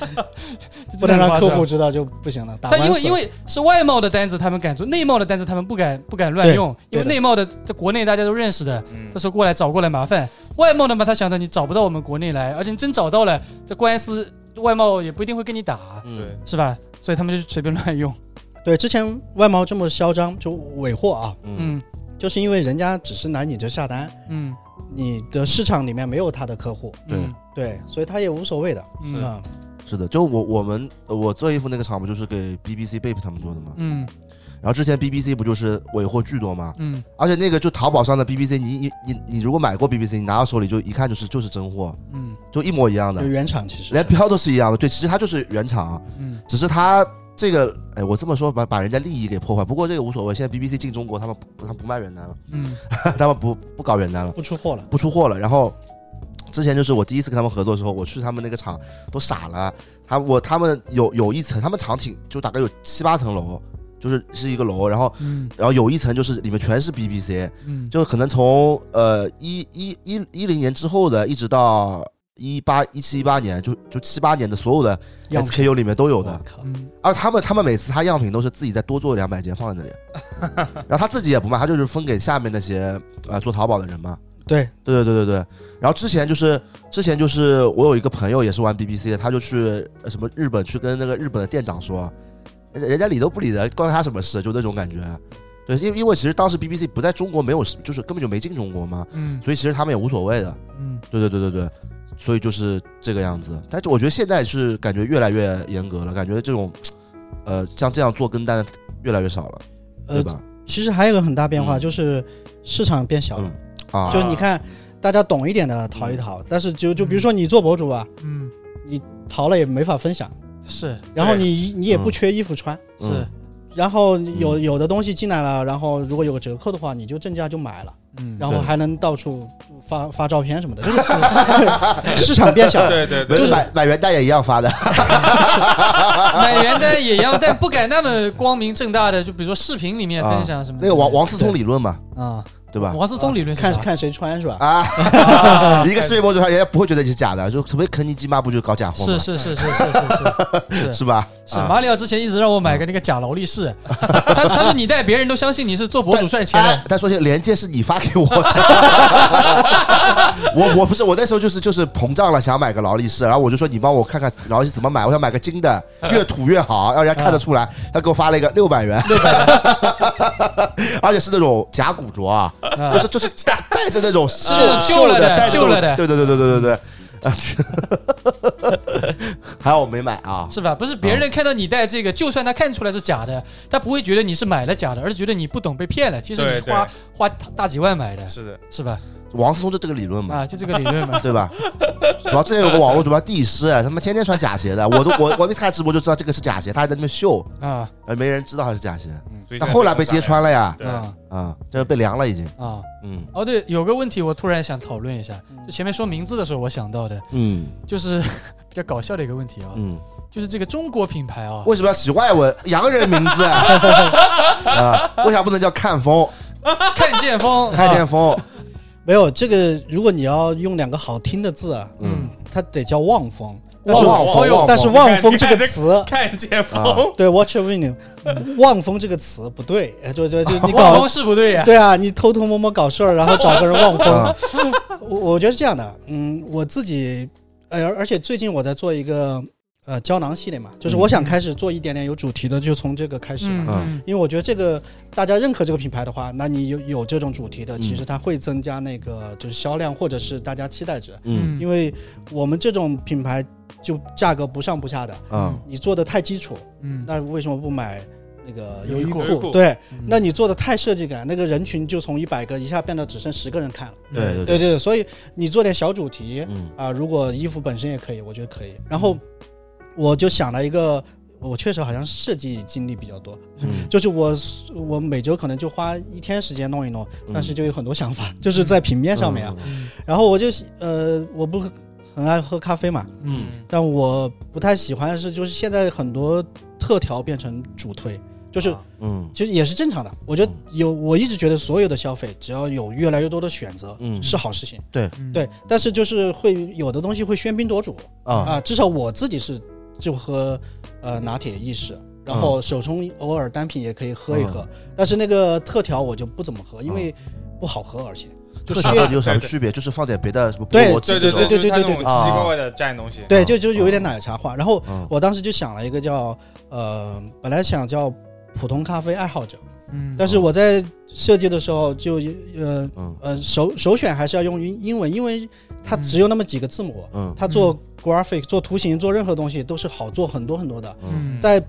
Speaker 2: 就
Speaker 1: 不
Speaker 2: 真的
Speaker 1: 能
Speaker 2: 很
Speaker 1: 让
Speaker 2: 夸
Speaker 1: 客
Speaker 2: 张
Speaker 1: 户知道就不行了。打
Speaker 2: 但因
Speaker 1: 官
Speaker 2: 为
Speaker 1: 司
Speaker 2: 因为是外贸的单子，他们敢做；内贸的单子，他们不敢不敢乱
Speaker 1: 对
Speaker 2: 用，因
Speaker 1: 对
Speaker 2: 为
Speaker 1: 的
Speaker 2: 内贸的在国内大家都认识的，
Speaker 4: 嗯
Speaker 2: 这时候过来找过来麻烦。外贸的嘛，他想着你找不到我们国内来，而且你真找到了，这官司外贸也不一定会跟你打，
Speaker 1: 嗯
Speaker 4: 对
Speaker 2: 是吧？所以他们就随便乱用。
Speaker 1: 对之前外贸这么嚣张就尾货啊，
Speaker 3: 嗯
Speaker 2: 嗯
Speaker 1: 就是因为人家只是拿你这下单，
Speaker 2: 嗯，
Speaker 1: 你的市场里面没有他的客户，
Speaker 3: 对
Speaker 2: 嗯
Speaker 1: 对，所以他也无所谓的。
Speaker 2: 嗯
Speaker 1: 啊，
Speaker 3: 是的，就我我们呃我做衣服那个厂不就是给 BBC Bape 他们做的吗？
Speaker 2: 嗯
Speaker 3: 然后之前 BBC 不就是尾货巨多吗？
Speaker 2: 嗯
Speaker 3: 而且那个就淘宝上的 BBC，你你你你如果买过 BBC，你拿到手里就一看就是就是真货，
Speaker 2: 嗯
Speaker 3: 就一模一样的
Speaker 1: 有，原厂其实
Speaker 3: 连标都是一样的。对，其实它就是原厂，啊
Speaker 2: 嗯
Speaker 3: 只是它这个，哎，我这么说把把人家利益给破坏。不过这个无所谓，现在 BBC 进中国，他们不他们不卖原单了，
Speaker 2: 嗯
Speaker 3: 他们不不搞原单了，
Speaker 1: 不出货了。
Speaker 3: 不出货了。然后之前就是我第一次跟他们合作的时候，我去他们那个厂都傻了，他我他们有有一层，他们厂挺就大概有七八层楼，就是是一个楼，然后
Speaker 2: 嗯
Speaker 3: 然后有一层就是里面全是 BBC，
Speaker 2: 嗯，
Speaker 3: 就可能从呃一一一一零年之后的，一直到一八一七一八年，就就七八年的所有的
Speaker 1: 样品哦
Speaker 3: SKU 里面都有
Speaker 1: 我
Speaker 3: 的。
Speaker 1: 靠，
Speaker 2: 嗯
Speaker 3: 而他们他们每次他样品都是自己再多做两百件放在那里， 然后他自己也不卖，他就是分给下面那些呃做淘宝的人嘛。
Speaker 1: 对，
Speaker 3: 对对对对对。然后之前就是之前就是我有一个朋友也是玩 BBC 的，他就去呃什么日本去跟那个日本的店长说，人家人家理都不理的，关他什么事？就那种感觉。对，因为因为其实当时 BBC 不在中国，没有就是根本就没进中国嘛，
Speaker 2: 嗯
Speaker 3: 所以其实他们也无所谓的。
Speaker 2: 嗯
Speaker 3: 对对对对对，所以就是这个样子。但是我觉得现在是感觉越来越严格了，感觉这种，呃，像这样做跟单的越来越少了，对
Speaker 1: 呃，
Speaker 3: 吧？
Speaker 1: 其实还有一个很大变化
Speaker 3: 嗯
Speaker 1: 就是市场变小了，
Speaker 3: 啊，
Speaker 1: 就你看。大家懂一点的淘一淘，但是就就比如说你做博主啊，
Speaker 2: 嗯，
Speaker 1: 淘了也没法分享，
Speaker 2: 是
Speaker 1: 然后你你也不
Speaker 3: 嗯
Speaker 1: 缺衣服穿，
Speaker 3: 嗯
Speaker 2: 是
Speaker 1: 然后有有的东西进来了，然后如果有个折扣的话，你就正价就买了，
Speaker 2: 嗯，
Speaker 1: 然后
Speaker 3: 对
Speaker 1: 还能到处发发照片什么的，就是 市场变小了。
Speaker 4: 对对
Speaker 3: 没
Speaker 4: 对，
Speaker 3: 事
Speaker 1: 就是
Speaker 3: 买买原单也一样发的，
Speaker 2: 买原单也一样，但不敢那么光明正大的，就比如说视频里面分享什么的
Speaker 3: 啊那个王王思聪理论嘛，
Speaker 2: 啊，
Speaker 3: 对吧？
Speaker 2: 王思聪理论是
Speaker 1: 看
Speaker 2: 啥
Speaker 1: 看谁穿是吧？
Speaker 3: 啊，
Speaker 4: 啊
Speaker 3: 一个视频博主，人家哎不会觉得你是假的，就所谓肯尼基妈不就搞假货
Speaker 2: 是
Speaker 3: 吗？
Speaker 2: 是是是是是是是
Speaker 3: 是吧？
Speaker 2: 是，
Speaker 3: 啊
Speaker 2: 马里奥之前一直让我买个那个假劳力 士，他他说你带别人都相信你是做博主赚钱
Speaker 3: 哎
Speaker 2: 的，
Speaker 3: 但说起来链接是你发给我 的，我我不是我那时候就是就是膨胀了，想买个劳力士，然后我就说你帮我看看劳力士怎么买，我想买个金的，越土越好，让人家看得出
Speaker 2: 啊
Speaker 3: 来。他给我发了一个六百元， 而且是那种假古着啊，
Speaker 2: 啊
Speaker 3: 就是就是带带着那种锈
Speaker 2: 嗯旧
Speaker 3: 锈
Speaker 2: 了的
Speaker 3: 带着
Speaker 2: 旧了
Speaker 3: 那
Speaker 2: 的
Speaker 3: 种，对对对对对对 对。啊，还好我没买啊，
Speaker 2: 是吧？不是别人看到你带这个，就算他看出来是假的，他不会觉得你是买了假的，而是觉得你不懂被骗了。其实你是
Speaker 4: 对对
Speaker 2: 花花大几万买的，
Speaker 4: 是的，
Speaker 2: 是吧？
Speaker 3: 王思聪就这个理论嘛，
Speaker 2: 啊，就这个理论嘛。
Speaker 3: 对吧？主要之前有个网络主播帝师，啊他妈天天穿假鞋的，我都我我一看直播就知道这个是假鞋，他还在那边秀，
Speaker 2: 啊
Speaker 3: 呃，没人知道他是假鞋，
Speaker 4: 嗯所
Speaker 3: 但
Speaker 4: 以现在
Speaker 3: 后来被揭穿了呀，
Speaker 4: 对
Speaker 1: 嗯
Speaker 2: 啊
Speaker 3: 啊，这被凉了已经，
Speaker 2: 啊！
Speaker 3: 嗯
Speaker 2: 哦，对，有个问题我突然想讨论一下，
Speaker 1: 嗯
Speaker 2: 就前面说名字的时候我想到的，
Speaker 3: 嗯
Speaker 2: 就是 比较搞笑的一个问题啊，
Speaker 3: 嗯，
Speaker 2: 就是这个中国品牌啊，
Speaker 3: 为什么要起外文洋人名字 啊？啊为啥不能叫看风、
Speaker 2: 看见风，
Speaker 3: 看见
Speaker 2: 啊
Speaker 3: 风？
Speaker 1: 没有这个，如果你要用两个好听的字啊，
Speaker 3: 嗯，
Speaker 1: 它得叫望风。但是
Speaker 3: 望
Speaker 4: 望
Speaker 3: 风，
Speaker 4: 风
Speaker 3: 望
Speaker 1: 但是
Speaker 3: 风
Speaker 1: 望风
Speaker 4: 你
Speaker 1: 这
Speaker 4: 看
Speaker 1: 个
Speaker 4: 这
Speaker 1: 词，
Speaker 4: 看
Speaker 1: 啊
Speaker 4: 见风，
Speaker 1: 对 watch a wind，望 风这个词不对，哎对 对，就你
Speaker 2: 望
Speaker 1: 搞
Speaker 2: 风是不对呀、
Speaker 1: 对啊，你偷偷摸摸搞事儿，然后找个人望风，
Speaker 3: 啊
Speaker 1: 我我觉得是这样的，嗯，我自己，呃，而且最近我在做一个呃胶囊系列嘛，就是我想开始做一点点有主题的，就从这个开始吧。
Speaker 2: 嗯嗯
Speaker 1: 因为我觉得这个大家认可这个品牌的话，那你有有这种主题的，
Speaker 3: 嗯
Speaker 1: 其实它会增加那个就是销量或者是大家期待值。
Speaker 3: 嗯
Speaker 1: 因为我们这种品牌就价格不上不下的，
Speaker 3: 啊
Speaker 1: 你做的太基础，
Speaker 2: 嗯
Speaker 1: 那为什么不买那个
Speaker 2: 优
Speaker 1: 优
Speaker 2: 衣
Speaker 1: 衣
Speaker 2: 库
Speaker 4: 优衣库
Speaker 1: 库？对，
Speaker 2: 嗯
Speaker 1: 那你做的太设计感，那个人群就从一百个一下变到只剩十个人看了。
Speaker 3: 对对
Speaker 1: 对对，所以你做点小主题
Speaker 3: 嗯
Speaker 1: 啊、如果衣服本身也可以，我觉得可以。然后我就想了一个，我确实好像设计经历比较多，
Speaker 3: 嗯
Speaker 1: 就是我我每周可能就花一天时间弄一弄，
Speaker 3: 嗯
Speaker 1: 但是就有很多想法，就是在平面上面啊。
Speaker 2: 嗯
Speaker 1: 然后我就呃，我不很爱喝咖啡嘛，
Speaker 2: 嗯
Speaker 1: 但我不太喜欢的是，就是现在很多特调变成主推，就是
Speaker 2: 啊
Speaker 3: 嗯
Speaker 1: 其实也是正常的。我觉得有，我一直觉得所有的消费只要有越来越多的选择，
Speaker 3: 嗯
Speaker 1: 是好事情。
Speaker 2: 嗯
Speaker 1: 对，但是就是会有的东西会喧宾夺主
Speaker 3: 啊
Speaker 1: 啊，至少我自己是就喝呃拿铁意式，然
Speaker 3: 啊
Speaker 1: 后手冲偶尔单品也可以喝一喝，但是那个特调我就不怎么喝，因为不好喝，而且就
Speaker 3: 特
Speaker 1: 是
Speaker 3: 效到底有啥区别？就是放点别的什么菠
Speaker 1: 对
Speaker 3: 萝 汁
Speaker 4: 对
Speaker 3: 这
Speaker 4: 对
Speaker 3: 种
Speaker 4: 对
Speaker 1: 对对
Speaker 4: 就是它
Speaker 1: 对
Speaker 4: 那种
Speaker 1: 对
Speaker 4: 奇
Speaker 3: 啊
Speaker 4: 奇怪怪的蘸东西，
Speaker 1: 对，就就有一点奶茶化。然后
Speaker 3: 嗯
Speaker 1: 我当时就想了一个叫呃，本来想叫普通咖啡爱好者，
Speaker 2: 嗯
Speaker 1: 但是我在设计的时候就呃
Speaker 3: 嗯
Speaker 1: 呃首首选还是要用英英文，因为它只有那么几个字母，
Speaker 3: 嗯
Speaker 1: 它做 graphic、做图形、做任何东西都是好做很多很多的，
Speaker 3: 嗯
Speaker 1: 在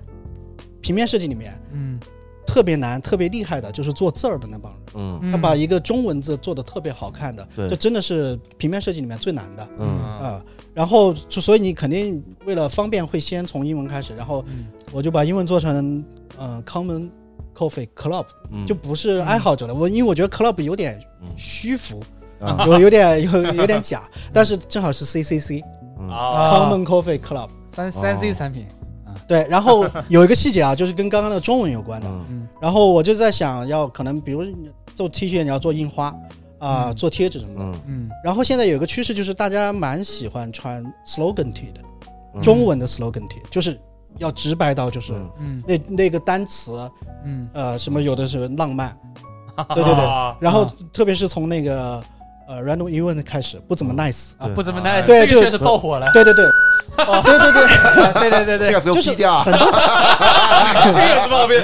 Speaker 1: 平面设计里面
Speaker 2: 嗯
Speaker 1: 特别难、特别厉害的就是做字儿的那帮人，
Speaker 3: 嗯
Speaker 2: 嗯
Speaker 1: 他把一个中文字做的特别好看的，
Speaker 3: 对
Speaker 1: 这真的是平面设计里面最难的
Speaker 3: 嗯
Speaker 1: 啊、然后就所以你肯定为了方便会先从英文开始，然后
Speaker 2: 嗯
Speaker 1: 我就把英文做成嗯、呃 common coffee club，
Speaker 3: 嗯
Speaker 1: 就不是爱好者了。我因为我觉得 club 有点
Speaker 3: 嗯
Speaker 1: 虚浮，
Speaker 3: 啊
Speaker 1: 有有点有有点假，但是正好是 CCC、
Speaker 3: 嗯
Speaker 4: 啊，
Speaker 2: 啊
Speaker 1: common coffee club。
Speaker 2: 三三 C 产品
Speaker 1: 对，然后有一个细节啊，就是跟刚刚的中文有关的。
Speaker 3: 嗯
Speaker 1: 然后我就在想要可能，比如你做 T 恤，你要做印花啊、
Speaker 2: 嗯
Speaker 1: 做贴纸什么的。
Speaker 3: 嗯
Speaker 2: 嗯
Speaker 1: 然后现在有个趋势就是大家蛮喜欢穿 slogan T 的，
Speaker 3: 嗯
Speaker 1: 中文的 slogan T，就是要直白到就是、
Speaker 3: 嗯
Speaker 2: 嗯
Speaker 1: 那那个单词
Speaker 2: 嗯
Speaker 1: 呃什么有的是浪漫，对对 对。
Speaker 4: 啊
Speaker 1: 然后
Speaker 3: 嗯
Speaker 2: 啊
Speaker 1: 特别是从那个呃 random event 开始不怎
Speaker 3: 嗯
Speaker 1: 么 nice，
Speaker 2: 啊
Speaker 3: 对
Speaker 2: 不怎么
Speaker 4: 啊
Speaker 2: nice，
Speaker 1: 对
Speaker 2: 这个
Speaker 1: 就
Speaker 2: 确实爆 火了，
Speaker 1: 对对对
Speaker 2: 哦
Speaker 1: 对对对，
Speaker 2: 啊 对对对
Speaker 3: 这
Speaker 2: 对
Speaker 3: 个，不用
Speaker 1: 就是
Speaker 3: 低 调啊
Speaker 1: 很多
Speaker 4: 这个有什么好辩？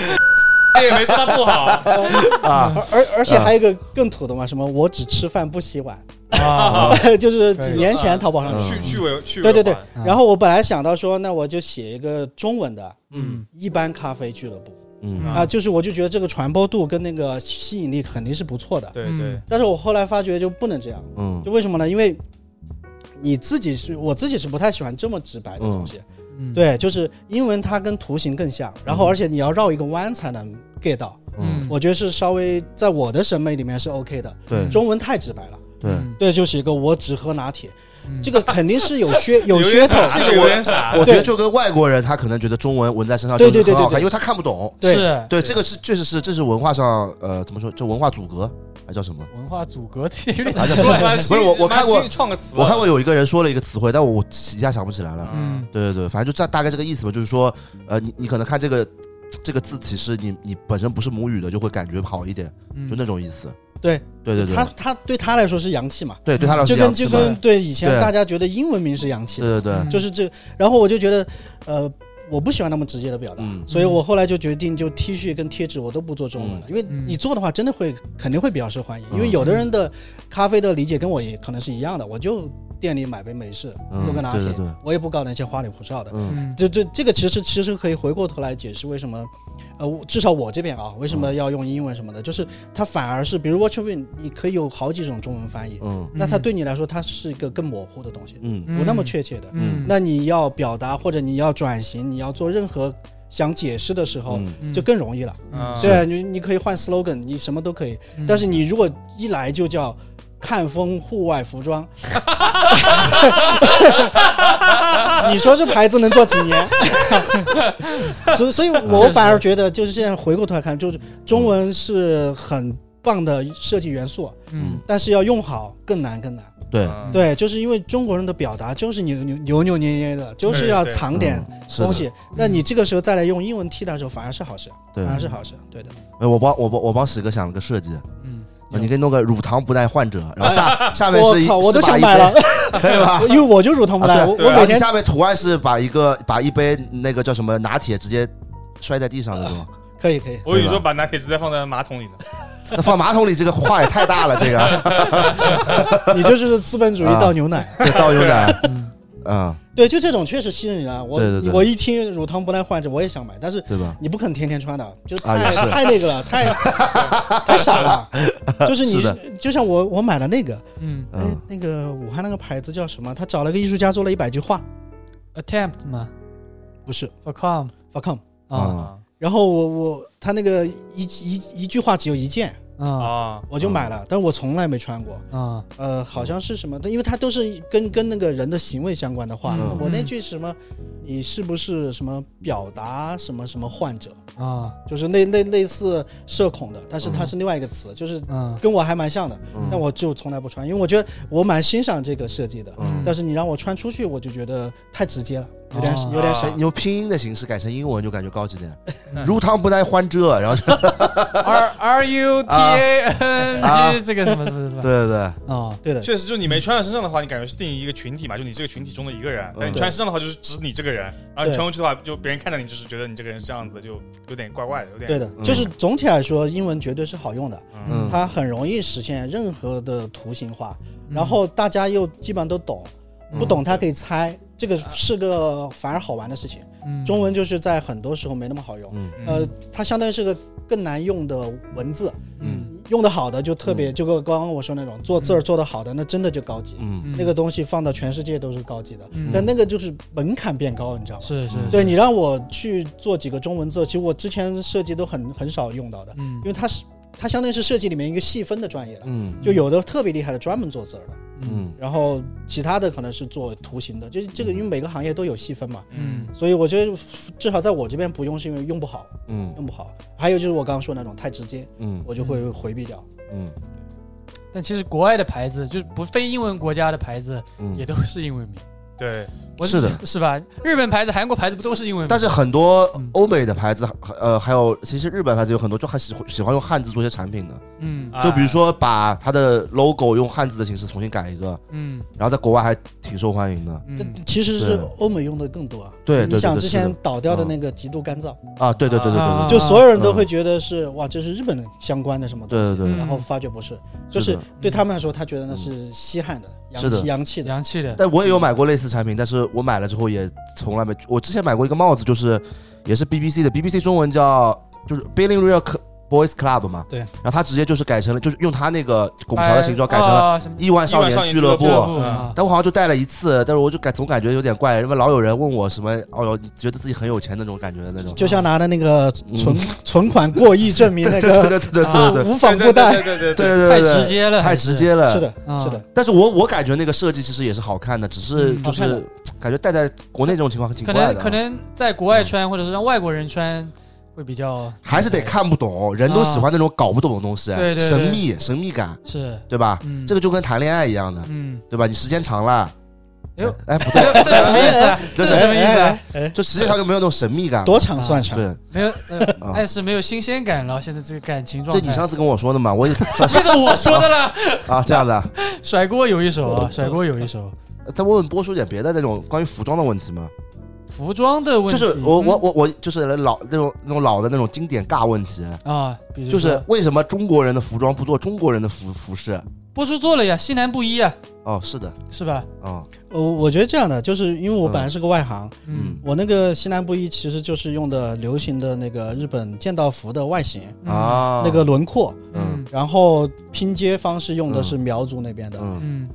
Speaker 4: 这也没说它不好，
Speaker 3: 啊
Speaker 1: 而而而且
Speaker 3: 啊
Speaker 1: 还有一个更土的嘛，什么我只吃饭不洗 碗，
Speaker 2: 啊
Speaker 1: 就是几年 前淘宝上
Speaker 3: 嗯
Speaker 1: 去。
Speaker 4: 趣趣味趣味
Speaker 1: 对对对
Speaker 4: 化，
Speaker 2: 嗯
Speaker 1: 然后我本来想到说，那我就写一个中文的
Speaker 2: 嗯
Speaker 1: 一般咖啡俱乐部
Speaker 3: 嗯
Speaker 2: 嗯
Speaker 1: 啊，就是我就觉得这个传播度跟那个吸引力肯定是不错的。
Speaker 4: 对
Speaker 2: 嗯
Speaker 4: 对，
Speaker 1: 但是我后来发觉就不能这样，
Speaker 3: 嗯
Speaker 1: 就为什么呢？因为你自己是我自己是不太喜欢这么直白的东西，
Speaker 2: 嗯
Speaker 1: 对，就是英文它跟图形更像，然后而且你要绕一个弯才能 get 到，
Speaker 3: 嗯
Speaker 1: 我觉得是稍微在我的审美里面是 OK 的，
Speaker 3: 对
Speaker 1: 中嗯文太直白了。
Speaker 3: 对
Speaker 1: 对，就是一个我只喝拿铁，
Speaker 2: 嗯
Speaker 1: 这个肯定是有噱有
Speaker 4: 点
Speaker 1: 噱头
Speaker 4: 傻，这个有点傻，
Speaker 3: 我觉得就跟外国人，他可能觉得中文纹在身上就
Speaker 1: 对对
Speaker 3: 是
Speaker 1: 对
Speaker 3: 很好
Speaker 1: 对
Speaker 3: 看，
Speaker 1: 对
Speaker 3: 因为他看不懂。
Speaker 1: 对
Speaker 2: 是
Speaker 3: 对，
Speaker 4: 对
Speaker 3: 这个是确实是，这是文化上呃怎么说，这文化阻隔还叫什么？
Speaker 2: 文化阻隔， 这有点
Speaker 3: 啊这
Speaker 2: 奇怪。
Speaker 4: 不
Speaker 3: 不是我我看过
Speaker 4: 创个词啊了，
Speaker 3: 我看过有一个人说了一个词汇，但我一下想不起来了。
Speaker 2: 嗯
Speaker 3: 对对对，反正就这大概这个意思吧，就是说，呃，你你可能看这个这个字体是你你本身不是母语的，就会感觉好一点，
Speaker 2: 嗯
Speaker 3: 就那种意思。
Speaker 1: 对
Speaker 3: 对对对，
Speaker 1: 他他对他来说是洋气嘛，
Speaker 3: 对对他老
Speaker 1: 就
Speaker 3: 师
Speaker 1: 跟
Speaker 3: 讲是
Speaker 1: 就
Speaker 3: 吧
Speaker 1: 跟嗯对以前
Speaker 3: 对
Speaker 1: 大家觉得英文名是洋气的，
Speaker 3: 对对对，
Speaker 1: 就是这，然后我就觉得，呃，我不喜欢那么直接的表达，
Speaker 3: 嗯
Speaker 1: 所以我后来就决定就 T 恤跟贴纸我都不做中文了，因
Speaker 3: 嗯
Speaker 1: 为你做的话真的会肯定会比较受欢迎，因为有的人的咖啡的理解跟我也可能是一样的，我就店里买杯美式，
Speaker 3: 嗯
Speaker 1: 弄个拿
Speaker 3: 对
Speaker 1: 铁，
Speaker 3: 对对
Speaker 1: 我也不搞那些花里胡哨的，
Speaker 3: 嗯
Speaker 2: 嗯
Speaker 1: 就这这个其实其实可以回过头来解释为什么，呃，我至少我这边啊，为什么要用英文什么
Speaker 3: 嗯
Speaker 1: 的，就是它反而是比如 watch win，你可以有好几种中文翻译，
Speaker 3: 嗯
Speaker 1: 那它对你来说它是一个更模糊的东西，
Speaker 3: 嗯
Speaker 1: 不那么确切的。
Speaker 2: 嗯
Speaker 1: 那你要表达或者你要转型，你要做任何想解释的时候，
Speaker 3: 嗯
Speaker 2: 嗯
Speaker 1: 就更容易了。
Speaker 4: 嗯
Speaker 1: 对啊，你你可以换 slogan，你什么都可以，
Speaker 2: 嗯
Speaker 1: 但是你如果一来就叫。看风户外服装， 你说这牌子能做几年？ 所以所以，我反而觉得就是现在回过头来看，就是中文是很棒的设计元素，
Speaker 2: 嗯，
Speaker 1: 但是要用好更难更难。
Speaker 3: 对，
Speaker 4: 嗯，
Speaker 1: 对，就是因为中国人的表达就是扭扭扭扭捏捏的，就是要
Speaker 4: 对对
Speaker 1: 藏点
Speaker 3: 嗯是的
Speaker 1: 东西。那你这个时候再来用英文替代的时候，反而是好事，
Speaker 3: 对
Speaker 1: 反而啊是好事。对的，
Speaker 3: 哎我帮我帮我帮史哥想了个设计，啊
Speaker 2: 嗯，
Speaker 3: 你可以弄个乳糖不耐患者，然 后下下面是
Speaker 1: 我
Speaker 3: 一
Speaker 1: 靠，我都
Speaker 3: 是把
Speaker 1: 想
Speaker 3: 一
Speaker 1: 买了，？
Speaker 3: 杯 可以吧
Speaker 1: 因为 我就乳糖不耐，
Speaker 3: 啊
Speaker 1: 我
Speaker 4: 对
Speaker 1: 我
Speaker 4: 啊
Speaker 3: 然后
Speaker 1: 每
Speaker 3: 你
Speaker 1: 天
Speaker 3: 下面图案是把一个把一杯那个叫什么拿铁直接摔在地上那种，
Speaker 1: 可以可 以，
Speaker 4: 我以为你说把拿铁直接放在马桶里呢。
Speaker 3: 那放马桶里这个话也太大了，这个
Speaker 1: 你就是资本主义
Speaker 3: 啊
Speaker 1: 倒牛奶。
Speaker 3: 这倒有点，嗯，
Speaker 1: 对，就这种确实吸引人啊！我
Speaker 3: 对对对
Speaker 1: 我一听乳糖不耐患者，我也想买，但是
Speaker 3: 对吧？
Speaker 1: 你不肯天天穿的，就太、
Speaker 3: 啊也是
Speaker 1: 太那个了， 太太傻了。就是你
Speaker 3: 是的
Speaker 1: 就像我我买了那个，
Speaker 2: 嗯
Speaker 1: 哎
Speaker 3: 嗯，
Speaker 1: 那个武汉那个牌子叫什么？他找了个艺术家做了一百句话，
Speaker 2: ，attempt 嘛
Speaker 1: 不是
Speaker 2: ，for com
Speaker 1: fuck
Speaker 2: 啊
Speaker 3: 啊，
Speaker 1: 然后我我他那个一一一句话只有一件，
Speaker 2: 啊
Speaker 4: 啊，
Speaker 1: 我就买了，但我从来没穿过。
Speaker 2: 啊，
Speaker 1: 呃，好像是什么，因为它都是跟跟那个人的行为相关的话。
Speaker 3: 嗯
Speaker 1: 我那句什么，你是不是什么表达什么什么患者，
Speaker 2: 啊
Speaker 1: 就是类类类似社恐的，但是它是另外一个词，就是
Speaker 2: 啊
Speaker 1: 跟我还蛮像的。
Speaker 3: 嗯
Speaker 1: 但我就从来不穿，因为我觉得我蛮欣赏这个设计的。
Speaker 3: 嗯
Speaker 1: 但是你让我穿出去，我就觉得太直接了，有点、
Speaker 2: 哦
Speaker 1: 有点
Speaker 3: 哎
Speaker 1: 神。
Speaker 3: 你用拼音的形式改成英文就感觉高级点，乳糖不耐患者，然后就啊
Speaker 2: ，r r u t a n g 这个什么什么什么
Speaker 3: 对对对，
Speaker 2: 啊，
Speaker 1: 对的，
Speaker 4: 确实，就你没穿到身上的话，你感觉是定义一个群体嘛，就你这个群体中的一个人。但你穿身上的话，就是指你这个人。然后你穿过去的话，就别人看到你，就是觉得你这个人是这样子的，就有点怪怪的，有点
Speaker 1: 对的，
Speaker 3: 嗯
Speaker 1: 就是总体来说，英文绝对是好用的，
Speaker 3: 嗯
Speaker 1: 它很容易实现任何的图形化，
Speaker 2: 嗯
Speaker 1: 然后大家又基本上都懂，
Speaker 3: 嗯
Speaker 1: 不懂他可以猜，这个是个反而好玩的事情。
Speaker 2: 嗯
Speaker 1: 中文就是在很多时候没那么好用，
Speaker 3: 嗯
Speaker 1: 呃，它相当于是个更难用的文字，
Speaker 3: 嗯
Speaker 1: 用的好的就特别，就跟刚刚我说那种做字儿做的好的，那真的就高级，
Speaker 3: 嗯，
Speaker 1: 那个东西放到全世界都是高级的
Speaker 2: 嗯，
Speaker 1: 但那个就是门槛变高，你知
Speaker 3: 嗯
Speaker 1: 道吗？
Speaker 2: 是是，
Speaker 1: 嗯对
Speaker 2: 是
Speaker 1: 你让我去做几个中文字，其实我之前设计都很很少用到的，
Speaker 2: 嗯
Speaker 1: 因为它是它相当于是设计里面一个细分的专业了，
Speaker 3: 嗯
Speaker 1: 就有的特别厉害的专门做字儿的，
Speaker 3: 嗯
Speaker 1: 然后其他的可能是做图形的，就是这个因为每个行业都有细分嘛，
Speaker 2: 嗯
Speaker 1: 所以我觉得至少在我这边不用是因为用不好，
Speaker 3: 嗯
Speaker 1: 用不好。还有就是我刚刚说那种太直接，
Speaker 3: 嗯
Speaker 1: 我就会回避掉。
Speaker 3: 嗯
Speaker 2: 但其实国外的牌子，就是不非英文国家的牌子，也
Speaker 3: 嗯，
Speaker 2: 都是英文名。
Speaker 4: 对，
Speaker 2: 我
Speaker 3: 是的，
Speaker 2: 是吧？日本牌子、韩国牌子不都是英文名？
Speaker 3: 但是很多
Speaker 2: 嗯
Speaker 3: 欧美的牌子，呃，还有其实日本牌子有很多就还喜喜欢用汉字做一些产品的，
Speaker 2: 嗯
Speaker 4: 啊
Speaker 3: 就比如说把它的 logo 用汉字的形式重新改一个，
Speaker 2: 嗯
Speaker 3: 然后在国外还挺受欢迎的
Speaker 2: 嗯
Speaker 1: 但其实是
Speaker 3: 对
Speaker 1: 欧美用的更多啊。
Speaker 3: 对对
Speaker 1: 你想
Speaker 3: 对对
Speaker 1: 之
Speaker 3: 是
Speaker 1: 前
Speaker 3: 的
Speaker 1: 倒掉的那个极度干燥，
Speaker 3: 啊！对对对对对
Speaker 2: 啊
Speaker 1: 就所有人都会觉得是哇，这是日本相关的什么东
Speaker 3: 对对
Speaker 1: 西。
Speaker 3: 对
Speaker 2: 嗯
Speaker 3: 对，
Speaker 1: 然后发觉不是，
Speaker 3: 是
Speaker 1: 就
Speaker 3: 的嗯
Speaker 1: 是对他们来说，他觉得那是西汉的、
Speaker 3: 是
Speaker 1: 洋
Speaker 3: 的
Speaker 1: 气、洋气的。
Speaker 2: 洋气的，
Speaker 3: 但我也有买过类似产品，但是我买了之后也从来没，我之前买过一个帽子，就是也是 BBC 的，BBC 中文叫就是 Billing Real Cl- Boys Club 嘛，
Speaker 1: 对
Speaker 3: 然后它直接就是改成了，就是用它那个拱桥的形状改成了
Speaker 2: 哎了什么
Speaker 3: 亿万少
Speaker 4: 亿万少
Speaker 3: 年
Speaker 4: 年
Speaker 3: 俱
Speaker 4: 俱乐
Speaker 3: 乐
Speaker 4: 部
Speaker 3: 呃
Speaker 2: 俱。
Speaker 3: 部
Speaker 2: 乐
Speaker 4: 不
Speaker 2: 部啊？
Speaker 3: 但我好像就戴了一次，但是我就感总感觉有点怪，因为老有人问我什么，哦哟，你觉得自己很有钱那种感觉的那种，
Speaker 1: 就像拿的那个
Speaker 3: 嗯
Speaker 1: 存存款过亿证明那
Speaker 3: 对
Speaker 1: 个
Speaker 3: 对对对对对对
Speaker 1: 无纺布袋，
Speaker 4: 对对
Speaker 3: 对
Speaker 4: 对对，
Speaker 3: 对
Speaker 2: 啊太
Speaker 3: 对对，
Speaker 2: 直接了，
Speaker 3: 太
Speaker 2: 还是
Speaker 3: 直。接了，
Speaker 1: 是的，
Speaker 2: 啊
Speaker 1: 是的，
Speaker 3: 但是我我感觉那个设计其实也是好看的，只是
Speaker 2: 嗯
Speaker 3: 就
Speaker 1: 好看
Speaker 3: 是
Speaker 1: 的
Speaker 3: 感觉戴在国内这种情况挺
Speaker 2: 可
Speaker 3: 怪的啊，
Speaker 2: 能可能在国外穿，或者是让外国人穿，会比较
Speaker 3: 嗯还是得看不懂，人都喜欢那种搞不懂的东西，啊
Speaker 2: 啊对对对
Speaker 3: 神秘神秘感，
Speaker 2: 是
Speaker 3: 对吧？
Speaker 2: 嗯
Speaker 3: 这个就跟谈恋爱一样的，
Speaker 2: 嗯，
Speaker 3: 对吧？你时间长了，
Speaker 2: 哎呦
Speaker 3: 哎不
Speaker 2: 这
Speaker 3: 对，
Speaker 2: 这是什么意思 啊？这是什么意思
Speaker 1: 哎？
Speaker 2: 啊？
Speaker 1: 哎哎
Speaker 3: 就时间长就没有那种神秘感
Speaker 1: 哎
Speaker 3: 了，
Speaker 1: 多长算长？
Speaker 3: 对。
Speaker 2: 没有，呃
Speaker 3: 啊
Speaker 2: 暗示没有新鲜感了。现在这个感情
Speaker 3: 这
Speaker 2: 状态，
Speaker 3: 你上次跟我说的 嘛，我也
Speaker 2: 这是我说的啦。
Speaker 3: 啊这样的，
Speaker 2: 甩锅有一手
Speaker 3: 哦
Speaker 2: 啊，甩锅有一手。
Speaker 3: 再问问波叔点别的那种关于服装的问题吗？
Speaker 2: 服装的问
Speaker 3: 就
Speaker 2: 题，嗯
Speaker 3: 是我我我我就是老那种那种老的那种经典尬问题，
Speaker 2: 嗯啊，比如
Speaker 3: 就
Speaker 2: 说
Speaker 3: 是为什么中国人的服装不做中国人的服服饰？
Speaker 2: 波叔做了呀，西南不一啊，
Speaker 3: 哦，是的，
Speaker 2: 是吧？
Speaker 3: 哦，
Speaker 1: 我呃我觉得这样的，就是因为我本来是个外行，
Speaker 3: 嗯
Speaker 1: 我那个西南布衣其实就是用的流行的那个日本剑道服的外形，
Speaker 2: 嗯
Speaker 3: 啊，
Speaker 1: 那个轮廓，
Speaker 2: 嗯
Speaker 1: 然后拼接方式用的是苗族那边的。嗯
Speaker 3: 嗯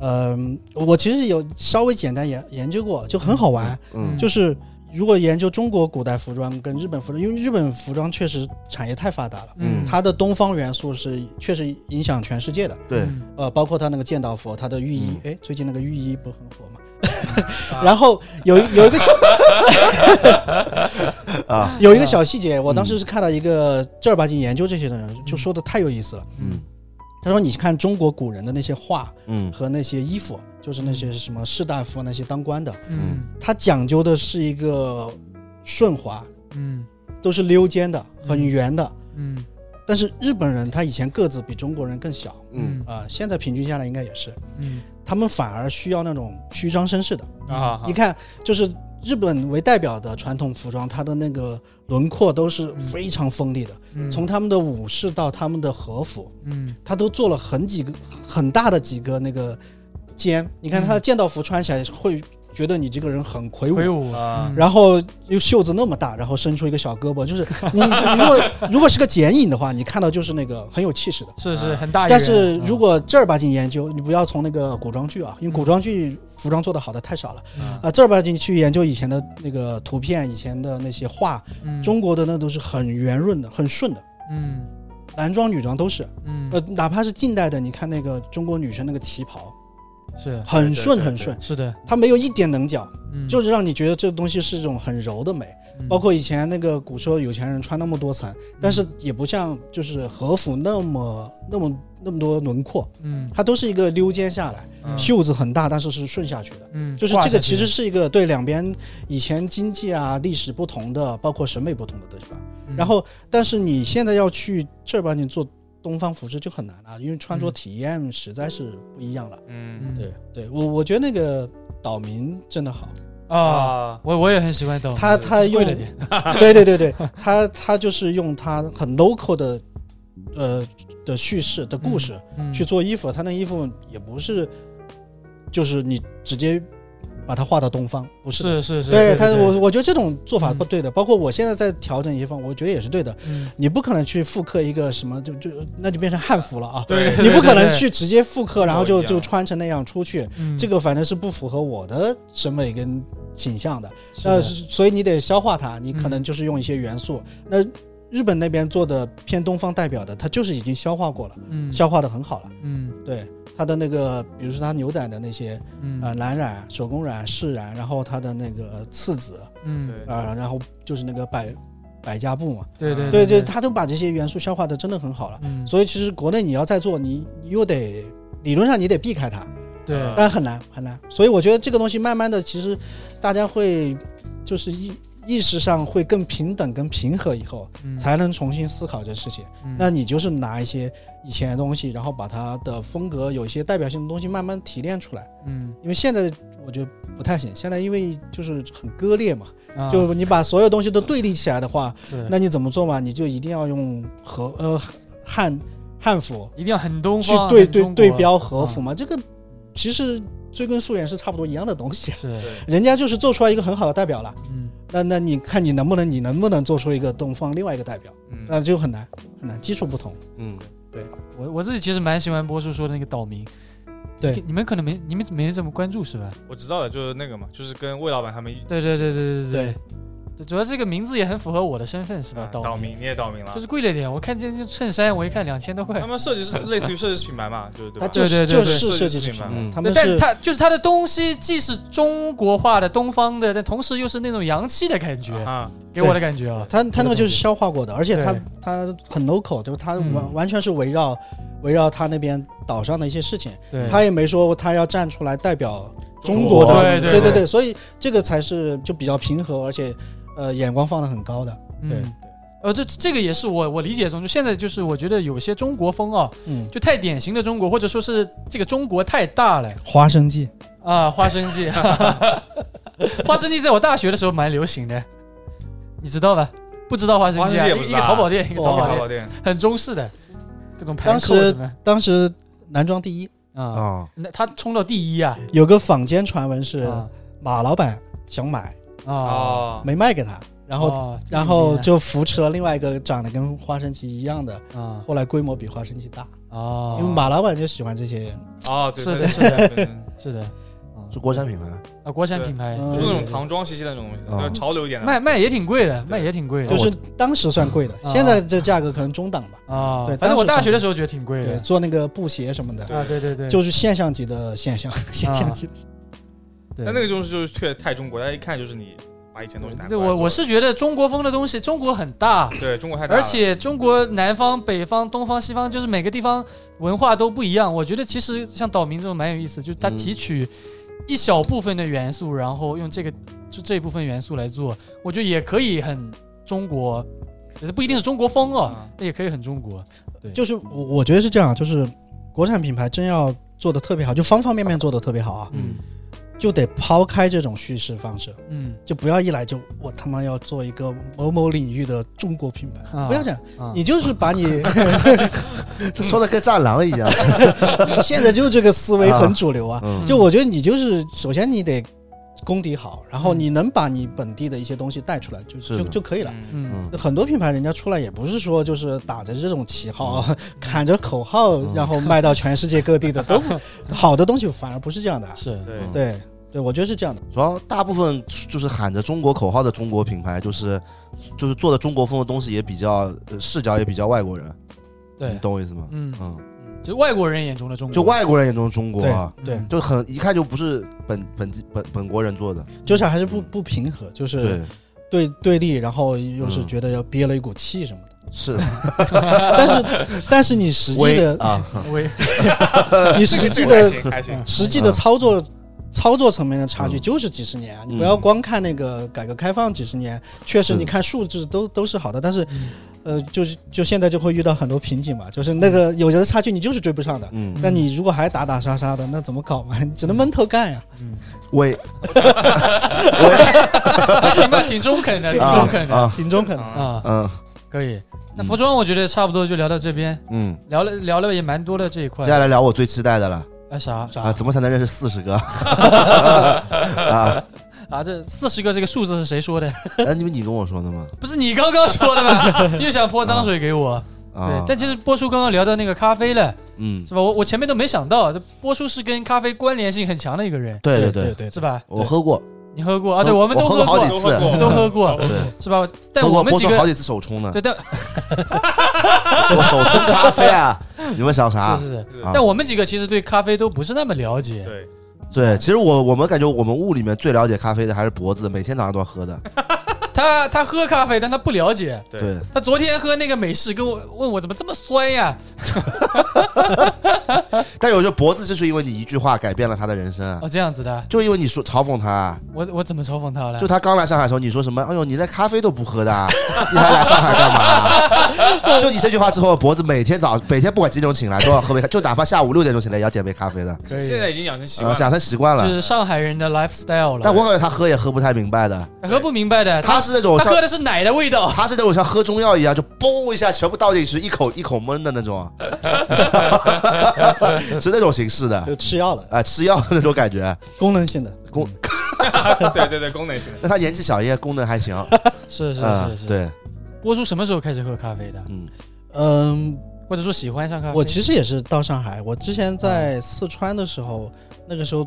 Speaker 2: 嗯
Speaker 1: 我其实有稍微简单研研究过，就很好玩。
Speaker 3: 嗯
Speaker 1: 就是如果研究中国古代服装跟日本服装，因为日本服装确实产业太发达了，
Speaker 2: 嗯，
Speaker 1: 它的东方元素是确实影响全世界的。
Speaker 3: 对，
Speaker 2: 嗯
Speaker 1: 呃，包括它那个剑道服，它的御衣，
Speaker 3: 嗯
Speaker 1: 哎、最近那个御衣不是很 火吗？然后有有一个
Speaker 3: 啊，嗯
Speaker 1: 有一个小细节，我当时是看到一个正儿八经研究这些的人就说的太有意思了。
Speaker 3: 嗯
Speaker 1: 他说：“你看中国古人的那些画
Speaker 3: 嗯
Speaker 1: 和那些衣服，就是那些什么士大夫啊那些当官的，
Speaker 2: 嗯
Speaker 1: 他讲究的是一个顺滑，
Speaker 2: 嗯
Speaker 1: 都是溜肩的，很圆的。
Speaker 2: 嗯
Speaker 1: 但是日本人他以前个子比中国人更小
Speaker 3: 嗯，
Speaker 1: 啊、现在平均下来应该也是，
Speaker 2: 嗯
Speaker 1: 他们反而需要那种虚张声势的。
Speaker 4: 啊，
Speaker 1: 你看，就是日本为代表的传统服装，它的那个轮廓都是非常锋利的，
Speaker 2: 嗯，
Speaker 1: 从他们的武士到他们的和服，
Speaker 2: 嗯
Speaker 1: 他都做了很几个很大的几个那个肩。你看他的剑道服穿起来会觉得你这个人很魁梧。
Speaker 2: 魁梧嗯
Speaker 4: 啊，
Speaker 1: 然后又袖子那么大，然后伸出一个小胳膊，就是你你如果如果是个剪影的话，你看到就是那个很有气势的。
Speaker 2: 是是很大一个
Speaker 1: 但
Speaker 2: 人，嗯
Speaker 1: 是如果正儿八经研究，你不要从那个古装剧啊，因为古装剧服装做的好的太少了。
Speaker 2: 嗯
Speaker 1: 啊，正儿八经去研究以前的那个图片，以前的那些画，
Speaker 2: 嗯
Speaker 1: 中国的那都是很圆润的，很顺的，
Speaker 2: 嗯
Speaker 1: 男装女装都是。
Speaker 2: 嗯
Speaker 1: 呃，哪怕是近代的，你看那个中国女生那个旗袍，
Speaker 2: 是
Speaker 1: 很顺
Speaker 4: 对对
Speaker 1: 很顺，
Speaker 2: 呃是的，
Speaker 1: 它没有一点棱角，
Speaker 2: 嗯
Speaker 1: 就是让你觉得这个东西是一种很柔的美。
Speaker 2: 嗯
Speaker 1: 包括以前那个古时候有钱人穿那么多层，但是
Speaker 2: 嗯
Speaker 1: 也不像就是和服那么那么那么多轮廓，
Speaker 2: 嗯
Speaker 1: 它都是一个溜肩下来，
Speaker 4: 嗯
Speaker 1: 袖子很大，但是是顺下去的。
Speaker 2: 嗯
Speaker 1: 就是
Speaker 2: 挂
Speaker 1: 这个
Speaker 2: 下去
Speaker 1: 其实是一个对两边以前经济啊、历史不同的，包括审美不同的地方。
Speaker 2: 嗯
Speaker 1: 然后，但是你现在要去正儿八经做东方服饰就很难了、因为穿着
Speaker 2: 嗯
Speaker 1: 体验实在是不一样了。
Speaker 4: 嗯
Speaker 2: 嗯
Speaker 1: 对，对我我觉得那个岛民真的好，
Speaker 2: 啊，我我也很喜欢抖，
Speaker 1: 他他用
Speaker 2: 哦贵了点，
Speaker 1: 对对对对，他他就是用他很 local 的呃的叙事的故事
Speaker 2: 嗯
Speaker 1: 去做衣服，他那衣服也不是就是你直接把它画到东方，不是的。
Speaker 2: 是是是，
Speaker 1: 对
Speaker 2: 对
Speaker 1: 他，
Speaker 2: 对
Speaker 1: 我我觉得这种做法不
Speaker 2: 嗯
Speaker 1: 对的，包括我现在在调整一些方，我觉得也是对的。
Speaker 2: 嗯
Speaker 1: 你不可能去复刻一个什么，就就那就变成汉服了啊！
Speaker 4: 对
Speaker 1: 你不可能去直接复刻，然后
Speaker 4: 一
Speaker 1: 就
Speaker 4: 样
Speaker 1: 就穿成那样出去，
Speaker 2: 嗯
Speaker 1: 这个反正是不符合我的审美跟倾向的。
Speaker 2: 是
Speaker 1: 那
Speaker 2: 的
Speaker 1: 是所以你得消化它，你可能
Speaker 2: 嗯
Speaker 1: 就是用一些元素。那日本那边做的偏东方代表的，它就是已经消化过了，
Speaker 2: 嗯
Speaker 1: 消化的很好了。
Speaker 2: 嗯
Speaker 1: 对它的那个，比如说它牛仔的那些
Speaker 2: 嗯
Speaker 1: 呃蓝染、手工染、饰染，然后它的那个刺子
Speaker 2: 嗯
Speaker 1: 啊、然后就是那个百百家布嘛，
Speaker 2: 对对
Speaker 1: 对对，
Speaker 2: 对，
Speaker 1: 它都把这些元素消化的真的很好了。
Speaker 2: 嗯
Speaker 1: 所以其实国内你要再做，你你又得理论上你得避开它，
Speaker 2: 对
Speaker 4: 嗯
Speaker 1: 但很难很难。所以我觉得这个东西慢慢的，其实大家会就是意意识上会更平等、更平和，以后
Speaker 2: 嗯
Speaker 1: 才能重新思考这事情。
Speaker 2: 嗯
Speaker 1: 那你就是拿一些以前的东西，然后把它的风格有一些代表性的东西慢慢提炼出来。
Speaker 2: 嗯
Speaker 1: 因为现在我觉得不太行，现在因为就是很割裂嘛，
Speaker 2: 啊
Speaker 1: 就你把所有东西都对立起来的话，
Speaker 2: 是
Speaker 1: 那你怎么做嘛？你就一定要用和呃汉汉服，
Speaker 2: 一定要很东
Speaker 1: 去
Speaker 2: 方
Speaker 1: 对
Speaker 2: 很
Speaker 1: 对
Speaker 2: 中
Speaker 1: 对
Speaker 2: 国啊嗯
Speaker 1: 标和服嘛，这个其实追根溯源是差不多一样的东西，
Speaker 2: 是
Speaker 1: 人家就是做出来一个很好的代表了。
Speaker 2: 嗯
Speaker 1: 那那你看你能不能你能不能做出一个东方另外一个代表？
Speaker 4: 嗯
Speaker 1: 那就很难很难，基础不同。
Speaker 3: 嗯，
Speaker 2: 我我自己其实蛮喜欢波叔说的那个岛民，
Speaker 1: 对
Speaker 2: 你你们可能没你们没怎么关注是吧？
Speaker 4: 我知道的，就是那个嘛，就是跟魏老板他们一
Speaker 2: 对对对对
Speaker 1: 对
Speaker 2: 对对，主要这个名字也很符合我的身份是吧
Speaker 4: 啊？
Speaker 2: 嗯岛民啊
Speaker 4: 民，你也倒民了
Speaker 2: 就，是贵了点，我看见这衬衫我一看两千多块
Speaker 4: 他，们设计是类似于设计师品牌嘛，就是对
Speaker 1: 它
Speaker 4: 吧？
Speaker 1: 就
Speaker 2: 对
Speaker 1: 是
Speaker 2: 对对
Speaker 1: 就
Speaker 2: 对
Speaker 1: 是设
Speaker 4: 设
Speaker 1: 计
Speaker 4: 计
Speaker 1: 师
Speaker 4: 师
Speaker 1: 品牌
Speaker 3: 嗯
Speaker 4: 品牌，
Speaker 1: 他
Speaker 2: 对
Speaker 1: 们
Speaker 2: 但
Speaker 1: 是
Speaker 2: 它就是它的东西既是中国化的、东方的，但同时又是那种洋气的感觉，
Speaker 4: 啊，
Speaker 2: 给我的感觉啊。
Speaker 1: 他他那个就是消化过的，而且他
Speaker 2: 对
Speaker 1: 他很 local，就是他
Speaker 2: 嗯
Speaker 1: 完完全是围绕围绕他那边岛上的一些事情，
Speaker 2: 对，
Speaker 1: 他也没说他要站出来代表中
Speaker 4: 中
Speaker 1: 国的，
Speaker 2: 国对对
Speaker 1: 对
Speaker 2: 对
Speaker 1: 对，所以这个才是就比较平和，而且呃眼光放得很高的。对
Speaker 2: 嗯，呃，这这个也是我我理解中，就现在就是我觉得有些中国风啊，
Speaker 1: 嗯，
Speaker 2: 就太典型的中国，或者说是这个中国太大了
Speaker 1: 花生记，
Speaker 2: 啊，花生 记，花生记在我大学的时候蛮流行的，你知道吧？不知道花生
Speaker 4: 花
Speaker 2: 记
Speaker 4: 生
Speaker 2: 啊，
Speaker 4: 记也不
Speaker 2: 一
Speaker 4: 知
Speaker 2: 个
Speaker 4: 道啊
Speaker 2: 淘宝店，一个
Speaker 1: 哇
Speaker 2: 淘宝
Speaker 4: 淘
Speaker 2: 店，
Speaker 4: 宝店，
Speaker 2: 很中式的，各种盘
Speaker 1: 当
Speaker 2: 扣
Speaker 1: 时
Speaker 2: 什么
Speaker 1: 当时男装第一，
Speaker 2: 啊，
Speaker 3: 啊，
Speaker 2: 那他冲到第一啊
Speaker 1: 有个坊间传闻是
Speaker 2: 啊
Speaker 1: 马老板想买，
Speaker 2: 啊，
Speaker 4: 哦，
Speaker 1: 没卖给他，然后、
Speaker 2: 后
Speaker 1: 然后就扶持了另外一个长得跟花生奇一样的，
Speaker 2: 啊
Speaker 1: 后来规模比花生奇大，
Speaker 2: 啊，
Speaker 1: 因为马老板就喜欢这些，
Speaker 4: 哦，对，
Speaker 2: 是的
Speaker 4: 对
Speaker 2: 是的
Speaker 4: 对对对
Speaker 2: 是的，啊
Speaker 3: 是国产品牌，
Speaker 2: 啊，国产品牌
Speaker 1: 嗯
Speaker 4: 就那种唐装兮兮的那种东西，
Speaker 3: 哦
Speaker 4: 就是潮流一点的。
Speaker 2: 卖卖也挺贵的，
Speaker 4: 对
Speaker 2: 卖也挺贵的，
Speaker 1: 就是当时算贵的，
Speaker 2: 啊
Speaker 1: 现在这价格可能中档吧。
Speaker 2: 啊，
Speaker 1: 对
Speaker 2: 反正我
Speaker 1: 当时
Speaker 2: 大学的时候觉得挺贵
Speaker 1: 对，
Speaker 2: 的
Speaker 1: 做那个布鞋什么的，
Speaker 4: 对
Speaker 2: 啊，对对对，
Speaker 1: 就是现象级的现象，现象级的。
Speaker 2: 对
Speaker 4: 但那个就是就是确太中国，大家一看就是你把以前的东西拿
Speaker 2: 对
Speaker 4: 过来
Speaker 2: 我
Speaker 4: 做
Speaker 2: 我是觉得中国风的东西，中国很大，
Speaker 4: 对中国太大了，
Speaker 2: 而且中国南方、北方、东方、西方，就是每个地方文化都不一样。我觉得其实像岛民这种蛮有意思，就是他
Speaker 3: 嗯
Speaker 2: 提取一小部分的元素，然后用这个就这一部分元素来做，我觉得也可以很中国，也是不一定是中国风啊
Speaker 4: 嗯，
Speaker 2: 那也可以很中国。
Speaker 1: 就是我我觉得是这样，啊就是国产品牌真要做的特别好，就方方面面做的特别好啊，
Speaker 3: 嗯
Speaker 1: 就得抛开这种叙事方式，
Speaker 2: 嗯
Speaker 1: 就不要一来就我他妈要做一个某某领域的中国品牌，
Speaker 2: 啊
Speaker 1: 不要这样，
Speaker 2: 啊，
Speaker 1: 你就是把你
Speaker 3: 这说的跟战狼一样。
Speaker 1: 现在就这个思维很主流啊，
Speaker 3: 嗯
Speaker 1: 就我觉得你就是首先你得功底好，然后你能把你本地的一些东西带出来就是就
Speaker 3: 的
Speaker 1: 就可以了。
Speaker 4: 嗯
Speaker 2: 嗯
Speaker 1: 很多品牌人家出来也不是说就是打着这种旗号、 喊着口号，
Speaker 3: 嗯
Speaker 1: 然后卖到全世界各地 的都不好的东西，反而不是这样的啊。
Speaker 2: 是
Speaker 4: 对
Speaker 3: 嗯
Speaker 1: 对对，我觉得是这样的。
Speaker 3: 主要大部分就是喊着中国口号的中国品牌，就是就是做的中国风的东西也比较呃视角也比较外国人，你
Speaker 2: 对，
Speaker 3: 懂我意思吗？
Speaker 2: 嗯，
Speaker 3: 嗯，
Speaker 2: 就外国人眼中的中国，
Speaker 3: 就外国人眼中的中国啊，
Speaker 1: 对
Speaker 2: 嗯
Speaker 3: 就很一看就不是本本地本本国人做的，
Speaker 1: 就是还是不不平和，就是
Speaker 3: 对，
Speaker 1: 对对立，然后又是
Speaker 3: 嗯
Speaker 1: 觉得要憋了一股气什么的。
Speaker 3: 是
Speaker 1: 但是但是你实际
Speaker 3: 威
Speaker 1: 的
Speaker 3: 啊，
Speaker 2: 为
Speaker 1: 你实际的
Speaker 4: 这个还行还行，
Speaker 1: 实际的操作操作层面的差距就是几十年啊，你不要光看那个改革开放几十年，确实
Speaker 3: 是
Speaker 1: 你看数字都都是好的，但是，呃，就是就现在就会遇到很多瓶颈嘛，就是那个有的差距你就是追不上的，
Speaker 3: 嗯，
Speaker 1: 那你如果还打打杀杀的，那怎么搞嘛？你只能闷头干呀。
Speaker 3: 威
Speaker 2: 行吧，挺中肯的，挺
Speaker 3: 啊
Speaker 2: 中肯的
Speaker 3: 啊，
Speaker 1: 挺 中 肯的。
Speaker 4: 啊
Speaker 2: 啊，
Speaker 3: 嗯
Speaker 2: 可以。那服装我觉得差不多就聊到这边，
Speaker 3: 嗯，
Speaker 2: 聊了聊了也蛮多的这一块
Speaker 3: 接。下来聊我最期待的了
Speaker 2: 啊啥
Speaker 1: 啥
Speaker 3: 啊，怎么才能认识四十个 啊？
Speaker 2: 啊？这四十个这个数字是谁说的？
Speaker 3: 哎，你们你跟我说的吗？
Speaker 2: 不是你刚刚说的吗？ 又想泼脏水给我。对
Speaker 3: 啊，，
Speaker 2: 但其实波叔刚刚聊到那个咖啡了，
Speaker 3: 嗯，
Speaker 2: 是吧？我我前面都没想到，这波叔是跟咖啡关联性很强的一个人，
Speaker 3: 对
Speaker 1: 对
Speaker 3: 对，
Speaker 1: 对
Speaker 2: 是，吧？
Speaker 3: 我喝过，
Speaker 2: 你喝过啊？
Speaker 3: 我
Speaker 2: 对，们都
Speaker 3: 我喝
Speaker 2: 喝
Speaker 3: 过好
Speaker 2: 过，
Speaker 3: 几次
Speaker 2: 都 喝过，
Speaker 3: 对，
Speaker 2: 是吧？但
Speaker 3: 喝过
Speaker 2: 我们
Speaker 3: 波
Speaker 2: 几
Speaker 3: 叔好
Speaker 2: 个
Speaker 3: 几次手冲 呢，
Speaker 2: 对，但
Speaker 3: 我手冲咖啡啊，你们想啥
Speaker 2: 是？是是，
Speaker 4: 对
Speaker 3: 啊
Speaker 2: 但我们几个其实对咖啡都不是那么了解。
Speaker 4: 对，
Speaker 3: 对，其实我我们感觉我们屋里面最了解咖啡的还是脖子，每天早上都要喝的。
Speaker 2: 他他喝咖啡，但他不了解。
Speaker 4: 对
Speaker 3: 对，
Speaker 2: 他昨天喝那个美式，跟我问我怎么这么酸呀？
Speaker 3: 但有时候脖子就是因为你一句话改变了他的人生啊，
Speaker 2: 哦，这样子的，
Speaker 3: 就因为你说嘲讽他，啊
Speaker 2: 我我怎么嘲讽他了？
Speaker 3: 就他刚来上海的时候，你说什么？哎呦，你连咖啡都不 喝的啊，你还来上海干嘛？啊就你这句话之后，脖子每天早每天不管几点钟醒来都要喝杯咖，就哪怕下午六点钟醒来也要点杯咖啡的，
Speaker 2: 可以
Speaker 4: 现在已经养成习
Speaker 3: 呃，
Speaker 4: 惯了，
Speaker 3: 养成习惯
Speaker 2: 就
Speaker 3: 了。
Speaker 2: 是上海人的 lifestyle 了。
Speaker 3: 但我感觉他喝也喝不太明白的，
Speaker 2: 喝不明白的，
Speaker 3: 他啊是那种
Speaker 2: 他
Speaker 3: 像
Speaker 2: 喝的是奶的味 道。
Speaker 3: 他是那种像喝中药一样，就嘣一下全部倒进去，一口一口闷的那种，啊 是那种形式的，
Speaker 1: 就吃药了，
Speaker 3: 啊，吃药的那种感觉。
Speaker 1: 功能性的。
Speaker 2: 嗯
Speaker 3: 功，
Speaker 4: 对对对，功能性的。
Speaker 3: 那他年纪小，应该功能还行，
Speaker 2: 是是
Speaker 3: 啊
Speaker 2: 是是。，
Speaker 3: 对，
Speaker 2: 波叔什么时候开始喝咖啡的？
Speaker 3: 嗯
Speaker 1: 嗯，
Speaker 2: 或者说喜欢上咖啡？
Speaker 1: 我其实也是到上海，我之前在四川的时候，那个时候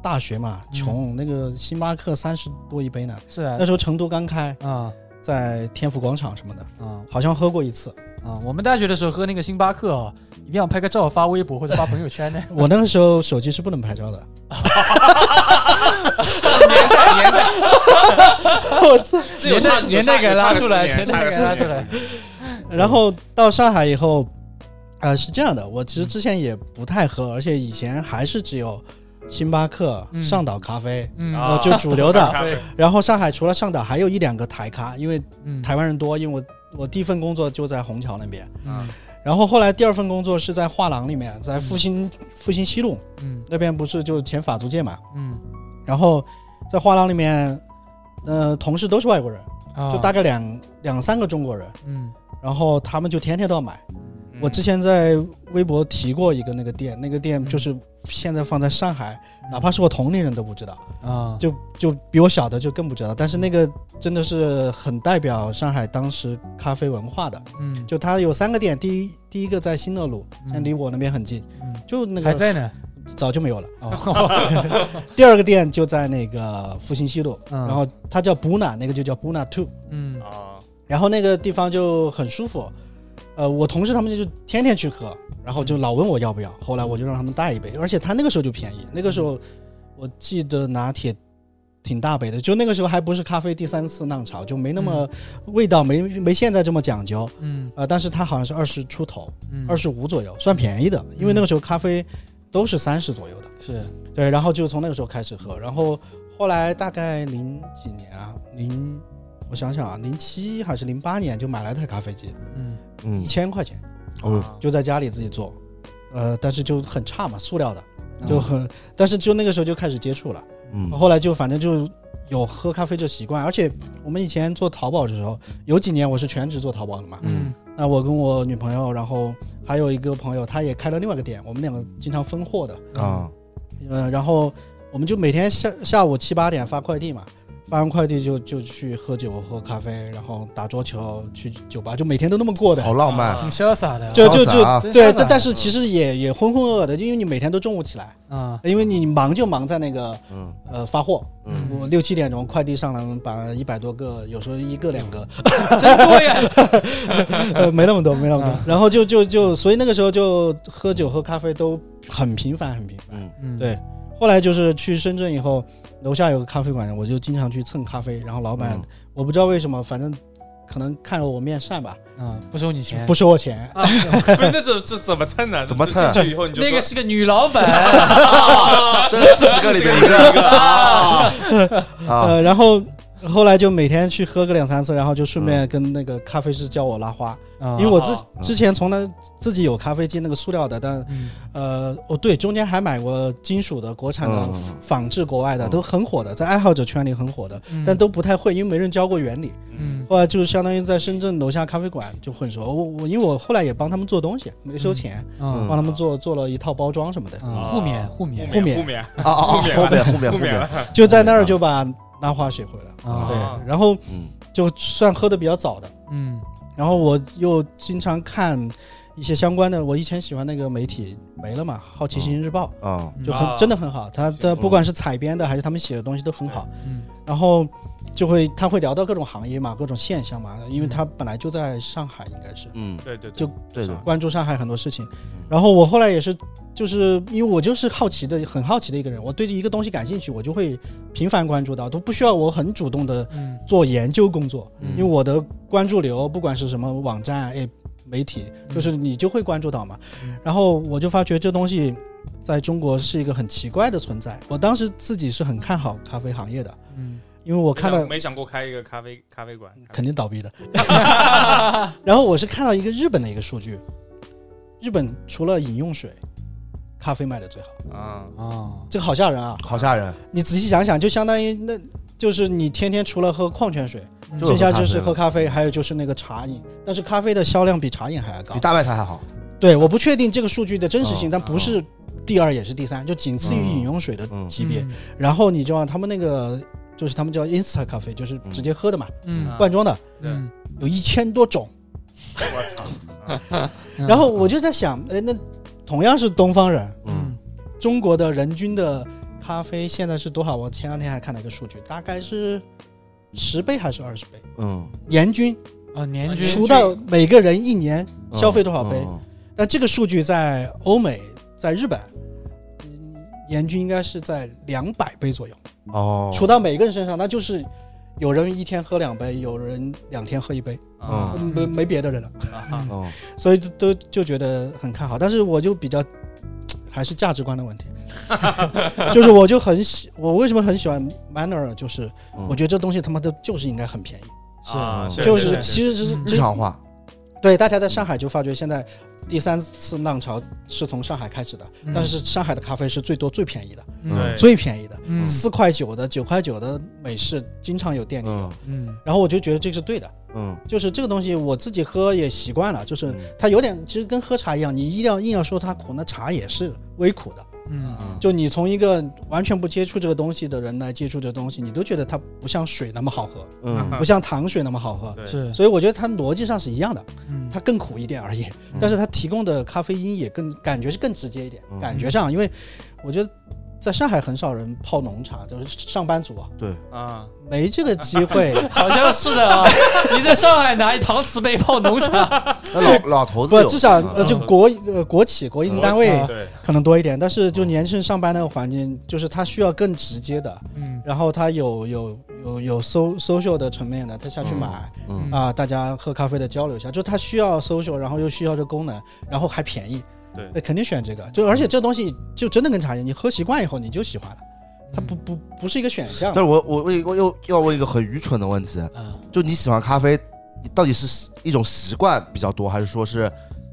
Speaker 1: 大学嘛，
Speaker 2: 嗯
Speaker 1: 穷，那个星巴克三十多一杯呢。
Speaker 2: 是啊
Speaker 1: 那，时候成都刚开，
Speaker 2: 啊
Speaker 1: 在天府广场什么的，
Speaker 2: 啊
Speaker 1: 好像喝过一次。。
Speaker 2: 啊！我们大学的时候喝那个星巴克啊，一定要拍个照发微博或者发朋友圈的
Speaker 1: 我那个时候手机是不能拍照的，
Speaker 4: 年代年代，
Speaker 1: 我操！
Speaker 4: 这有差
Speaker 2: 年代给拉出来，
Speaker 4: 有
Speaker 2: 年
Speaker 4: 差
Speaker 2: 代
Speaker 4: 个
Speaker 2: 给
Speaker 4: 十
Speaker 2: 拉
Speaker 4: 年
Speaker 2: 出来。
Speaker 1: 然后到上海以后，啊、是这样的，我其实之前也不太喝，而且以前还是只有星巴克、
Speaker 2: 嗯
Speaker 1: 上岛咖啡，
Speaker 2: 嗯
Speaker 1: 呃，
Speaker 4: 啊
Speaker 1: 就主流的。
Speaker 4: 差个十年
Speaker 1: 然后上海除了上岛，还有一两个台咖，因为
Speaker 2: 嗯
Speaker 1: 台湾人多，因为我我第一份工作就在虹桥那边，
Speaker 2: 嗯
Speaker 1: 然后后来第二份工作是在画廊里面，在复兴复兴西路
Speaker 2: 嗯
Speaker 1: 那边，不是就前法租界嘛，
Speaker 2: 嗯，
Speaker 1: 然后在画廊里面，呃，同事都是外国人，
Speaker 2: 啊
Speaker 1: 就大概两两三个中国人，
Speaker 2: 嗯
Speaker 1: 然后他们就天天都要买。
Speaker 4: 嗯
Speaker 1: 我之前在微博提过一个那个店，那个店就是现在放在上海，哪怕是我同龄人都不知道，
Speaker 2: 嗯啊
Speaker 1: 就就比我小的就更不知道。但是那个真的是很代表上海当时咖啡文化的，
Speaker 2: 嗯
Speaker 1: 就它有三个店，第一第一个在新乐路，
Speaker 2: 嗯
Speaker 1: 现在离我那边很近，
Speaker 2: 嗯
Speaker 1: 就那
Speaker 2: 还
Speaker 1: 个
Speaker 2: 在呢。
Speaker 1: 早就没有了。
Speaker 2: 哦，
Speaker 1: 第二个店就在那个复兴西路，
Speaker 2: 嗯
Speaker 1: 然后它叫 Buna，那个就叫 Buna Two，
Speaker 2: 嗯
Speaker 4: 啊，
Speaker 1: 然后那个地方就很舒服。呃，我同事他们就天天去喝，然后就老问我要不要，
Speaker 2: 嗯
Speaker 1: 后来我就让他们带一杯，而且他那个时候就便宜，那个时候我记得拿铁挺大杯的，就那个时候还不是咖啡第三次浪潮，就没那么、味道没没现在这么讲究，
Speaker 2: 嗯
Speaker 1: 呃，但是它好像是二十出头，
Speaker 2: 嗯，
Speaker 1: 二十五左右，算便宜的，因为那个时候咖啡都是三十左右的。
Speaker 2: 是
Speaker 1: 对，然后就从那个时候开始喝，然后后来大概零几年啊，零我想想啊，零七还是零八年就买了台咖啡机，
Speaker 2: 嗯
Speaker 3: 嗯
Speaker 1: 一，千块钱，
Speaker 3: 哦，
Speaker 4: 啊
Speaker 1: 就在家里自己做，呃，但是就很差嘛，塑料的
Speaker 2: 嗯
Speaker 1: 嗯就很，但是就那个时候就开始接触了，
Speaker 3: 嗯，
Speaker 1: 后来就反正就有喝咖啡这习惯，而且我们以前做淘宝的时候，有几年我是全职做淘宝的嘛，
Speaker 2: 嗯
Speaker 1: 那我跟我女朋友，然后还有一个朋友，他也开了另外一个店，我们两个经常分货的，
Speaker 3: 啊，
Speaker 1: 嗯，然后我们就每天下下午七八点发快递嘛，发完快递就就去喝酒、喝咖啡，然后打桌球、去酒吧，就每天都那么过的。
Speaker 3: 好浪漫，
Speaker 4: 啊
Speaker 2: 挺潇洒的，
Speaker 1: 就就
Speaker 3: 潇洒啊
Speaker 2: 真潇
Speaker 1: 对，
Speaker 2: 洒
Speaker 1: 但但是其实也也浑浑噩噩的，因为你每天都中午起来，
Speaker 2: 啊
Speaker 1: 因为你忙就忙在那个
Speaker 3: 嗯
Speaker 1: 呃发货，
Speaker 3: 嗯，
Speaker 1: 我六七点钟快递上来把一百多个，有时候一个两个，
Speaker 2: 真多呀，
Speaker 1: 呃没那么多没那么多
Speaker 2: 啊，
Speaker 1: 然后就就就所以那个时候就喝酒喝咖啡都很频繁很频繁。
Speaker 3: 嗯
Speaker 2: 嗯
Speaker 1: 对后来就是去深圳以后，楼下有个咖啡馆，我就经常去蹭咖啡。然后老板，
Speaker 3: 嗯
Speaker 1: 我不知道为什么，反正可能看着我面善吧，
Speaker 2: 啊，不收你钱，
Speaker 1: 不收我钱。
Speaker 4: 不是，那这这怎么蹭呢？
Speaker 3: 怎么
Speaker 4: 这
Speaker 3: 蹭
Speaker 4: 进去以后你就
Speaker 2: 那个
Speaker 4: 说
Speaker 2: 是个女 老板，
Speaker 4: 啊
Speaker 3: 这四十个里面一个
Speaker 4: 啊，
Speaker 3: 啊，
Speaker 1: 呃，然后后来就每天去喝个两三次，然后就顺便跟那个咖啡师教我拉花，
Speaker 2: 因
Speaker 1: 因为我
Speaker 4: 啊
Speaker 1: 之之前从来自己有咖啡机那个塑料的，但
Speaker 2: 嗯
Speaker 1: 呃，哦对，中间还买过金属的国产的
Speaker 3: 嗯
Speaker 1: 仿仿制国外的，
Speaker 3: 嗯
Speaker 1: 都很火的，在爱好者圈里很火的，但都不太会，因为没人教过原理。
Speaker 2: 嗯
Speaker 1: 后来就相当于在深圳楼下咖啡馆就混熟，我我因为我后来也帮他们做东西，没收钱，
Speaker 2: 嗯
Speaker 1: 帮他们做做了一套包装什么的，
Speaker 2: 嗯互免互免
Speaker 1: 互免
Speaker 4: 互免
Speaker 3: 啊 啊啊，后面后面后面后
Speaker 4: 互
Speaker 3: 面，
Speaker 4: 免了，
Speaker 1: 就在那儿就把拉花学会了。
Speaker 2: 嗯啊
Speaker 1: 对，然后
Speaker 3: 嗯
Speaker 1: 就算喝的比较早的，
Speaker 2: 嗯
Speaker 1: 然后我又经常看一些相关的，我以前喜欢那个媒体没了嘛，《好奇心日报
Speaker 3: 啊，》
Speaker 2: 嗯
Speaker 1: 就很
Speaker 4: 啊
Speaker 1: 真的很好，他的
Speaker 4: 嗯
Speaker 1: 不管是采编的还是他们写的东西都很好，
Speaker 2: 嗯
Speaker 1: 然后就会他会聊到各种行业嘛，各种现象嘛，因为
Speaker 2: 嗯
Speaker 1: 他本来就在上海，应该是。
Speaker 3: 嗯，
Speaker 4: 对对对，
Speaker 1: 就
Speaker 3: 对对，
Speaker 1: 关注上海很多事情。然后我后来也是，就是因为我就是好奇的，很好奇的一个人，我对一个东西感兴趣，我就会频繁关注到，都不需要我很主动的
Speaker 2: 嗯
Speaker 1: 做研究工作，
Speaker 2: 嗯
Speaker 1: 因为我的关注流不管是什么网站、哎媒体，就是你就会关注到嘛
Speaker 2: 嗯。
Speaker 1: 然后我就发觉这东西。在中国是一个很奇怪的存在。我当时自己是很看好咖啡行业的，
Speaker 2: 嗯
Speaker 1: 因为我看到
Speaker 4: 没想过开一个咖啡咖啡馆，
Speaker 1: 肯定倒闭的。 然后我是看到一个日本的一个数据，日本除了饮用水，咖啡卖的最好，
Speaker 4: 啊，
Speaker 2: 啊
Speaker 1: 这个好吓人啊！
Speaker 3: 好吓人，
Speaker 1: 你仔细想想，就相当于那。就是你天天除了喝矿泉水，
Speaker 2: 嗯
Speaker 1: 剩
Speaker 3: 是
Speaker 1: 下就是喝咖啡，还有就是那个茶饮。但是咖啡的销量比茶饮还要高
Speaker 3: 比。大卖场还好，
Speaker 1: 对，我不确定这个数据的真实性，
Speaker 3: 哦
Speaker 1: 但不是第二也是第三，就仅次于
Speaker 3: 嗯
Speaker 1: 饮用水的
Speaker 3: 嗯
Speaker 1: 级别。然后你就让他们那个，就是他们叫 Insta 咖啡，就是直接喝的嘛，
Speaker 2: 嗯
Speaker 1: 罐装的，
Speaker 4: 对，
Speaker 2: 嗯
Speaker 1: 有一千多种。
Speaker 4: 我操，
Speaker 2: 嗯
Speaker 1: 然后我就在想，哎，那同样是东方人，
Speaker 3: 嗯
Speaker 2: 嗯
Speaker 1: 中国的人均的咖啡现在是多少？我前两天还看了一个数据，大概是十倍还是二十倍？
Speaker 3: 嗯，
Speaker 1: 年均
Speaker 2: 啊年均
Speaker 4: 年
Speaker 1: 除到每个人一年
Speaker 3: 嗯
Speaker 1: 消费多少杯？
Speaker 3: 嗯
Speaker 1: 但这个数据在欧美，在日本。嗯年均应该是在两百杯左右，
Speaker 3: 哦，
Speaker 1: 除到每个人身上，那就是有人一天喝两杯，有人两天喝一杯，
Speaker 4: 啊
Speaker 2: 嗯
Speaker 1: 没没别的人了。
Speaker 3: 哦，
Speaker 1: 所以都都就觉得很看好，但是我就比较还是价值观的问题， 就是我就很喜，我为什么很喜欢 Manner，就是
Speaker 3: 嗯
Speaker 1: 我觉得这东西他妈的就是应该很便宜，
Speaker 4: 啊
Speaker 3: 是
Speaker 1: 就
Speaker 4: 对
Speaker 1: 是
Speaker 4: 对
Speaker 1: 其实是
Speaker 2: 嗯
Speaker 1: 就
Speaker 3: 日
Speaker 1: 是
Speaker 3: 常化，
Speaker 1: 对大家在上海就发觉现在第三次浪潮是从上海开始的，
Speaker 2: 嗯
Speaker 1: 但是上海的咖啡是最多最便宜的，
Speaker 2: 嗯
Speaker 1: 最便宜的
Speaker 2: 嗯
Speaker 1: 四块九的、九块九的美式经常有店里，
Speaker 3: 嗯
Speaker 2: 嗯
Speaker 1: 然后我就觉得这个是对的。
Speaker 3: 嗯
Speaker 1: 就是这个东西我自己喝也习惯了，就是
Speaker 3: 嗯
Speaker 1: 它有点其实跟喝茶一样，你一定要硬要说它苦，那茶也是微苦的。
Speaker 2: 嗯
Speaker 4: 啊
Speaker 1: 就你从一个完全不接触这个东西的人来接触这个东西，你都觉得它不像水那么好喝，
Speaker 3: 嗯
Speaker 1: 不像糖水那么好喝。
Speaker 4: 对
Speaker 2: 是
Speaker 1: 所以我觉得它逻辑上是一样的，
Speaker 2: 嗯
Speaker 1: 它更苦一点而已，但是它提供的咖啡因也更感觉是更直接一点
Speaker 3: 嗯，
Speaker 1: 感觉上，因为我觉得在上海很少人泡浓茶，就是上班族啊，
Speaker 3: 对，
Speaker 4: 啊，
Speaker 1: 没这个机会。
Speaker 2: 好像是的啊。你在上海拿一搪瓷杯泡浓茶，
Speaker 3: 那老老头子
Speaker 1: 不
Speaker 3: 有，
Speaker 1: 至少呃，
Speaker 4: 嗯
Speaker 1: 就国呃国企、国营单位
Speaker 4: 对，
Speaker 1: 可能多一点，但是
Speaker 3: 嗯
Speaker 1: 就年轻人上班那个环境，就是他需要更直接的，
Speaker 2: 嗯
Speaker 1: 然后他有有有有 so social 的层面的，他下去买啊、
Speaker 3: 嗯，
Speaker 1: 大家喝咖啡的交流一下，就他需要 social，然后又需要这功能，然后还便宜，
Speaker 4: 对
Speaker 1: 那肯定选这个。就而且这东西就真的跟茶一样，你喝习惯以后你就喜欢了，它不不不是一个选项
Speaker 3: 但是。我我我我又要问一个很愚蠢的问题，
Speaker 2: 啊，
Speaker 3: 就你喜欢咖啡，你到底是一种习惯比较多，还是说是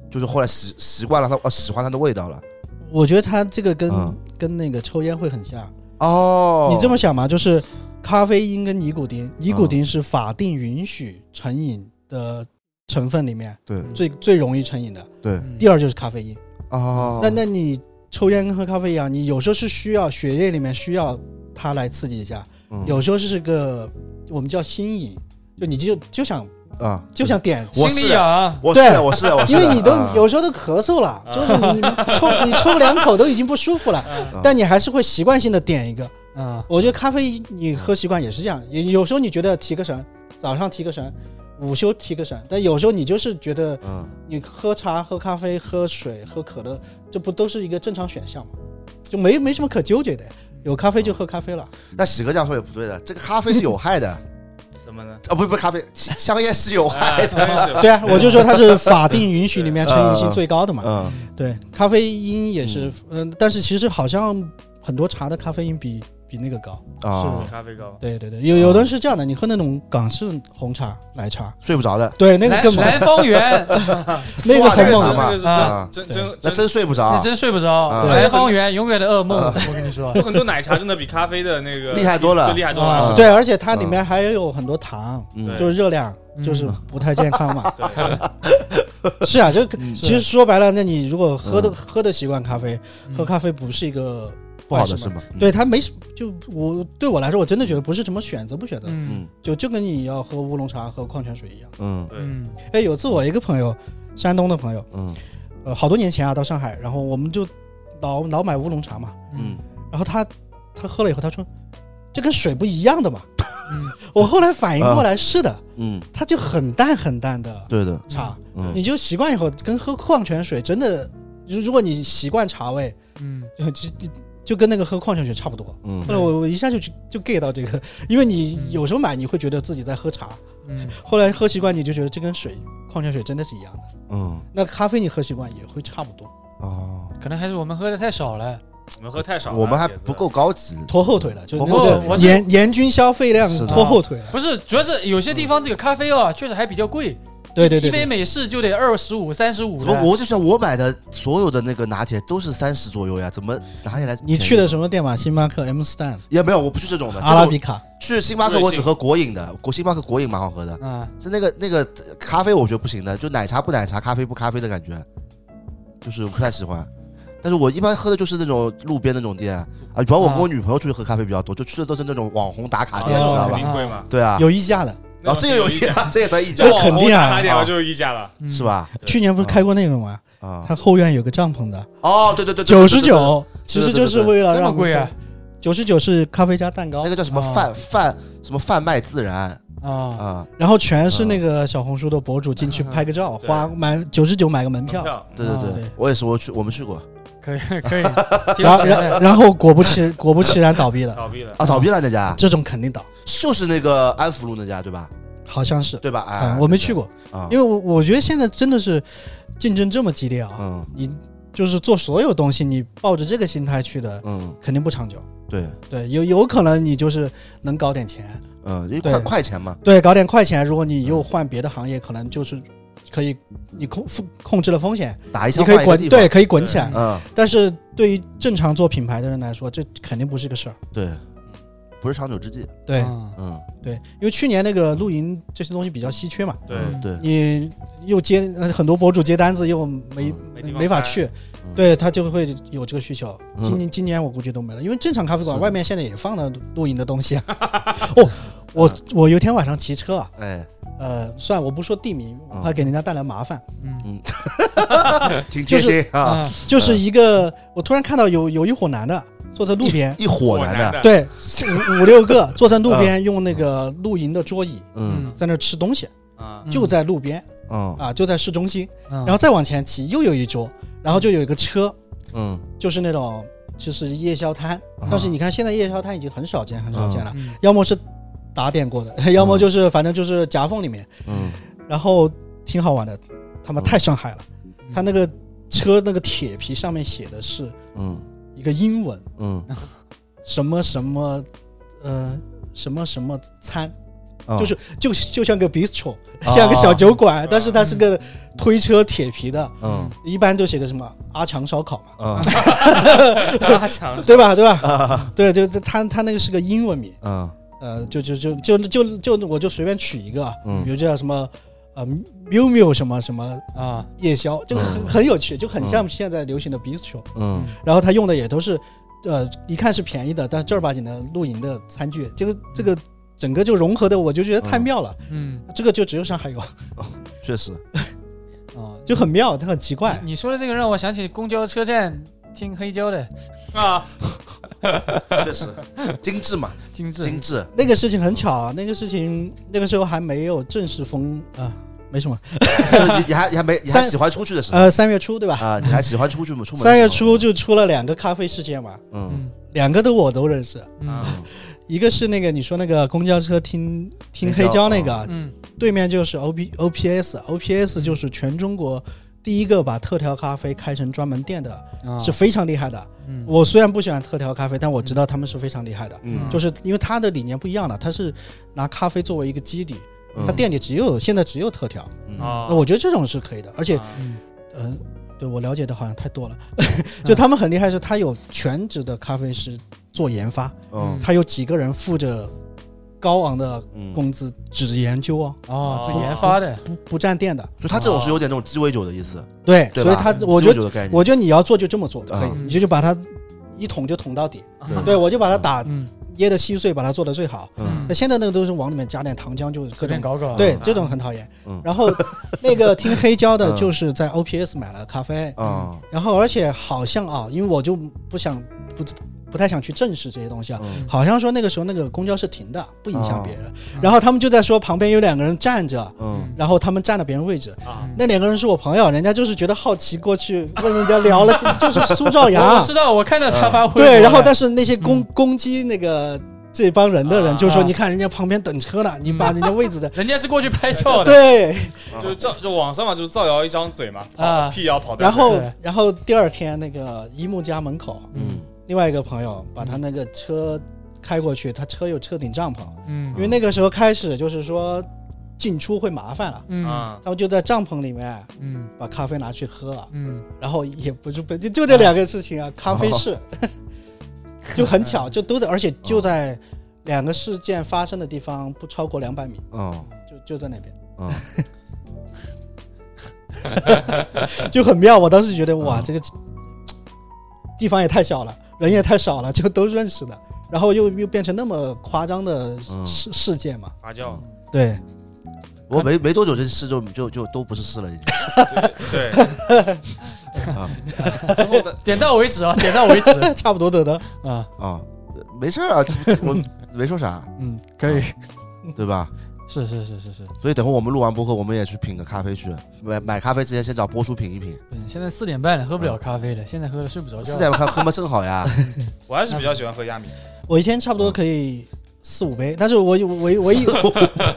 Speaker 3: 就是后来习习惯了它，呃，喜欢它的味道了？
Speaker 1: 我觉得它这个跟、
Speaker 3: 嗯
Speaker 1: 跟那个抽烟会很像，
Speaker 3: 哦，嗯
Speaker 1: 你这么想嘛，就是咖啡因跟尼古丁，尼古丁是法定允许成瘾的成分里面
Speaker 3: 对
Speaker 1: 最最容易成瘾的，
Speaker 3: 对
Speaker 2: 嗯
Speaker 1: 第二就是咖啡因。
Speaker 3: 嗯哦，
Speaker 1: 那那你抽烟跟喝咖啡一样，你有时候是需要血液里面需要它来刺激一下，
Speaker 3: 嗯
Speaker 1: 有时候是个我们叫心瘾，就你就就想
Speaker 3: 啊，
Speaker 1: 就想点。
Speaker 3: 我
Speaker 2: 心
Speaker 3: 是啊
Speaker 2: 里痒，
Speaker 3: 我是的
Speaker 1: 对
Speaker 3: 我是的我是
Speaker 1: 因
Speaker 3: 的，
Speaker 1: 为你都
Speaker 3: 啊
Speaker 1: 有时候都咳嗽了，
Speaker 3: 嗯
Speaker 1: 就是 你抽你抽两口都已经不舒服了，
Speaker 3: 嗯
Speaker 1: 但你还是会习惯性的点一个。
Speaker 2: 嗯
Speaker 1: 我觉得咖啡你喝习惯也是这样，有有时候你觉得提个神，早上提个神，午休提个神，但有时候你就是觉得
Speaker 3: 嗯
Speaker 1: 你喝茶、喝咖啡、喝水、喝可乐，这不都是一个正常选项吗？就没没什么可纠结的，有咖啡就喝咖啡了。
Speaker 3: 那喜哥这样说也不对的，这个咖啡是有害的
Speaker 4: 怎么呢？
Speaker 3: 啊，不不，咖啡香香烟是有害
Speaker 4: 哎，
Speaker 3: 的，
Speaker 4: 真是
Speaker 1: 对啊，我就说它是法定允许里面成瘾性最高的嘛。
Speaker 3: 嗯，
Speaker 1: 对，咖啡因也是，嗯、但是其实好像很多茶的咖啡因比比那个高。
Speaker 3: 啊，
Speaker 4: 咖啡高，
Speaker 1: 对对对，有有的人是这样的，你喝那种港式红茶、奶茶，
Speaker 3: 睡不着的，
Speaker 1: 对那个
Speaker 2: 南
Speaker 1: 更猛，
Speaker 2: 南方圆，
Speaker 1: 那个
Speaker 3: 哇
Speaker 1: 很
Speaker 3: 那个
Speaker 1: 猛的。
Speaker 3: 啥
Speaker 4: 那个是
Speaker 2: 啊
Speaker 4: 真
Speaker 1: 对
Speaker 4: 真
Speaker 3: 嗯那
Speaker 4: 真真，
Speaker 3: 真睡不着
Speaker 2: 你，真睡不着。
Speaker 3: 啊
Speaker 2: 南方圆永远的噩梦，
Speaker 3: 啊
Speaker 2: 我跟你说。
Speaker 4: 有很多奶茶真的比咖啡的那个
Speaker 3: 厉害多了
Speaker 4: 对厉害多
Speaker 2: 啊
Speaker 4: 了。
Speaker 1: 对，而且它里面还有很多糖，
Speaker 3: 嗯
Speaker 1: 就是热量，
Speaker 2: 嗯
Speaker 1: 就是不太健康嘛。
Speaker 4: 对对
Speaker 1: 是啊，就
Speaker 3: 嗯
Speaker 1: 其实说白了，那你如果喝的喝的习惯咖啡，喝咖啡不是一个
Speaker 3: 不好
Speaker 1: 坏
Speaker 3: 的
Speaker 1: 事
Speaker 3: 是
Speaker 1: 嘛。
Speaker 3: 吗？
Speaker 1: 对它没什就我对我来说，我真的觉得不是什么选择不选择，
Speaker 2: 嗯
Speaker 3: 嗯
Speaker 1: 就就跟你要喝乌龙茶、喝矿泉水一样。
Speaker 3: 嗯
Speaker 4: 对，
Speaker 2: 嗯
Speaker 1: 哎，有次我一个朋友，山东的朋友，
Speaker 3: 嗯
Speaker 1: 呃，好多年前啊，到上海，然后我们就老老买乌龙茶嘛，
Speaker 2: 嗯
Speaker 3: 嗯，
Speaker 1: 然后他他喝了以后，他说这跟水不一样的嘛。
Speaker 2: 嗯
Speaker 1: 我后来反应过来，是的，
Speaker 3: 嗯，
Speaker 1: 它就很淡很淡的
Speaker 3: 对的，
Speaker 1: 茶，
Speaker 3: 嗯
Speaker 1: 你就习惯以后跟喝矿泉水真的，如如果你习惯茶味，
Speaker 2: 嗯
Speaker 1: 就就就跟那个喝矿泉水差不多。后
Speaker 3: 嗯
Speaker 1: 来我我一下就就 get 到这个，因为你有时候买你会觉得自己在喝茶，
Speaker 2: 嗯
Speaker 1: 后来喝习惯你就觉得这跟水矿泉水真的是一样的。
Speaker 3: 嗯
Speaker 1: 那咖啡你喝习惯也会差不多，
Speaker 3: 哦，
Speaker 2: 可能还是我们喝的太少了。
Speaker 4: 我们喝太少了，
Speaker 3: 我们还
Speaker 4: 铁子
Speaker 3: 不够高级，
Speaker 1: 拖后腿了，就
Speaker 3: 拖后腿
Speaker 1: 那
Speaker 2: 我
Speaker 1: 个
Speaker 2: 是
Speaker 1: 年年均消费量
Speaker 3: 是的
Speaker 1: 拖后腿了。
Speaker 2: 不是，主要是有些地方这个咖啡啊，确实还比较贵，
Speaker 1: 对对对
Speaker 2: 一杯
Speaker 1: 对，
Speaker 2: 美式就得二十五、三十五
Speaker 3: 怎
Speaker 2: 的
Speaker 3: 么。我就想我买的所有的那个拿铁都是三十左右呀？怎么拿起来便宜？
Speaker 1: 你去的什么店嘛？星巴克、M Stand、
Speaker 3: 也没有，我不去这种的。
Speaker 1: 阿拉比卡，
Speaker 3: 去星巴克我只喝国饮的，国星巴克国饮蛮好喝的，
Speaker 2: 嗯，
Speaker 3: 是那个那个呃咖啡我觉得不行的，就奶茶不奶茶，咖啡不咖啡的感觉，就是我不太喜欢。但是我一般喝的就是那种路边那种店啊，包括我跟我女朋友出去喝咖啡比较多，就去的都是那种网红打卡店，你知
Speaker 1: 哦
Speaker 3: 道
Speaker 4: 肯
Speaker 3: 吧？
Speaker 4: 定贵嘛。
Speaker 3: 对啊，
Speaker 1: 有溢价的。
Speaker 3: 然后这个有一家，这也算一家
Speaker 1: 这肯定啊
Speaker 4: 打点了就有溢价了。
Speaker 2: 嗯
Speaker 3: 是？吧？
Speaker 4: 对
Speaker 1: 去年不是开过那个吗？
Speaker 3: 啊，
Speaker 1: 它后院有个帐篷的，
Speaker 3: 哦，对对对，对
Speaker 1: 九十，九，其实就是为了
Speaker 2: 这么
Speaker 1: 让
Speaker 2: 贵啊！
Speaker 1: 九十九是咖啡加蛋
Speaker 3: 对对对对
Speaker 1: 糕
Speaker 3: 那，个叫什么
Speaker 2: 哦
Speaker 3: 贩贩什么贩卖自然
Speaker 2: 啊，
Speaker 3: 啊，
Speaker 1: 然后全是那个小红书的博主进去拍个照，
Speaker 4: 对
Speaker 1: 花买九十九买个门
Speaker 4: 门
Speaker 1: 票，
Speaker 4: 票，
Speaker 3: 对
Speaker 2: 哦
Speaker 3: 对
Speaker 1: 对
Speaker 3: 对，我也是，我去我们去过
Speaker 2: 可以可以，
Speaker 1: 然
Speaker 2: 挺有
Speaker 1: 后
Speaker 2: 钱
Speaker 1: 然
Speaker 2: 的。
Speaker 1: 然后果不其果不其然倒闭了，
Speaker 4: 倒闭了。
Speaker 3: 啊，倒闭了那家，
Speaker 1: 嗯这种肯定倒，
Speaker 3: 就是那个安福路那家对吧？
Speaker 1: 好像是，
Speaker 3: 对吧？哎
Speaker 1: 嗯，，我没去过，
Speaker 3: 对啊，
Speaker 1: 因为我我觉得现在真的是竞争这么激烈啊，
Speaker 3: 嗯
Speaker 1: 你就是做所有东西，你抱着这个心态去的，
Speaker 3: 嗯，
Speaker 1: 肯定不长久。
Speaker 3: 对，
Speaker 1: 对，有有可能你就是能搞点钱，
Speaker 3: 嗯，因为
Speaker 1: 对
Speaker 3: 快快钱嘛，
Speaker 1: 对，搞点快钱。如果你又换别的行业，可能就是可以你控控制了风险，
Speaker 3: 打一
Speaker 1: 你
Speaker 3: 枪
Speaker 1: 可以
Speaker 3: 换一个
Speaker 1: 滚，
Speaker 3: 地方
Speaker 1: 对，，可以滚起来。
Speaker 3: 嗯，
Speaker 1: 但是对于正常做品牌的人来说，这肯定不是个事儿。
Speaker 3: 对，不是长久之计，
Speaker 1: 对、
Speaker 2: 嗯
Speaker 3: 嗯，
Speaker 1: 对，因为去年那个露营这些东西比较稀缺嘛，
Speaker 4: 对，
Speaker 2: 嗯
Speaker 3: 对，
Speaker 1: 你又接呃很多博主接单子，又没、
Speaker 3: 嗯
Speaker 4: 没地方
Speaker 1: 没法
Speaker 4: 拍
Speaker 1: 去，
Speaker 3: 嗯
Speaker 1: 对他就会有这个需求。
Speaker 3: 嗯
Speaker 1: 今年今年我估计都没了，因为正常咖啡馆
Speaker 3: 是
Speaker 1: 外面现在也放了露营的东 西、啊。哦，我我有一天晚上骑车啊，
Speaker 3: 哎，
Speaker 1: 呃，算了我不说地名，
Speaker 3: 啊
Speaker 1: 我怕给人家带来麻烦。
Speaker 2: 嗯
Speaker 3: 挺
Speaker 1: 就
Speaker 3: 贴
Speaker 1: 是嗯
Speaker 3: 心啊，
Speaker 2: 啊
Speaker 1: 就是一个，我突然看到有有一伙男的做成路边，
Speaker 3: 一啊伙
Speaker 4: 我
Speaker 3: 男的，
Speaker 4: 的，
Speaker 1: 对，四五五六 个坐在路边，用那个露营的桌椅
Speaker 3: 嗯
Speaker 1: 在那儿吃东西，
Speaker 4: 啊，
Speaker 1: 就在路边
Speaker 3: 嗯
Speaker 1: 啊，就在市中心。
Speaker 2: 嗯，
Speaker 1: 然后再往前骑，又有一桌，然后就有一个车，
Speaker 3: 嗯
Speaker 1: 就是那种就是夜宵摊
Speaker 3: 啊。
Speaker 1: 但是你看，现在夜宵摊已经很少见，很少见了，
Speaker 2: 嗯
Speaker 1: 要么是打点过的， 要么就是反正就是夹缝里面，
Speaker 3: 嗯
Speaker 1: 然后挺好玩的。他妈
Speaker 3: 嗯
Speaker 1: 太上海了，
Speaker 2: 嗯
Speaker 1: 他那个车那个铁皮上面写的是
Speaker 3: 嗯
Speaker 1: 一个英文，
Speaker 3: 嗯，
Speaker 1: 什么什么，呃，什么什么餐，
Speaker 3: 嗯
Speaker 1: 就是就就像个 bistro，
Speaker 3: 啊
Speaker 1: 像个小酒馆，但是它是个推车铁皮的，
Speaker 3: 嗯
Speaker 1: 一般都写个什么阿强烧烤嘛，
Speaker 3: 嗯
Speaker 4: 搭
Speaker 3: 啊
Speaker 4: 墙
Speaker 1: 对吧？对吧？对，就就他他那个是个英文名，
Speaker 3: 嗯
Speaker 1: 呃，就就就就就就我就随便取一个啊，
Speaker 3: 嗯
Speaker 1: 比如叫什么呃 miu miu 什么什么
Speaker 2: 啊，
Speaker 1: 夜宵，就很
Speaker 3: 嗯
Speaker 1: 很有趣，就很像现在流行的 bistro，
Speaker 3: 嗯
Speaker 1: 然后他用的也都是呃一看是便宜的，但正儿八经的露营的餐具，这个这个整个就融合的，我就觉得太妙了，
Speaker 2: 嗯
Speaker 1: 这个就只有上海有。
Speaker 3: 确实，
Speaker 2: 哦，
Speaker 1: 就很妙，它很奇怪。
Speaker 3: 嗯
Speaker 2: 你说的这个让我想起公交车站听黑胶的
Speaker 4: 啊，
Speaker 3: 确实精致嘛，
Speaker 2: 精致，
Speaker 3: 精致。
Speaker 1: 那个事情很巧啊，那个事情那个时候还没有正式封啊、没什么，
Speaker 3: 就是你你还你还没你还
Speaker 1: 三
Speaker 3: 喜欢出去的时候
Speaker 1: 呃，三月初对吧？
Speaker 3: 啊，你还喜欢出去吗？出门的时候
Speaker 1: 三月，初就出了两个咖啡事件嘛，
Speaker 3: 嗯
Speaker 2: 嗯
Speaker 1: 两个的我都认识，
Speaker 2: 嗯
Speaker 4: 啊
Speaker 1: 一个是那个你说那个公交车听听黑胶那个，
Speaker 2: 嗯
Speaker 1: 对面就是 O P O P S O P
Speaker 3: 嗯
Speaker 1: S 就是全中国。第一个把特调咖啡开成专门店的
Speaker 2: 啊
Speaker 1: 是非常厉害的。
Speaker 2: 嗯
Speaker 1: 我虽然不喜欢特调咖啡，但我知道他们是非常厉害的，
Speaker 3: 嗯
Speaker 1: 就是因为它的理念不一样了，它是拿咖啡作为一个基底，
Speaker 3: 嗯
Speaker 1: 它店里只有现在只有特调，
Speaker 3: 嗯
Speaker 4: 啊
Speaker 1: 那我觉得这种是可以的，而
Speaker 3: 啊
Speaker 1: 且，
Speaker 2: 嗯
Speaker 1: 呃，对我了解的好像太多了，
Speaker 3: 嗯
Speaker 1: 就他们很厉害，是他有全职的咖啡师做研发，
Speaker 3: 嗯
Speaker 1: 他有几个人付着高昂的
Speaker 3: 嗯，
Speaker 1: 工资只研究哦，
Speaker 2: 哦，做研发的，
Speaker 1: 不不占店的，
Speaker 3: 就他这种是有点那种鸡尾酒的意思，
Speaker 1: 对，
Speaker 3: 对吧
Speaker 1: 所以他
Speaker 2: 嗯
Speaker 1: 我
Speaker 3: 鸡尾
Speaker 1: 觉得
Speaker 3: 酒的概念，
Speaker 1: 我觉得你要做就这么做可以，
Speaker 3: 嗯
Speaker 1: 你就就把它一捅就捅到底，
Speaker 3: 对
Speaker 1: 对我就把它打
Speaker 2: 嗯
Speaker 1: 捏的稀碎，把它做的最好。
Speaker 3: 嗯
Speaker 1: 那现在那个都是往里面加点糖浆，就是各种
Speaker 2: 随便搞搞，啊
Speaker 1: 对
Speaker 3: 嗯，
Speaker 1: 这种很讨厌
Speaker 3: 嗯。
Speaker 1: 然后那个听黑胶的
Speaker 3: 嗯，
Speaker 1: 就是在 OPS 买了咖啡，
Speaker 3: 啊
Speaker 1: 然后而且好像啊，因为我就不想不不太想去正视这些东西啊。
Speaker 3: 嗯
Speaker 1: 好像说那个时候那个公交是停的，不影响别人。
Speaker 2: 嗯
Speaker 1: 然后他们就在说旁边有两个人站着，
Speaker 3: 嗯
Speaker 1: 然后他们占了别人位置。
Speaker 2: 嗯
Speaker 4: 啊，
Speaker 1: 那两个人是我朋友，人家就是觉得好奇过去问人家聊了，就是苏兆
Speaker 2: 我
Speaker 1: 阳
Speaker 2: 我。知道，我看到他发微博
Speaker 1: 嗯
Speaker 2: 了
Speaker 1: 对，然后但是那些攻
Speaker 2: 嗯
Speaker 1: 攻击那个这帮人的人就说：“
Speaker 2: 啊
Speaker 1: 你看人家旁边等车呢，你把人家位置的。
Speaker 2: 人家是 过去拍照”的，
Speaker 1: 对，
Speaker 4: 啊就是造就网上嘛，就是造谣一张嘴嘛，
Speaker 2: 啊
Speaker 1: 哦
Speaker 4: 跑辟谣跑断
Speaker 1: 然
Speaker 4: 腿，
Speaker 1: 后
Speaker 2: 对，
Speaker 1: 然后第二天，那个一木家门口，
Speaker 2: 嗯
Speaker 1: 另外一个朋友把他那个车开过去，他车有车顶帐篷，因
Speaker 2: 嗯
Speaker 1: 为那个时候开始就是说进出会麻烦了，
Speaker 2: 嗯
Speaker 4: 啊，
Speaker 1: 他们就在帐篷里面
Speaker 2: 嗯
Speaker 1: 把咖啡拿去喝了，
Speaker 2: 嗯
Speaker 1: 然后也不是不就就这两个事情啊，咖啡室、就很巧，就都在，而且就在两个事件发生的地方不超过两百米，
Speaker 3: 嗯
Speaker 1: 就就在那边。
Speaker 3: 嗯，
Speaker 1: 就很妙。我当时觉得哇，
Speaker 3: 嗯
Speaker 1: 这个地方也太小了，人也太少了，就都认识的，然后又又变成那么夸张的
Speaker 3: 嗯
Speaker 1: 事事件嘛。
Speaker 4: 发酵，
Speaker 1: 对，
Speaker 3: 我没没多久这事就就就都不是事了，已经
Speaker 4: 对，
Speaker 3: 啊
Speaker 4: 之后的
Speaker 2: 点到为止啊，点到为止
Speaker 1: 差不多得得。
Speaker 2: 啊，
Speaker 3: 啊，没事儿啊，我没说啥，
Speaker 2: 嗯，可以，
Speaker 3: 对吧？
Speaker 2: 是是是是是，
Speaker 3: 所以等会我们录完播客，我们也去品个咖啡去。买买咖啡之前，先找播叔品一品。
Speaker 2: 嗯，现在四点半了，喝不了咖啡了，现在喝了睡不着觉
Speaker 3: 四，点半喝嘛正 好呀。
Speaker 4: 我还是比较喜欢喝亚米，
Speaker 1: 我一天差不多可以四五杯，但是我有唯唯一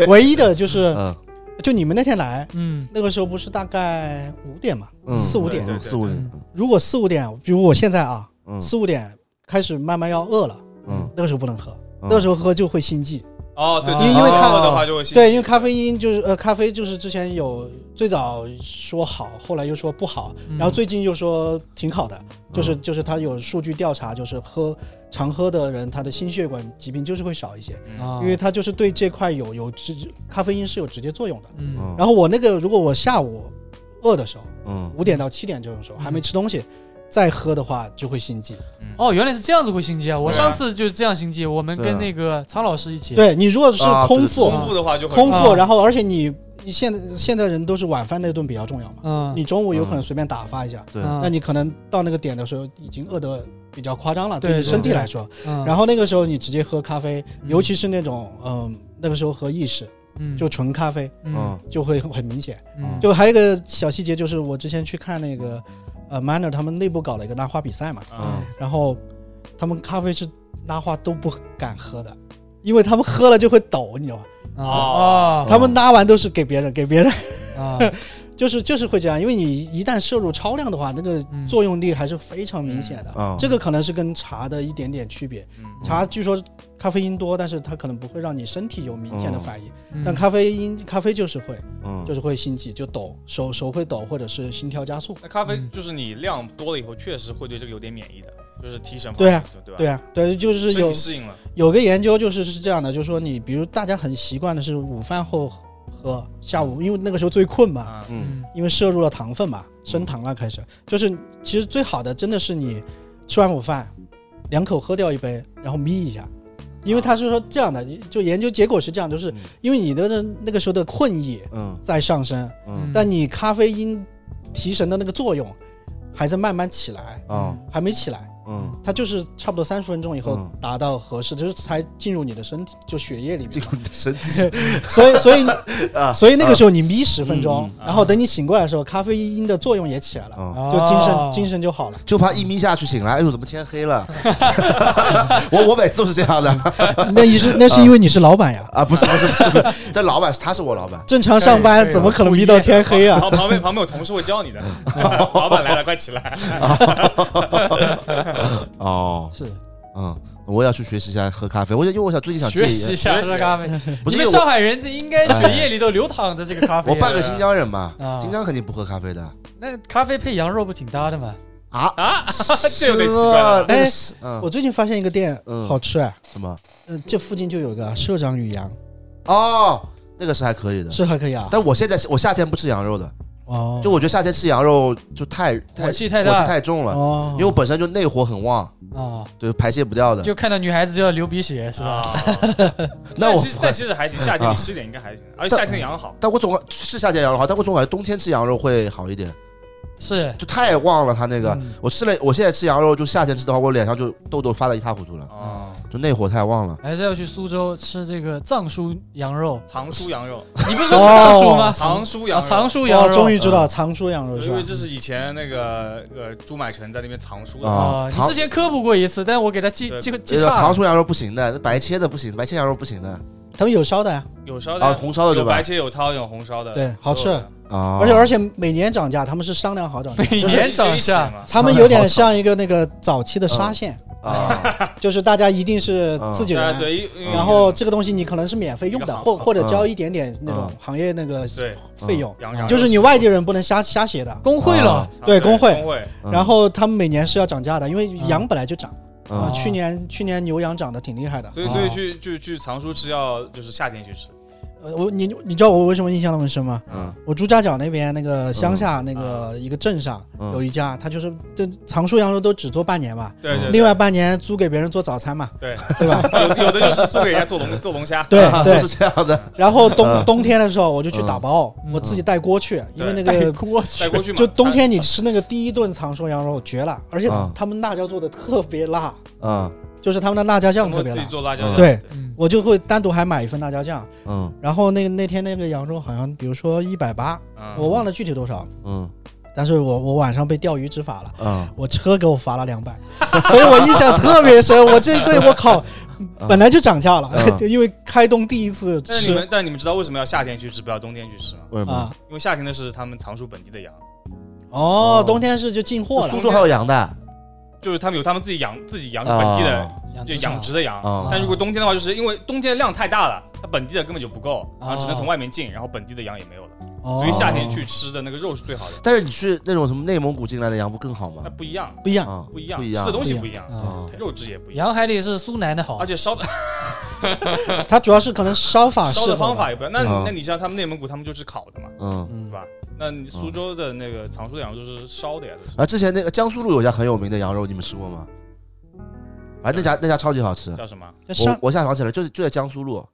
Speaker 1: 唯一的就是，
Speaker 3: 嗯
Speaker 1: 就你们那天来。
Speaker 2: 嗯
Speaker 1: 那个时候不是大概五点嘛，
Speaker 3: 嗯
Speaker 1: 四五
Speaker 4: 对
Speaker 1: 点。
Speaker 4: 对
Speaker 3: 嗯四五点，
Speaker 1: 如果四五点，比如我现在啊，
Speaker 3: 嗯
Speaker 1: 四五点开始慢慢要饿了，
Speaker 3: 嗯
Speaker 1: 那个时候不能喝，
Speaker 3: 嗯
Speaker 1: 那个时候喝就会心悸。
Speaker 4: 哦，对，
Speaker 2: 啊
Speaker 4: 对
Speaker 1: 因为咖
Speaker 4: 喝的话就会兴
Speaker 1: 对，
Speaker 4: 起
Speaker 1: 因为咖啡因就是呃，咖啡就是之前有最早说好，后来又说不好，
Speaker 2: 嗯
Speaker 1: 然后最近又说挺好的，
Speaker 3: 嗯
Speaker 1: 就是就是它有数据调查，就是喝常喝的人，他的心血管疾病就是会少一些，
Speaker 2: 啊，
Speaker 3: 嗯
Speaker 1: 因为它就是对这块有有直咖啡因是有直接作用的。
Speaker 2: 嗯
Speaker 3: 嗯
Speaker 1: 然后我那个如果我下午饿的时候，
Speaker 3: 嗯
Speaker 1: 五点到七点这种时候
Speaker 2: 嗯
Speaker 1: 还没吃东西，再喝的话就会心悸。
Speaker 4: 嗯
Speaker 2: 哦，原来是这样子会心悸啊！我
Speaker 4: 对啊
Speaker 2: 上次就是这样心悸，我们
Speaker 3: 对
Speaker 2: 跟
Speaker 3: 啊
Speaker 2: 那个苍老师一起，
Speaker 1: 对你如果是
Speaker 3: 啊
Speaker 1: 空
Speaker 3: 对
Speaker 1: 腹，
Speaker 4: 空腹的话就会
Speaker 1: 空腹，
Speaker 2: 嗯啊
Speaker 1: 然后而且你你现在现在人都是晚饭那顿比较重要嘛。
Speaker 2: 嗯，
Speaker 1: 你中午有可能随便打发一下，
Speaker 3: 对，
Speaker 2: 嗯
Speaker 1: 那你可能到那个点的时候已经饿得比较夸张了，
Speaker 2: 对
Speaker 1: 对你
Speaker 2: 对
Speaker 1: 身体
Speaker 2: 对
Speaker 1: 来说。
Speaker 2: 嗯
Speaker 1: 然后那个时候你直接喝咖啡，
Speaker 2: 嗯
Speaker 1: 尤其是那种嗯、那个时候喝意式，
Speaker 2: 嗯
Speaker 1: 就纯咖啡，
Speaker 2: 嗯
Speaker 1: 就会很很明显。
Speaker 2: 嗯
Speaker 1: 就还有一个小细节，就是我之前去看那个呃 Manner 他们内部搞了一个拉花比赛嘛，
Speaker 3: 嗯
Speaker 4: 啊，
Speaker 1: 然后他们咖啡是拉花都不敢喝的。因为他们喝了就会抖，你知道吧？
Speaker 2: 啊
Speaker 3: 哦
Speaker 1: 他们拉完都是给别人，给别人，
Speaker 2: 啊
Speaker 1: 就是就是会这样。因为你一旦摄入超量的话，那个
Speaker 2: 嗯
Speaker 1: 作用力还是非常明显的。
Speaker 3: 啊，
Speaker 1: 这个可能是跟茶的一点点区别。
Speaker 4: 嗯
Speaker 1: 茶据说咖啡因多，但是它可能不会让你身体有明显的反应，
Speaker 2: 嗯
Speaker 1: 但咖啡因咖啡就是会，
Speaker 3: 嗯
Speaker 1: 就是会心悸，就抖，手手会抖，或者是心跳加速。
Speaker 4: 那咖啡
Speaker 2: 嗯
Speaker 4: 就是你量多了以后，确实会对这个有点免疫的，就是提神嘛，
Speaker 1: 对啊
Speaker 4: 就是对吧？
Speaker 1: 对啊，对，就是
Speaker 4: 身
Speaker 1: 有
Speaker 4: 体适应了，
Speaker 1: 有个研究就是是这样的，就是说你比如大家很习惯的是午饭后喝，下午因为那个时候最困嘛，
Speaker 4: 啊，
Speaker 3: 嗯
Speaker 1: 因为摄入了糖分嘛，升糖了开始，就是其实最好的真的是你吃完午饭，两口喝掉一杯，然后眯一下，因为他是说这样的，就研究结果是这样，就是
Speaker 3: 嗯
Speaker 1: 因为你的那个时候的困意
Speaker 3: 嗯
Speaker 1: 在上升，
Speaker 3: 嗯
Speaker 1: 但你咖啡因提神的那个作用还在慢慢起来，
Speaker 3: 啊
Speaker 1: 还没起来，
Speaker 3: 嗯，
Speaker 1: 它就是差不多三十分钟以后
Speaker 3: 嗯
Speaker 1: 达到合适，就是才进入你的身体就血液里面
Speaker 3: 进。入你的身体
Speaker 1: 所以，所以，
Speaker 3: 啊，
Speaker 1: 所以那个时候你眯十分钟
Speaker 3: 嗯，
Speaker 4: 嗯
Speaker 1: 然后等你醒过来的时候，咖啡因的作用也起来了，
Speaker 3: 啊，
Speaker 1: 就精神
Speaker 2: 哦
Speaker 1: 精神就好 了。
Speaker 3: 就怕一眯下去醒来，哎呦，怎么天黑了？我我每次都是这样的
Speaker 1: 那你是那是因为你是老板呀，
Speaker 3: 啊，不是不是不是不是，这老板他是我老板，
Speaker 1: 正常上
Speaker 4: 对
Speaker 1: 班
Speaker 4: 对
Speaker 1: 怎么可能眯到天黑
Speaker 4: 然
Speaker 1: 啊？
Speaker 4: 后旁边旁边有同事会教 你的，老板来了，快起来。
Speaker 3: 哦，
Speaker 2: 是
Speaker 3: 嗯，我也要去学习一下喝咖啡，我因为我想最近想
Speaker 2: 学
Speaker 3: 戒
Speaker 2: 习一
Speaker 3: 烟，
Speaker 2: 下
Speaker 4: 学习
Speaker 2: 喝咖啡。
Speaker 3: 不是
Speaker 2: 你们
Speaker 3: 因为
Speaker 2: 上
Speaker 3: 我哎
Speaker 2: 海人这应该血液里都流淌着这个咖啡啊。
Speaker 3: 我半个新疆人嘛
Speaker 2: 啊，
Speaker 3: 新疆肯定不喝咖啡的
Speaker 2: 那咖啡配羊肉不挺搭的吗？
Speaker 3: 啊，
Speaker 4: 啊，这有点奇
Speaker 3: 是
Speaker 4: 怪了。
Speaker 1: 哎
Speaker 3: 哎，嗯，
Speaker 1: 我最近发现一个店
Speaker 3: 嗯
Speaker 1: 好吃哎，
Speaker 3: 什么？
Speaker 1: 嗯，这附近就有个社长与羊，
Speaker 3: 哦，那个是还可以的，
Speaker 1: 是还可以啊。
Speaker 3: 但我现在我夏天不吃羊肉的，
Speaker 1: 哦，
Speaker 3: 就我觉得夏天吃羊肉就太太
Speaker 2: 火气太
Speaker 3: 火气
Speaker 2: 大
Speaker 3: 太重了，
Speaker 1: 哦
Speaker 3: 因为我本身就内火很旺，
Speaker 2: 啊，
Speaker 3: 对，排泄不掉的。
Speaker 2: 就看到女孩子就要流鼻血是吧？
Speaker 4: 啊，
Speaker 3: 那
Speaker 4: 但
Speaker 3: 我
Speaker 4: 其实但其实还
Speaker 1: 啊
Speaker 4: 行，夏天你吃点应该还行，而且夏天的羊好。
Speaker 3: 但我总是夏天羊肉好，但我总感觉冬天吃羊肉会好一点，
Speaker 2: 是
Speaker 3: 就太旺了它那个。
Speaker 2: 嗯
Speaker 3: 我吃了，我现在吃羊肉就夏天吃的话，我脸上就痘痘发的一塌糊涂
Speaker 1: 嗯
Speaker 3: 了，
Speaker 4: 哦，
Speaker 3: 就内火太旺了。
Speaker 2: 还是要去苏州吃这个藏书羊 肉。
Speaker 4: 藏书羊肉，
Speaker 2: 你不是说是藏书吗？
Speaker 4: 藏书
Speaker 2: 啊，
Speaker 4: 羊
Speaker 2: 藏
Speaker 4: 肉，
Speaker 2: 书羊
Speaker 1: 哦，
Speaker 2: 肉。
Speaker 1: 终于
Speaker 3: 嗯
Speaker 1: 知道藏书羊肉是
Speaker 4: 因
Speaker 1: 吧
Speaker 4: 为？这是以前那个呃朱买臣在那边藏书
Speaker 3: 啊
Speaker 4: 的，
Speaker 2: 啊，你
Speaker 3: 藏
Speaker 2: 之前科普过一次，但我给他记
Speaker 4: 对
Speaker 2: 记
Speaker 3: 这
Speaker 2: 记
Speaker 3: 个
Speaker 2: 差
Speaker 3: 呃糖
Speaker 2: 了。
Speaker 3: 醋羊肉不行的，那白切的不行，白切羊肉不行的
Speaker 1: 他们有烧的呀，
Speaker 4: 有烧的
Speaker 3: 啊，
Speaker 4: 呀，
Speaker 3: 红烧的对
Speaker 4: 哦有
Speaker 3: 吧
Speaker 4: 白？切有汤有红烧的，
Speaker 1: 对好吃
Speaker 4: 都有的
Speaker 3: 啊，
Speaker 1: 而且而且每年涨价，他们是商量好涨价，
Speaker 2: 每
Speaker 1: 就
Speaker 4: 就是
Speaker 2: 年涨
Speaker 4: 就一起
Speaker 2: 价
Speaker 4: 嘛
Speaker 1: 他们有点像一个那个早期的
Speaker 3: 嗯
Speaker 1: 沙县，
Speaker 3: 啊，
Speaker 1: 就是大家一定是
Speaker 3: 嗯
Speaker 1: 自己
Speaker 4: 哎对
Speaker 1: 人，
Speaker 4: 呃对，因为
Speaker 1: 然后这个东西你可能是免费用
Speaker 4: 一个
Speaker 1: 的，
Speaker 4: 行
Speaker 1: 或或者
Speaker 3: 嗯
Speaker 1: 交一点点那种
Speaker 3: 嗯
Speaker 1: 行业那个
Speaker 4: 对
Speaker 1: 费用，
Speaker 4: 羊羊
Speaker 1: 就是你外地人不能瞎瞎写的。
Speaker 2: 工会了
Speaker 3: 啊，
Speaker 4: 藏
Speaker 1: 对
Speaker 4: 工
Speaker 1: 工会
Speaker 4: 会
Speaker 3: 嗯
Speaker 1: 然后他们每年是要涨价的，因为羊本来就涨
Speaker 3: 嗯
Speaker 1: 啊。去年去年牛羊涨得挺厉害的。
Speaker 4: 所以所以去就去藏书吃要就是夏天去吃，
Speaker 1: 呃，我你你知道我为什么印象那么深吗？
Speaker 3: 嗯
Speaker 1: 我朱家角那边那个乡下那个一个镇上
Speaker 3: 嗯
Speaker 1: 有一家，他就是这藏书羊肉都只做半年嘛，
Speaker 4: 对对，
Speaker 1: 哦另外半年租给别人做早餐
Speaker 3: 嗯
Speaker 1: 嘛，
Speaker 4: 对
Speaker 1: 对吧？
Speaker 4: 有有的就是租给人家做龙做龙虾，
Speaker 1: 对
Speaker 3: 啊
Speaker 1: 对
Speaker 3: 都，是这样的，
Speaker 1: 然后冬
Speaker 3: 嗯
Speaker 1: 冬天的时候我就去打包，
Speaker 2: 嗯
Speaker 1: 我自己带锅去，因为那
Speaker 2: 带
Speaker 1: 个
Speaker 2: 过去
Speaker 4: 带过去 嘛，
Speaker 1: 就冬天你吃那个第一顿藏寿羊肉绝了，而且
Speaker 3: 啊
Speaker 1: 他们辣椒做的特别辣，
Speaker 3: 嗯
Speaker 1: 就是他们的辣椒
Speaker 4: 他
Speaker 1: 酱
Speaker 4: 们
Speaker 1: 特别
Speaker 4: 自
Speaker 1: 辣
Speaker 4: 己。做辣椒酱，
Speaker 1: 对
Speaker 2: 嗯
Speaker 1: 我就会单独还买一份辣椒酱，
Speaker 3: 嗯
Speaker 1: 然后那个那天那个羊肉好像比如说一百八，
Speaker 4: 嗯
Speaker 1: 我忘了具体多少，
Speaker 3: 嗯
Speaker 1: 但是我我晚上被钓鱼执法了。
Speaker 3: 嗯
Speaker 1: 我车给我罚了两百，所以我印象特别深。我这一顿我靠，本来就涨价了，
Speaker 3: 嗯
Speaker 1: 因为开冬第一次
Speaker 4: 但是你
Speaker 1: 吃
Speaker 4: 们，但你们知道为什么要夏天去吃，不要冬天去吃吗？
Speaker 3: 为什么？
Speaker 1: 啊。
Speaker 4: 因为夏天的是他们藏书本地的羊，
Speaker 1: 哦
Speaker 3: 哦，
Speaker 1: 冬天是就进货了
Speaker 3: 苏。州还有羊的啊
Speaker 4: 就是他们有他们自己养自己养本地
Speaker 1: 啊
Speaker 4: 的就养殖的羊
Speaker 3: 哦。
Speaker 4: 但如果冬天的话，就是因为冬天量太大了，它本地的根本就不够，然后只能从外面进，然后本地的羊也没有了，
Speaker 1: 哦
Speaker 4: 所以夏天去吃的那个肉是最好的。
Speaker 3: 但是你去那种什么内蒙古进来的羊不更好吗
Speaker 4: 那？不一样，
Speaker 1: 不一样，
Speaker 3: 啊，
Speaker 4: 不一样，
Speaker 3: 哦不一
Speaker 4: 吃
Speaker 3: 样
Speaker 4: 的东西
Speaker 1: 不
Speaker 4: 不一样，
Speaker 2: 啊，
Speaker 3: 啊
Speaker 4: 肉质也不一样，
Speaker 2: 羊还得是苏南的好
Speaker 4: 而，且烧的
Speaker 1: 它主要是可能烧法
Speaker 4: 烧
Speaker 1: 是
Speaker 4: 的
Speaker 1: 否
Speaker 4: 方法也不一样。那你
Speaker 3: 嗯
Speaker 4: 那你像他们内蒙古，他们就是烤的嘛，
Speaker 3: 嗯。
Speaker 4: 对
Speaker 2: 嗯，
Speaker 4: 吧？那你苏州的那个藏书的羊肉都是烧的呀，都
Speaker 3: 啊，之前那个江苏路有家很有名的羊肉，你们吃过吗？反正那家那家超级好吃
Speaker 4: 是，叫什么？
Speaker 1: 那
Speaker 3: 我
Speaker 1: 上
Speaker 3: 我现在想起来，就是就在江苏路，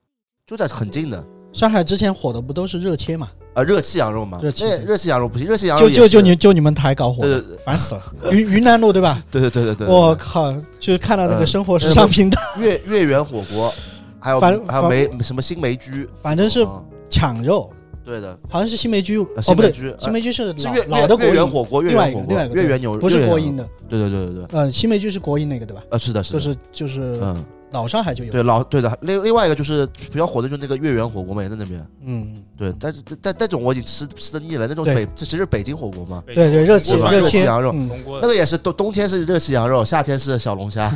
Speaker 3: 就在很近的
Speaker 1: 上海之前火的不都是热切嘛？
Speaker 3: 呃热气羊肉嘛，
Speaker 1: 热气
Speaker 3: 那热气羊肉不行，热气羊肉
Speaker 1: 就
Speaker 3: 也
Speaker 1: 就是就你就你们台搞火
Speaker 3: 对
Speaker 1: 了，
Speaker 3: 对
Speaker 1: 烦死了。云云南路对吧？
Speaker 3: 对对对对对，
Speaker 1: 我靠，就是看到那个
Speaker 3: 嗯
Speaker 1: 生活时尚频道，
Speaker 3: 月月圆火锅，还有
Speaker 1: 反
Speaker 3: 还有
Speaker 1: 反
Speaker 3: 梅什么新梅居，
Speaker 1: 反正是
Speaker 3: 啊
Speaker 1: 抢肉，
Speaker 3: 对的，
Speaker 1: 好像是新梅居哦
Speaker 3: 呃新，
Speaker 1: 不
Speaker 3: 梅
Speaker 1: 对，
Speaker 3: 居
Speaker 1: 新
Speaker 3: 呃
Speaker 1: 梅居是
Speaker 3: 是
Speaker 1: 老
Speaker 3: 月
Speaker 1: 老的
Speaker 3: 月
Speaker 1: 国
Speaker 3: 月圆
Speaker 1: 营，
Speaker 3: 火锅，月
Speaker 1: 另外
Speaker 3: 圆
Speaker 1: 一个另
Speaker 3: 火锅
Speaker 1: 外一，个
Speaker 3: 月圆牛
Speaker 1: 不是国营，
Speaker 3: 月圆牛
Speaker 1: 的，
Speaker 3: 肉对对对对对，
Speaker 1: 呃，新梅居是国营那个对吧？
Speaker 3: 呃是的是的，
Speaker 1: 就是就是
Speaker 3: 嗯
Speaker 1: 老上海就有，
Speaker 3: 对老对的，另另外一个就是比较火的就是那个月圆火锅嘛，也在那边，
Speaker 1: 嗯，
Speaker 3: 对，但是但但那种我已经吃吃腻了，那种
Speaker 1: 对
Speaker 3: 北这其实是北京火锅嘛。
Speaker 1: 对对，热气
Speaker 3: 是吧
Speaker 1: 热
Speaker 3: 热
Speaker 1: 气
Speaker 3: 气羊肉
Speaker 1: 嗯
Speaker 4: 铜锅
Speaker 3: 那
Speaker 4: 的
Speaker 3: 个也是冬冬天是热气羊肉，夏天是小 龙虾，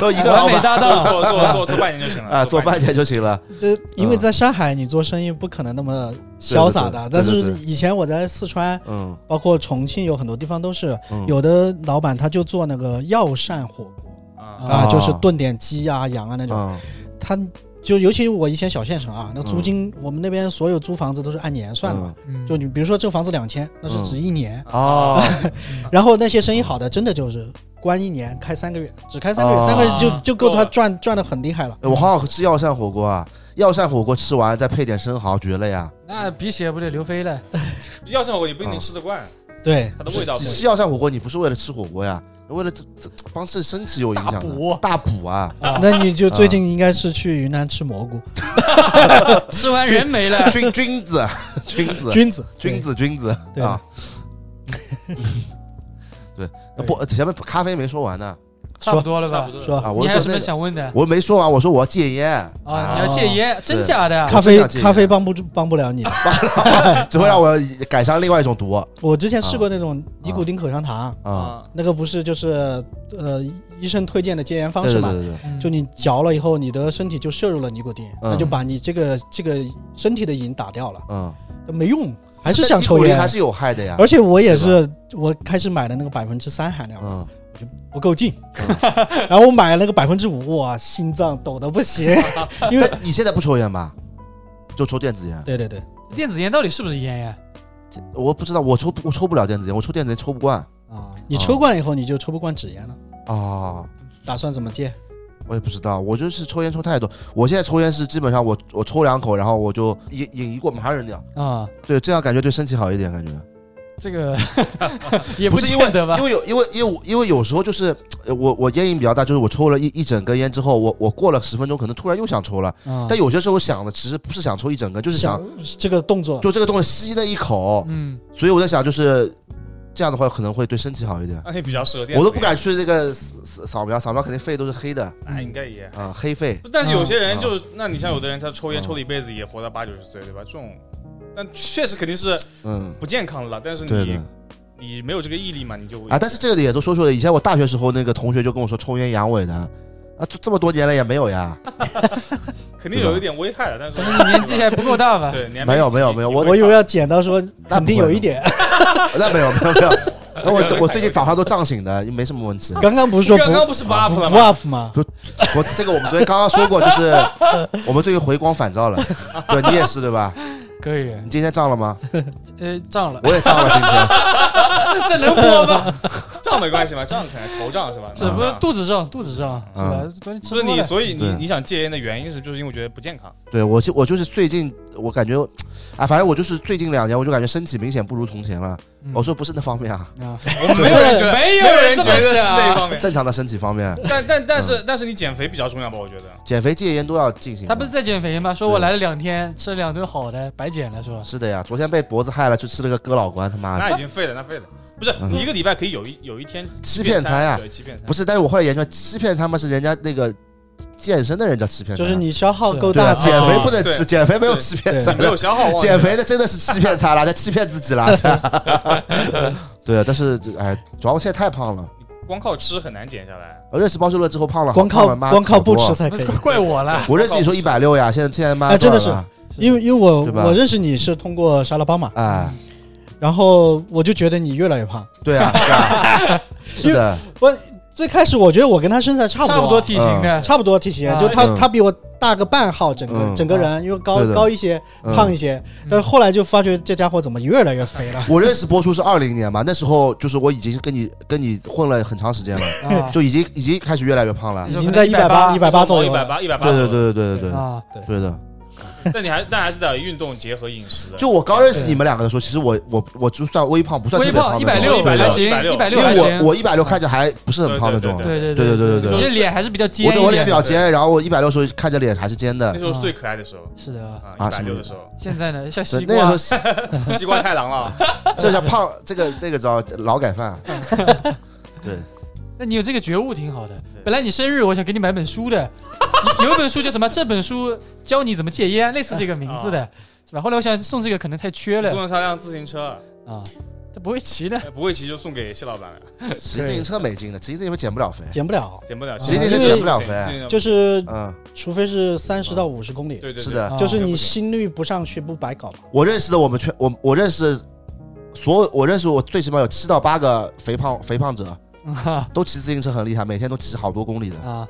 Speaker 3: 都一个
Speaker 2: 完
Speaker 3: 老
Speaker 2: 美
Speaker 3: 板
Speaker 2: 搭
Speaker 4: 做
Speaker 2: 档，
Speaker 4: 做做做做半年就行了
Speaker 3: 啊，做半年就行了。
Speaker 1: 对，因为在上海你做生意不可能那么潇洒的，
Speaker 3: 对对对对
Speaker 1: 但是以前我在四川，
Speaker 3: 嗯，
Speaker 1: 包括重庆，有很多地方都是、
Speaker 3: 嗯
Speaker 1: 有的老板他就做那个药膳火锅
Speaker 4: 啊
Speaker 1: 啊、
Speaker 3: 哦
Speaker 1: 就是炖点鸡啊、羊啊那种，
Speaker 3: 嗯
Speaker 1: 他。就尤其我以前小县城啊，那租金、我们那边所有租房子都是按年算的嘛。
Speaker 2: 嗯
Speaker 1: 就你比如说这个房子两千，那是
Speaker 3: 嗯
Speaker 1: 指一年。
Speaker 3: 哦，
Speaker 1: 然后那些生意好的，真的就是关一年开三个月，只开三个月，
Speaker 3: 哦
Speaker 1: 三个月就就够
Speaker 4: 够
Speaker 1: 他
Speaker 4: 了
Speaker 1: 赚赚的很厉害了。
Speaker 3: 我好想吃药膳火锅啊！药膳火锅吃完再配点生蚝，绝啊了呀！
Speaker 2: 那鼻血不得流飞 了？
Speaker 4: 药膳火锅你不一定吃得惯，
Speaker 1: 对，
Speaker 4: 它的味道不
Speaker 3: 你
Speaker 4: 一样
Speaker 3: 吃药膳火锅，你不是为了吃火锅呀，为了这这帮自己身体有影
Speaker 2: 大
Speaker 3: 响的
Speaker 2: 补
Speaker 3: 大补 啊！
Speaker 1: 那你就最近应该是去云南吃蘑菇，
Speaker 2: 吃完人没了，
Speaker 3: 君君子， 君子，
Speaker 1: 菌子，
Speaker 3: 君子，君子
Speaker 1: 对
Speaker 3: 啊！对，那不，前面咖啡没说完呢
Speaker 2: 差不多了
Speaker 4: 差
Speaker 2: 吧
Speaker 4: 不？多
Speaker 1: 说
Speaker 3: 啊！我
Speaker 2: 你还有
Speaker 3: 是
Speaker 2: 什
Speaker 3: 说
Speaker 2: 么
Speaker 3: 那个，
Speaker 2: 想问的？
Speaker 3: 我没说完，我说我要戒烟
Speaker 1: 哦
Speaker 2: 啊，你
Speaker 3: 啊，
Speaker 2: 要戒烟，真假的？
Speaker 1: 咖
Speaker 3: 真
Speaker 1: 啡
Speaker 3: 想戒烟
Speaker 1: 咖啡帮不帮不 了你的。
Speaker 3: 只会让我改上另外一种毒
Speaker 1: 我之前试过那种尼古丁口香糖，
Speaker 3: 啊！
Speaker 1: 那个不是就是呃医生推荐的戒烟方
Speaker 3: 对
Speaker 1: 式
Speaker 3: 对
Speaker 1: 嘛
Speaker 3: 对？对对，
Speaker 2: 嗯
Speaker 1: 就你嚼了以后，你的身体就摄入了尼古丁，那就把你这个这个身体的瘾打掉了，
Speaker 3: 嗯，
Speaker 1: 没用，还是
Speaker 3: 那
Speaker 1: 想
Speaker 3: 尼
Speaker 1: 抽
Speaker 3: 古丁
Speaker 1: 烟
Speaker 3: 还。是有害的呀。
Speaker 1: 而且我也是，我开始买的那个百分之三含量
Speaker 3: 嗯，
Speaker 1: 不够劲， 然后我买了那个百分之五，哇，心脏抖得不行。因为
Speaker 3: 但你现在不抽烟吧？就抽电子烟。
Speaker 1: 对对对，
Speaker 2: 电子烟到底是不是烟呀？
Speaker 3: 我不知道，我抽不我抽不了电子烟，我抽电子烟抽不惯
Speaker 2: 啊，
Speaker 1: 你抽惯了以后，你就抽不惯纸烟了。
Speaker 3: 啊，
Speaker 1: 打算怎么戒？
Speaker 3: 我也不知道，我就是抽烟抽太多。我现在抽烟是基本上我我抽两口，然后我就饮饮一过马上扔掉，
Speaker 2: 啊，
Speaker 3: 对，这样感觉对身体好一点，感觉
Speaker 2: 这 个也
Speaker 3: 不是因为
Speaker 2: 见得吧
Speaker 3: 因？为有因为因为我因为有时候就是呃我我烟瘾比较大，就是我抽了一一整根烟之后，我我过了十分钟可能突然又想抽了，
Speaker 2: 啊
Speaker 3: 但有些时候想的其实不是想抽一整根，就是想
Speaker 1: 这个动作，
Speaker 3: 就这个东西吸那一口，
Speaker 2: 嗯，
Speaker 3: 所以我在想就是这样的话可能会对身体好一点。
Speaker 4: 那你比较适合电子烟，
Speaker 3: 我都不敢去这个扫扫扫描，扫描肯定肺都是黑的啊、
Speaker 4: 哎，应该也。
Speaker 3: 黑肺。
Speaker 4: 但是有些人就是，那你像有的人，他抽烟抽了一辈子，也活到八九十岁，对吧？这种，但确实肯定是
Speaker 3: 嗯，
Speaker 4: 不健康了。但是
Speaker 3: 对
Speaker 4: 你
Speaker 3: 的
Speaker 4: 你没有这个毅力嘛，你就
Speaker 3: 啊，但是这个也都说出来。以前我大学时候那个同学就跟我说抽烟阳痿的，啊，这这么多年了也没有呀，
Speaker 4: 肯定有一点危害了。但是
Speaker 2: 你年纪还不够大吧？
Speaker 4: 对，你还
Speaker 3: 没有没有
Speaker 4: 体
Speaker 3: 没有
Speaker 4: 体
Speaker 3: 我
Speaker 4: 会
Speaker 1: 我以
Speaker 4: 到
Speaker 1: 为要剪到说肯定有一点，。
Speaker 3: 啊那没有没有没有。 那我我最近早上都胀醒的，没什么问题
Speaker 1: 刚刚不是说不
Speaker 4: 刚刚不是 buff
Speaker 1: 不
Speaker 4: 了
Speaker 1: 不
Speaker 4: 吗？
Speaker 1: up 吗？
Speaker 3: 我这个我们昨天刚刚说过，就是我们最近回光返照了。对你也是对吧？
Speaker 2: 可以，
Speaker 3: 你今天胀了吗？
Speaker 2: 呃，胀了，
Speaker 3: 我也胀了今天。
Speaker 2: 这能播 吗？
Speaker 4: 胀没关系吧？胀可能头胀是吧？
Speaker 2: 是不是
Speaker 4: 胀
Speaker 3: 啊
Speaker 2: 肚子胀，肚子胀是吧？昨天吃
Speaker 4: 不是
Speaker 2: 多
Speaker 4: 你，
Speaker 2: 了，
Speaker 4: 所以你
Speaker 3: 对
Speaker 4: 你想戒烟的原因是，就是因为我觉得不健康。
Speaker 3: 对我就我就是最近我感觉，啊，反正我就是最近两年我就感觉身体明显不如从前了。
Speaker 2: 嗯
Speaker 3: 我说不是那方面啊，
Speaker 2: 啊，
Speaker 4: 我没有人觉得，
Speaker 2: 没有
Speaker 4: 有人
Speaker 2: 人
Speaker 4: 觉
Speaker 2: 这么
Speaker 4: 得是那一
Speaker 2: 想。
Speaker 4: 方面。
Speaker 3: 正常的身体方面，
Speaker 4: 但但但是但是你减肥比较重要吧？我觉得。
Speaker 3: 减肥戒烟都要进行的。
Speaker 2: 他不是在减肥吗？说我来了两天，吃了两顿好的，白减了是吧？
Speaker 3: 是的呀，昨天被脖子害了，去吃了个哥老关，他妈的
Speaker 4: 那已经废了，那废了。不是
Speaker 3: 嗯
Speaker 4: 你一个礼拜可以有一有一天
Speaker 3: 欺骗餐啊
Speaker 4: 对，欺骗餐
Speaker 3: 不是。但是我后来研究，欺骗他们是人家那个健身的人叫欺骗餐，啊
Speaker 1: 就是你消耗够
Speaker 3: 对
Speaker 1: 大
Speaker 3: 啊，
Speaker 1: 之后，
Speaker 3: 减肥不能吃，
Speaker 4: 对
Speaker 3: 减肥没有欺骗餐
Speaker 4: 没有
Speaker 3: 的，
Speaker 4: 消耗 忘记了
Speaker 3: 减肥的真的是欺骗餐了，在欺骗自己了。对啊，但是这哎，主要我现在太胖了，
Speaker 4: 光靠吃很难减下来。
Speaker 3: 我认识包修乐之后胖了，
Speaker 1: 光靠
Speaker 3: 胖了妈
Speaker 1: 光靠不。
Speaker 3: 好
Speaker 1: 吃
Speaker 3: 多
Speaker 1: 才可以。
Speaker 2: 怪怪我了，
Speaker 3: 我认识你说一百六呀，现在现在妈
Speaker 1: 哎真的
Speaker 3: 多少了
Speaker 1: 因为因为我
Speaker 3: 对吧
Speaker 1: 我认识你是通过沙拉帮嘛，
Speaker 3: 哎，
Speaker 1: 然后我就觉得你越来越胖。
Speaker 3: 对啊，是啊， 是的，
Speaker 1: 最开始我觉得我跟他身材差不啊
Speaker 2: 差不多体型的，
Speaker 1: 差不多体型，
Speaker 2: 啊
Speaker 1: 就他
Speaker 3: 嗯
Speaker 1: 他比我大个半号，整个
Speaker 3: 嗯
Speaker 1: 整个人因为高
Speaker 3: 对的
Speaker 1: 高一些，
Speaker 3: 嗯
Speaker 1: 胖一些，但是后来就发觉这家伙怎么越来越肥了。
Speaker 3: 我认识波叔是二零年嘛，那时候就是我已经跟你跟你混了很长时间了，
Speaker 2: 啊
Speaker 3: 嗯 就已经已经开始越来越胖了
Speaker 1: 已。经在一百
Speaker 2: 180
Speaker 1: 八一百八左
Speaker 4: 一
Speaker 1: 右
Speaker 4: 百
Speaker 1: 了。
Speaker 4: 八一百八，
Speaker 3: 对对对对对对对
Speaker 2: 啊，
Speaker 3: 啊对的，
Speaker 4: 但你还但还是得运动结合饮食的。
Speaker 3: 就我刚认识你们两个的时候，其实我我我就算微胖，不算特
Speaker 2: 微
Speaker 3: 别
Speaker 2: 胖一
Speaker 3: 那
Speaker 2: 百
Speaker 3: 种
Speaker 2: 六
Speaker 4: 160
Speaker 2: 还
Speaker 3: 对
Speaker 2: 行，一百
Speaker 3: 因
Speaker 2: 六还
Speaker 3: 为
Speaker 2: 行。
Speaker 3: 我我一百六看着还不是很胖那种，
Speaker 4: 对
Speaker 2: 对对
Speaker 3: 对对对
Speaker 2: 你的脸还是比较尖一
Speaker 3: 我的
Speaker 2: 点。
Speaker 3: 我脸比较尖，然后我一百六时候看着脸还是尖
Speaker 4: 那
Speaker 3: 的，
Speaker 4: 时候是最可爱的时候
Speaker 2: 是的，
Speaker 4: 啊，
Speaker 3: 啊
Speaker 4: 一百
Speaker 3: 什么
Speaker 4: 六的时候，
Speaker 2: 现在呢，像
Speaker 3: 对
Speaker 2: 西
Speaker 3: 那个
Speaker 2: 瓜，
Speaker 3: 时候
Speaker 4: 西瓜太 郎了。
Speaker 3: 这叫胖，这个那个叫劳改犯， 对，
Speaker 2: 那你有这个觉悟挺好的
Speaker 4: 对。
Speaker 2: 本来你生日，我想给你买本书的， 有有一本书叫什么？这本书教你怎么戒烟，类似这个名字
Speaker 4: 啊
Speaker 2: 的，是吧？后来我想送这个可能太缺了
Speaker 4: 送了他辆自行车，哎
Speaker 2: 啊，他不会骑的。
Speaker 4: 不会骑就送给谢老板了，
Speaker 3: 骑自行车没劲的，骑自行车减不了肥，
Speaker 1: 减不了，
Speaker 4: 减不了，
Speaker 1: 骑自
Speaker 4: 行
Speaker 1: 行车
Speaker 4: 车
Speaker 1: 减
Speaker 3: 不了
Speaker 4: 行
Speaker 3: 肥
Speaker 4: 自行车
Speaker 1: 就是
Speaker 3: 嗯，
Speaker 1: 除非是三十到五十公里，
Speaker 4: 对对对
Speaker 3: 是的
Speaker 2: 啊
Speaker 1: 就是
Speaker 4: 啊
Speaker 1: 你心率不上去不白搞嘛。
Speaker 3: 我认识的我们圈，我我认识所有，我认识我最起码有七到八个肥胖肥胖者，都骑自行车很厉害，每天都骑好多公里的，
Speaker 2: 啊，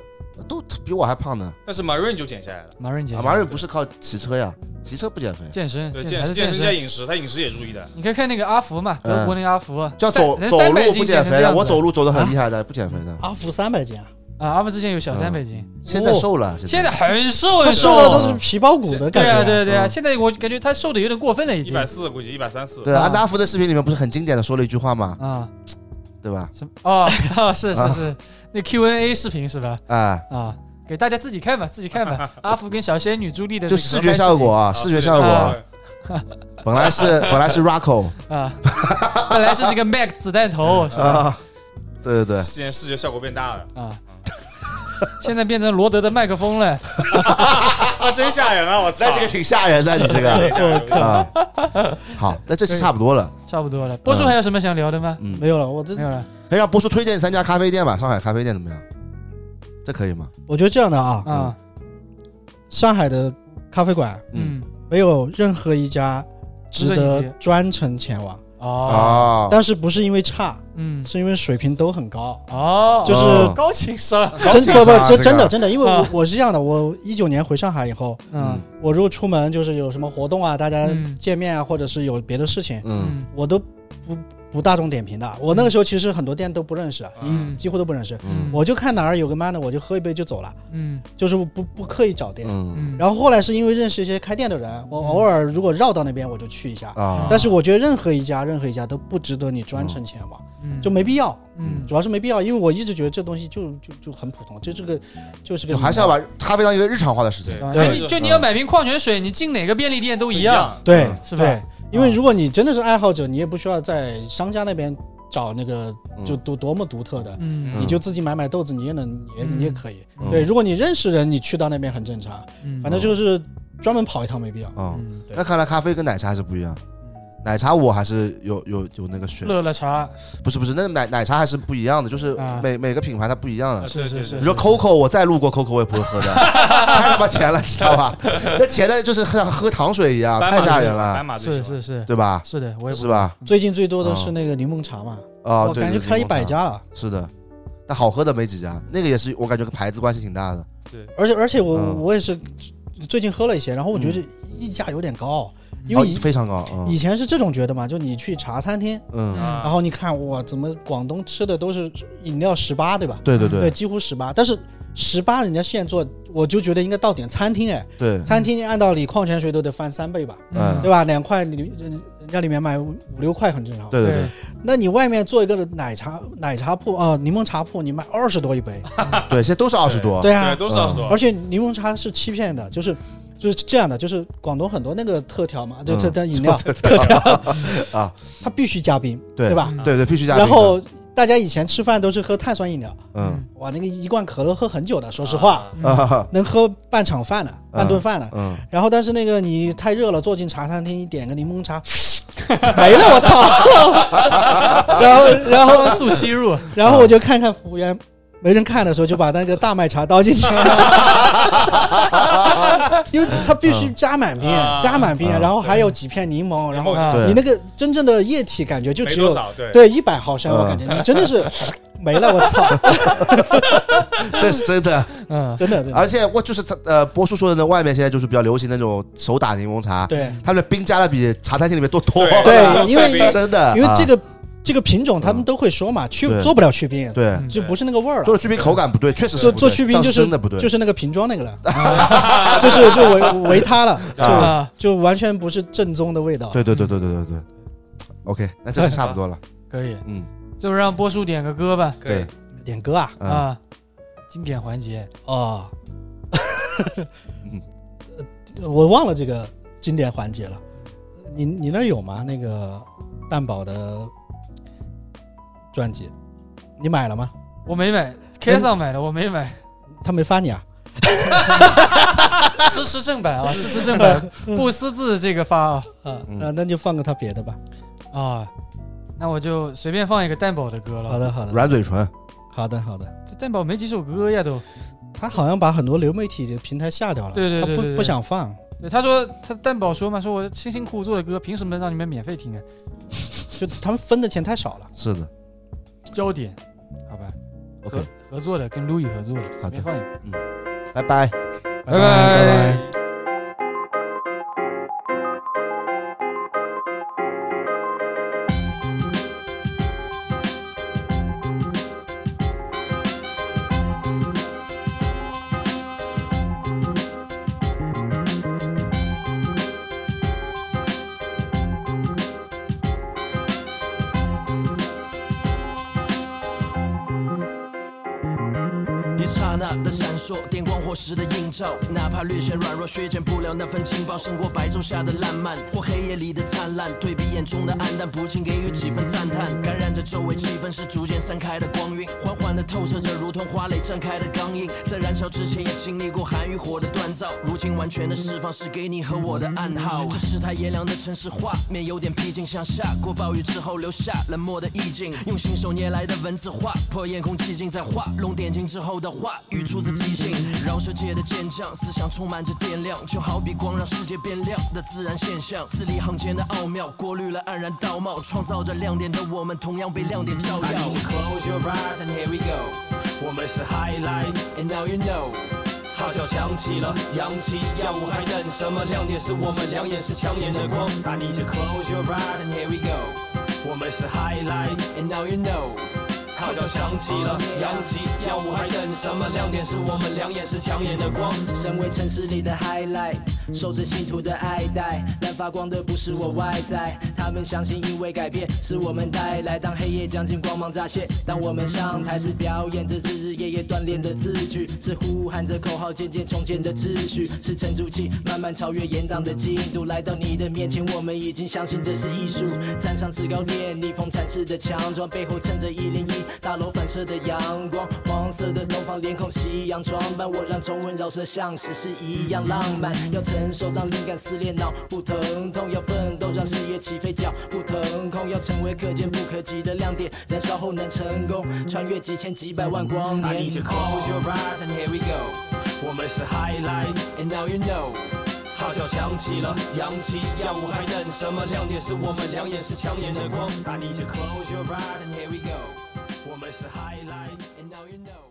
Speaker 3: 都比我还胖呢。
Speaker 4: 但是 Marine 就减下来了。
Speaker 2: 马润姐，
Speaker 3: 马啊瑞不是靠骑车呀，骑车不减肥，
Speaker 2: 健身，
Speaker 4: 对，
Speaker 2: 健
Speaker 4: 健
Speaker 2: 还是
Speaker 4: 健
Speaker 2: 健
Speaker 4: 身加
Speaker 2: 身。
Speaker 4: 饮食，他饮食也注意的。
Speaker 2: 你可以看那个阿福嘛，德国那个阿福，
Speaker 3: 嗯叫走
Speaker 2: 三人
Speaker 3: 走
Speaker 2: 300
Speaker 3: 路
Speaker 2: 斤减
Speaker 3: 不减
Speaker 2: 成
Speaker 3: 肥
Speaker 2: 这样
Speaker 3: 的，
Speaker 2: 子哦
Speaker 3: 我走路走的很厉害的，不减肥的，
Speaker 1: 阿福三百斤啊，
Speaker 2: 啊，阿福之前有小三
Speaker 3: 嗯
Speaker 2: 百斤，
Speaker 3: 现在瘦了，
Speaker 2: 现
Speaker 3: 在
Speaker 2: 在很瘦，
Speaker 1: 他
Speaker 2: 很
Speaker 1: 瘦到都是皮包骨的感
Speaker 2: 对
Speaker 1: 觉
Speaker 2: 啊，
Speaker 1: 啊。
Speaker 2: 对啊对啊，
Speaker 3: 嗯
Speaker 2: 现在我感觉他瘦的有点过分了，已
Speaker 4: 一
Speaker 2: 经
Speaker 4: 百四估计一百三四，
Speaker 3: 对
Speaker 2: 啊
Speaker 3: 安达福的视频里面不是很经典的说了一句话吗？
Speaker 2: 啊，
Speaker 3: 对吧？
Speaker 2: 什么哦， 啊是是
Speaker 3: 啊
Speaker 2: 是，那 Q&A 视频是吧？
Speaker 3: 哎，
Speaker 2: 啊，给大家自己看吧，自己看吧。阿福跟小仙女朱莉的
Speaker 3: 就
Speaker 2: 这个
Speaker 3: 视
Speaker 2: 合拍
Speaker 3: 觉
Speaker 2: 视
Speaker 3: 效果啊，
Speaker 4: 啊
Speaker 3: 视觉效果，本来是 本来是 Rocco
Speaker 2: 频啊， 本来是这个 Mac 子弹头是吧？
Speaker 3: 啊，对对对，
Speaker 4: 现在视觉效果变大了
Speaker 2: 啊，现在变成罗德的麦克风了。
Speaker 4: 啊，真吓人啊！我 操
Speaker 3: 那，这个挺吓人的，你这
Speaker 4: 等
Speaker 3: 个
Speaker 4: 一下
Speaker 3: 啊，好，那这期差不多了，
Speaker 2: 差不多了，波叔还有什么想聊的吗？
Speaker 3: 嗯，
Speaker 1: 没有了，我
Speaker 2: 没有
Speaker 1: 这
Speaker 2: 了
Speaker 3: 可以让波叔推荐三家咖啡店吧，上海咖啡店怎么样？这可以吗？
Speaker 1: 我觉得这样的啊，
Speaker 2: 啊，
Speaker 1: 上海的咖啡馆
Speaker 2: 嗯，
Speaker 1: 没有任何一家值
Speaker 2: 值得
Speaker 1: 得
Speaker 2: 一去
Speaker 1: 专程前往，
Speaker 2: 哦，
Speaker 3: 啊，
Speaker 1: 但是不是因为差，
Speaker 2: 嗯，
Speaker 1: 是因为水平都很高。
Speaker 2: 哦，
Speaker 1: 就是
Speaker 3: 哦
Speaker 2: 高情商，
Speaker 1: 真不不
Speaker 3: 啊
Speaker 1: 真
Speaker 3: 这个
Speaker 1: 真的真的，因为我
Speaker 2: 啊
Speaker 1: 我是这样的，我一九年回上海以后，
Speaker 2: 嗯
Speaker 1: 我如果出门就是有什么活动啊，大家
Speaker 2: 嗯
Speaker 1: 见面啊，或者是有别的事情，
Speaker 3: 嗯
Speaker 2: 嗯
Speaker 1: 我都不不大众点评的。我那个时候其实很多店都不认识，啊
Speaker 2: 嗯
Speaker 1: 几乎都不认识，
Speaker 3: 嗯
Speaker 1: 我就看哪儿有个 man 的，我就喝一杯就走了，
Speaker 2: 嗯
Speaker 1: 就是不不刻意找店。
Speaker 3: 嗯
Speaker 2: 嗯，
Speaker 1: 然后后来是因为认识一些开店的人，我偶尔如果绕到那边我就去一下。
Speaker 3: 啊
Speaker 1: 但是我觉得任何一家任何一家都不值得你专程前往，
Speaker 2: 嗯
Speaker 1: 就没必要。
Speaker 2: 嗯
Speaker 1: 主要是没必要，因为我一直觉得这东西就就就很普通，就这个就是个
Speaker 3: 就还是要把咖啡当一个日常化的事情。
Speaker 4: 对
Speaker 2: 哎
Speaker 1: 对
Speaker 2: 你就你要买瓶矿泉水，你进哪个便利店都
Speaker 4: 不
Speaker 2: 一样。，
Speaker 1: 对
Speaker 3: 嗯
Speaker 2: 是吧
Speaker 1: 对，因为如果你真的是爱好者，你也不需要在商家那边找那个
Speaker 3: 嗯
Speaker 1: 就多多么独特的，
Speaker 2: 嗯
Speaker 1: 你就自己买买豆子，你也能也
Speaker 2: 嗯
Speaker 1: 你也可以。
Speaker 3: 嗯
Speaker 1: 对，如果你认识人，你去到那边很正常，
Speaker 2: 嗯
Speaker 1: 反正就是专门跑一趟没必要。
Speaker 3: 啊，
Speaker 2: 嗯
Speaker 1: 对
Speaker 3: 那看来咖啡跟奶茶还是不一样。
Speaker 2: 嗯
Speaker 3: 奶茶我还是有有有那个选，
Speaker 2: 乐乐茶
Speaker 3: 不是不是，那奶奶茶还是不一样的，就是
Speaker 2: 啊
Speaker 3: 每每个品牌它不一样的。
Speaker 2: 是是是
Speaker 3: 你说 Coco，我再路过 Coco 我也不会 喝的，太他妈甜了，知道吧？那甜的就是像喝糖水一样，
Speaker 4: 斑
Speaker 3: 太
Speaker 4: 马
Speaker 3: 吓
Speaker 4: 最喜
Speaker 3: 人
Speaker 4: 欢
Speaker 3: 了
Speaker 4: 斑，马最
Speaker 2: 是
Speaker 4: 喜
Speaker 2: 是
Speaker 4: 欢
Speaker 2: 是
Speaker 3: 对吧？
Speaker 2: 是的，我也不
Speaker 3: 是？吧？
Speaker 1: 最近最多的是那个柠檬茶嘛，
Speaker 3: 啊，
Speaker 1: 我
Speaker 3: 哦对
Speaker 1: 感觉
Speaker 3: 对
Speaker 1: 开了一
Speaker 3: 柠檬
Speaker 1: 百
Speaker 3: 茶
Speaker 1: 家了。
Speaker 3: 是的，但好喝的没几家，那个也是我感觉跟牌子关系挺大的。
Speaker 1: 而且而且我、
Speaker 3: 嗯
Speaker 1: 我也是最近喝了一些，然后我觉得溢价有点高，因为
Speaker 3: 哦
Speaker 1: 以、
Speaker 3: 非常高，嗯
Speaker 1: 以前是这种觉得嘛，就你去茶餐厅，
Speaker 3: 嗯，
Speaker 4: 啊
Speaker 1: 然后你看哇，怎么广东吃的都是饮料十八，对吧？
Speaker 3: 对对
Speaker 1: 对，
Speaker 3: 对
Speaker 1: 几乎十八，但是十八人家现做，我就觉得应该到点餐厅哎，
Speaker 3: 对，
Speaker 1: 餐厅按道理矿泉水都得翻三倍吧，
Speaker 3: 嗯
Speaker 1: 对吧？两块你人人家里面卖五五六块很正常，
Speaker 3: 对对对，
Speaker 1: 那你外面做一个奶茶奶茶铺啊、呃柠檬茶铺，你卖二十多一杯，
Speaker 3: 对，现在都是二十多，嗯
Speaker 1: 对啊
Speaker 4: 对，，都是二十多
Speaker 1: 而，且柠檬茶是欺骗的，就是就是这样的，就是广东很多那个特调嘛，就
Speaker 3: 嗯
Speaker 1: 特调饮 料特调
Speaker 3: 啊，
Speaker 1: 它必须加冰，
Speaker 3: 对
Speaker 1: 对吧？
Speaker 2: 嗯
Speaker 3: 对对，必须加冰
Speaker 1: 然
Speaker 3: 的。
Speaker 1: 后大家以前吃饭都是喝碳酸饮料，
Speaker 3: 嗯
Speaker 1: 哇，那个一罐可乐喝很久的，说实话，
Speaker 3: 啊
Speaker 1: 能喝半场饭的，半顿饭的。
Speaker 3: 嗯，
Speaker 1: 然后，但是那个你太热了，坐进茶餐厅点个柠檬茶， 没了，我操！ 然后，然后，
Speaker 2: 光速吸 入，
Speaker 1: 然后我就看看服务员，没人看的时候就把那个大麦茶倒进 去，因为它必须加满冰，
Speaker 4: 嗯
Speaker 1: 加满冰，
Speaker 3: 嗯
Speaker 1: 然后还有几片柠檬，然后
Speaker 2: 啊
Speaker 3: 对
Speaker 1: 你那个真正的液体感觉就
Speaker 4: 没
Speaker 1: 只
Speaker 4: 多
Speaker 1: 有
Speaker 4: 少，对，
Speaker 1: 对一百毫升，
Speaker 3: 嗯
Speaker 1: 我感觉你真的是没了，我 操，
Speaker 3: 这是 真的。
Speaker 2: 嗯
Speaker 1: 真的真的
Speaker 3: 而且我就是他呃，波叔说的那外面现在就是比较流行那种手打柠檬茶，
Speaker 1: 对
Speaker 3: 他们的冰加的比茶餐厅里面多多
Speaker 4: 对
Speaker 3: 了，
Speaker 1: 对，
Speaker 4: 对
Speaker 1: 因为
Speaker 4: 对
Speaker 3: 真的，
Speaker 1: 因为这
Speaker 3: 啊嗯
Speaker 1: 个这个品种他们都会说嘛，去
Speaker 3: 对
Speaker 1: 做不了去冰，
Speaker 3: 啊对，
Speaker 2: 嗯
Speaker 1: 就不是那个味儿
Speaker 3: 做
Speaker 1: 了。
Speaker 3: 的去冰口感不对，确实是
Speaker 1: 做
Speaker 3: 不
Speaker 1: 做
Speaker 3: 对
Speaker 1: 去冰
Speaker 3: 当
Speaker 1: 就
Speaker 3: 时
Speaker 1: 是
Speaker 3: 真的不对，
Speaker 1: 就是那个瓶装那个了， 就是就维 维他了，就
Speaker 2: 啊，
Speaker 1: 就完全不是正宗的味道。
Speaker 3: 对对对对对对对。OK，那这次差不 多了，
Speaker 2: 可以。
Speaker 3: 嗯，
Speaker 2: 最后让波叔点个歌吧，
Speaker 4: 可以
Speaker 3: 对，
Speaker 1: 点歌啊，
Speaker 3: 啊，
Speaker 2: 啊，经典环节，
Speaker 1: 哦
Speaker 3: 嗯，
Speaker 1: 我忘了这个经典环节了。你你那儿有吗？那个蛋宝的专辑，你买了吗？
Speaker 2: 我没买，K 上买的，我没买，
Speaker 1: 他没发你啊？
Speaker 2: 支持正版 啊，支持正版，不私自这个发啊
Speaker 1: 啊、
Speaker 3: 嗯
Speaker 1: 那那就放个他别的吧。
Speaker 2: 啊。那我就随便放一个蛋宝的歌
Speaker 1: 好
Speaker 2: 了。
Speaker 1: 的，好的，
Speaker 3: 软嘴唇，
Speaker 1: 好的，好的。
Speaker 2: 这蛋宝没几首歌呀，都。
Speaker 1: 他好像把很多流媒体的平台下掉了，
Speaker 2: 对对对
Speaker 1: 他
Speaker 2: 对对
Speaker 1: 不不想放。
Speaker 2: 对，他说他蛋宝说嘛，说我辛辛苦苦做的歌，凭什么让你们免费听啊？
Speaker 1: 就他们分的钱太少了。
Speaker 3: 是的
Speaker 2: 焦点，好吧，
Speaker 3: ，OK，
Speaker 2: 合作的跟 Louis 合作的，随
Speaker 3: 好
Speaker 2: 便
Speaker 3: 的
Speaker 2: 放一个。
Speaker 3: 拜拜。
Speaker 1: 拜拜拜。
Speaker 5: 一刹那的闪烁，电光火石的映照，哪怕略显软弱，削减不了那份劲爆，胜过白昼下的烂漫或黑夜里的灿烂。对比眼中的暗淡，不禁给予几分赞叹，感染着周围气氛是逐渐散开的光晕，缓缓地透射着，如同花蕾绽开的刚硬。在燃烧之前也经历过寒与火的锻造，如今完全的释放是给你和我的暗号。这世态炎凉的城市画面有点僻静向下，过暴雨之后留下冷漠的意境，用信手拈来的文字画破夜空寂静，在画龙点睛之后的话语出自即兴，饶舌界的健将，思想充满着电量，就好比光让世界变亮的自然现象，字里行间的奥妙，过滤了黯然道貌，创造着亮点的我们，同样被亮点照耀。Close your eyes and here we go，我们是 highlight and now you know。号角响起了，扬起耀武，还等什么？亮点是我们，两眼是抢眼的光。I need you close your eyes and here we go，我们是 highlight and now you know。号角响起了，扬起耀武，还等什么？亮点是我们，两眼是抢眼的光。
Speaker 6: 身为城市里的 highlight，受着信徒的爱戴，但发光的不是我外在，他们相信因为改变是我们带来。当黑夜将近，光芒乍现，当我们上台时表演着日日夜夜锻炼的字句，是呼喊着口号，渐渐重建的秩序，是沉住气，慢慢超越严党的进度，来到你的面前，我们已经相信这是艺术。站上制高点，逆风展翅的强壮，背后衬着一零一大楼反射的阳光，黄色的东方脸孔，夕阳装扮，我让中文饶舌像史诗一样浪漫。要承受让灵感撕裂脑不疼痛，要奋斗让事业起飞脚不腾空，要成为可见不可及的亮点，燃烧后能成功，穿越几千几百万光
Speaker 5: I need
Speaker 6: 年。
Speaker 5: you close your eyes and here we go。我们是 highlight and now you know。号角响起了，扬起耀武，还等什么？亮点是我们，两眼是抢眼的光。I need you close your eyes and here we go。我们是 highlight and now you know。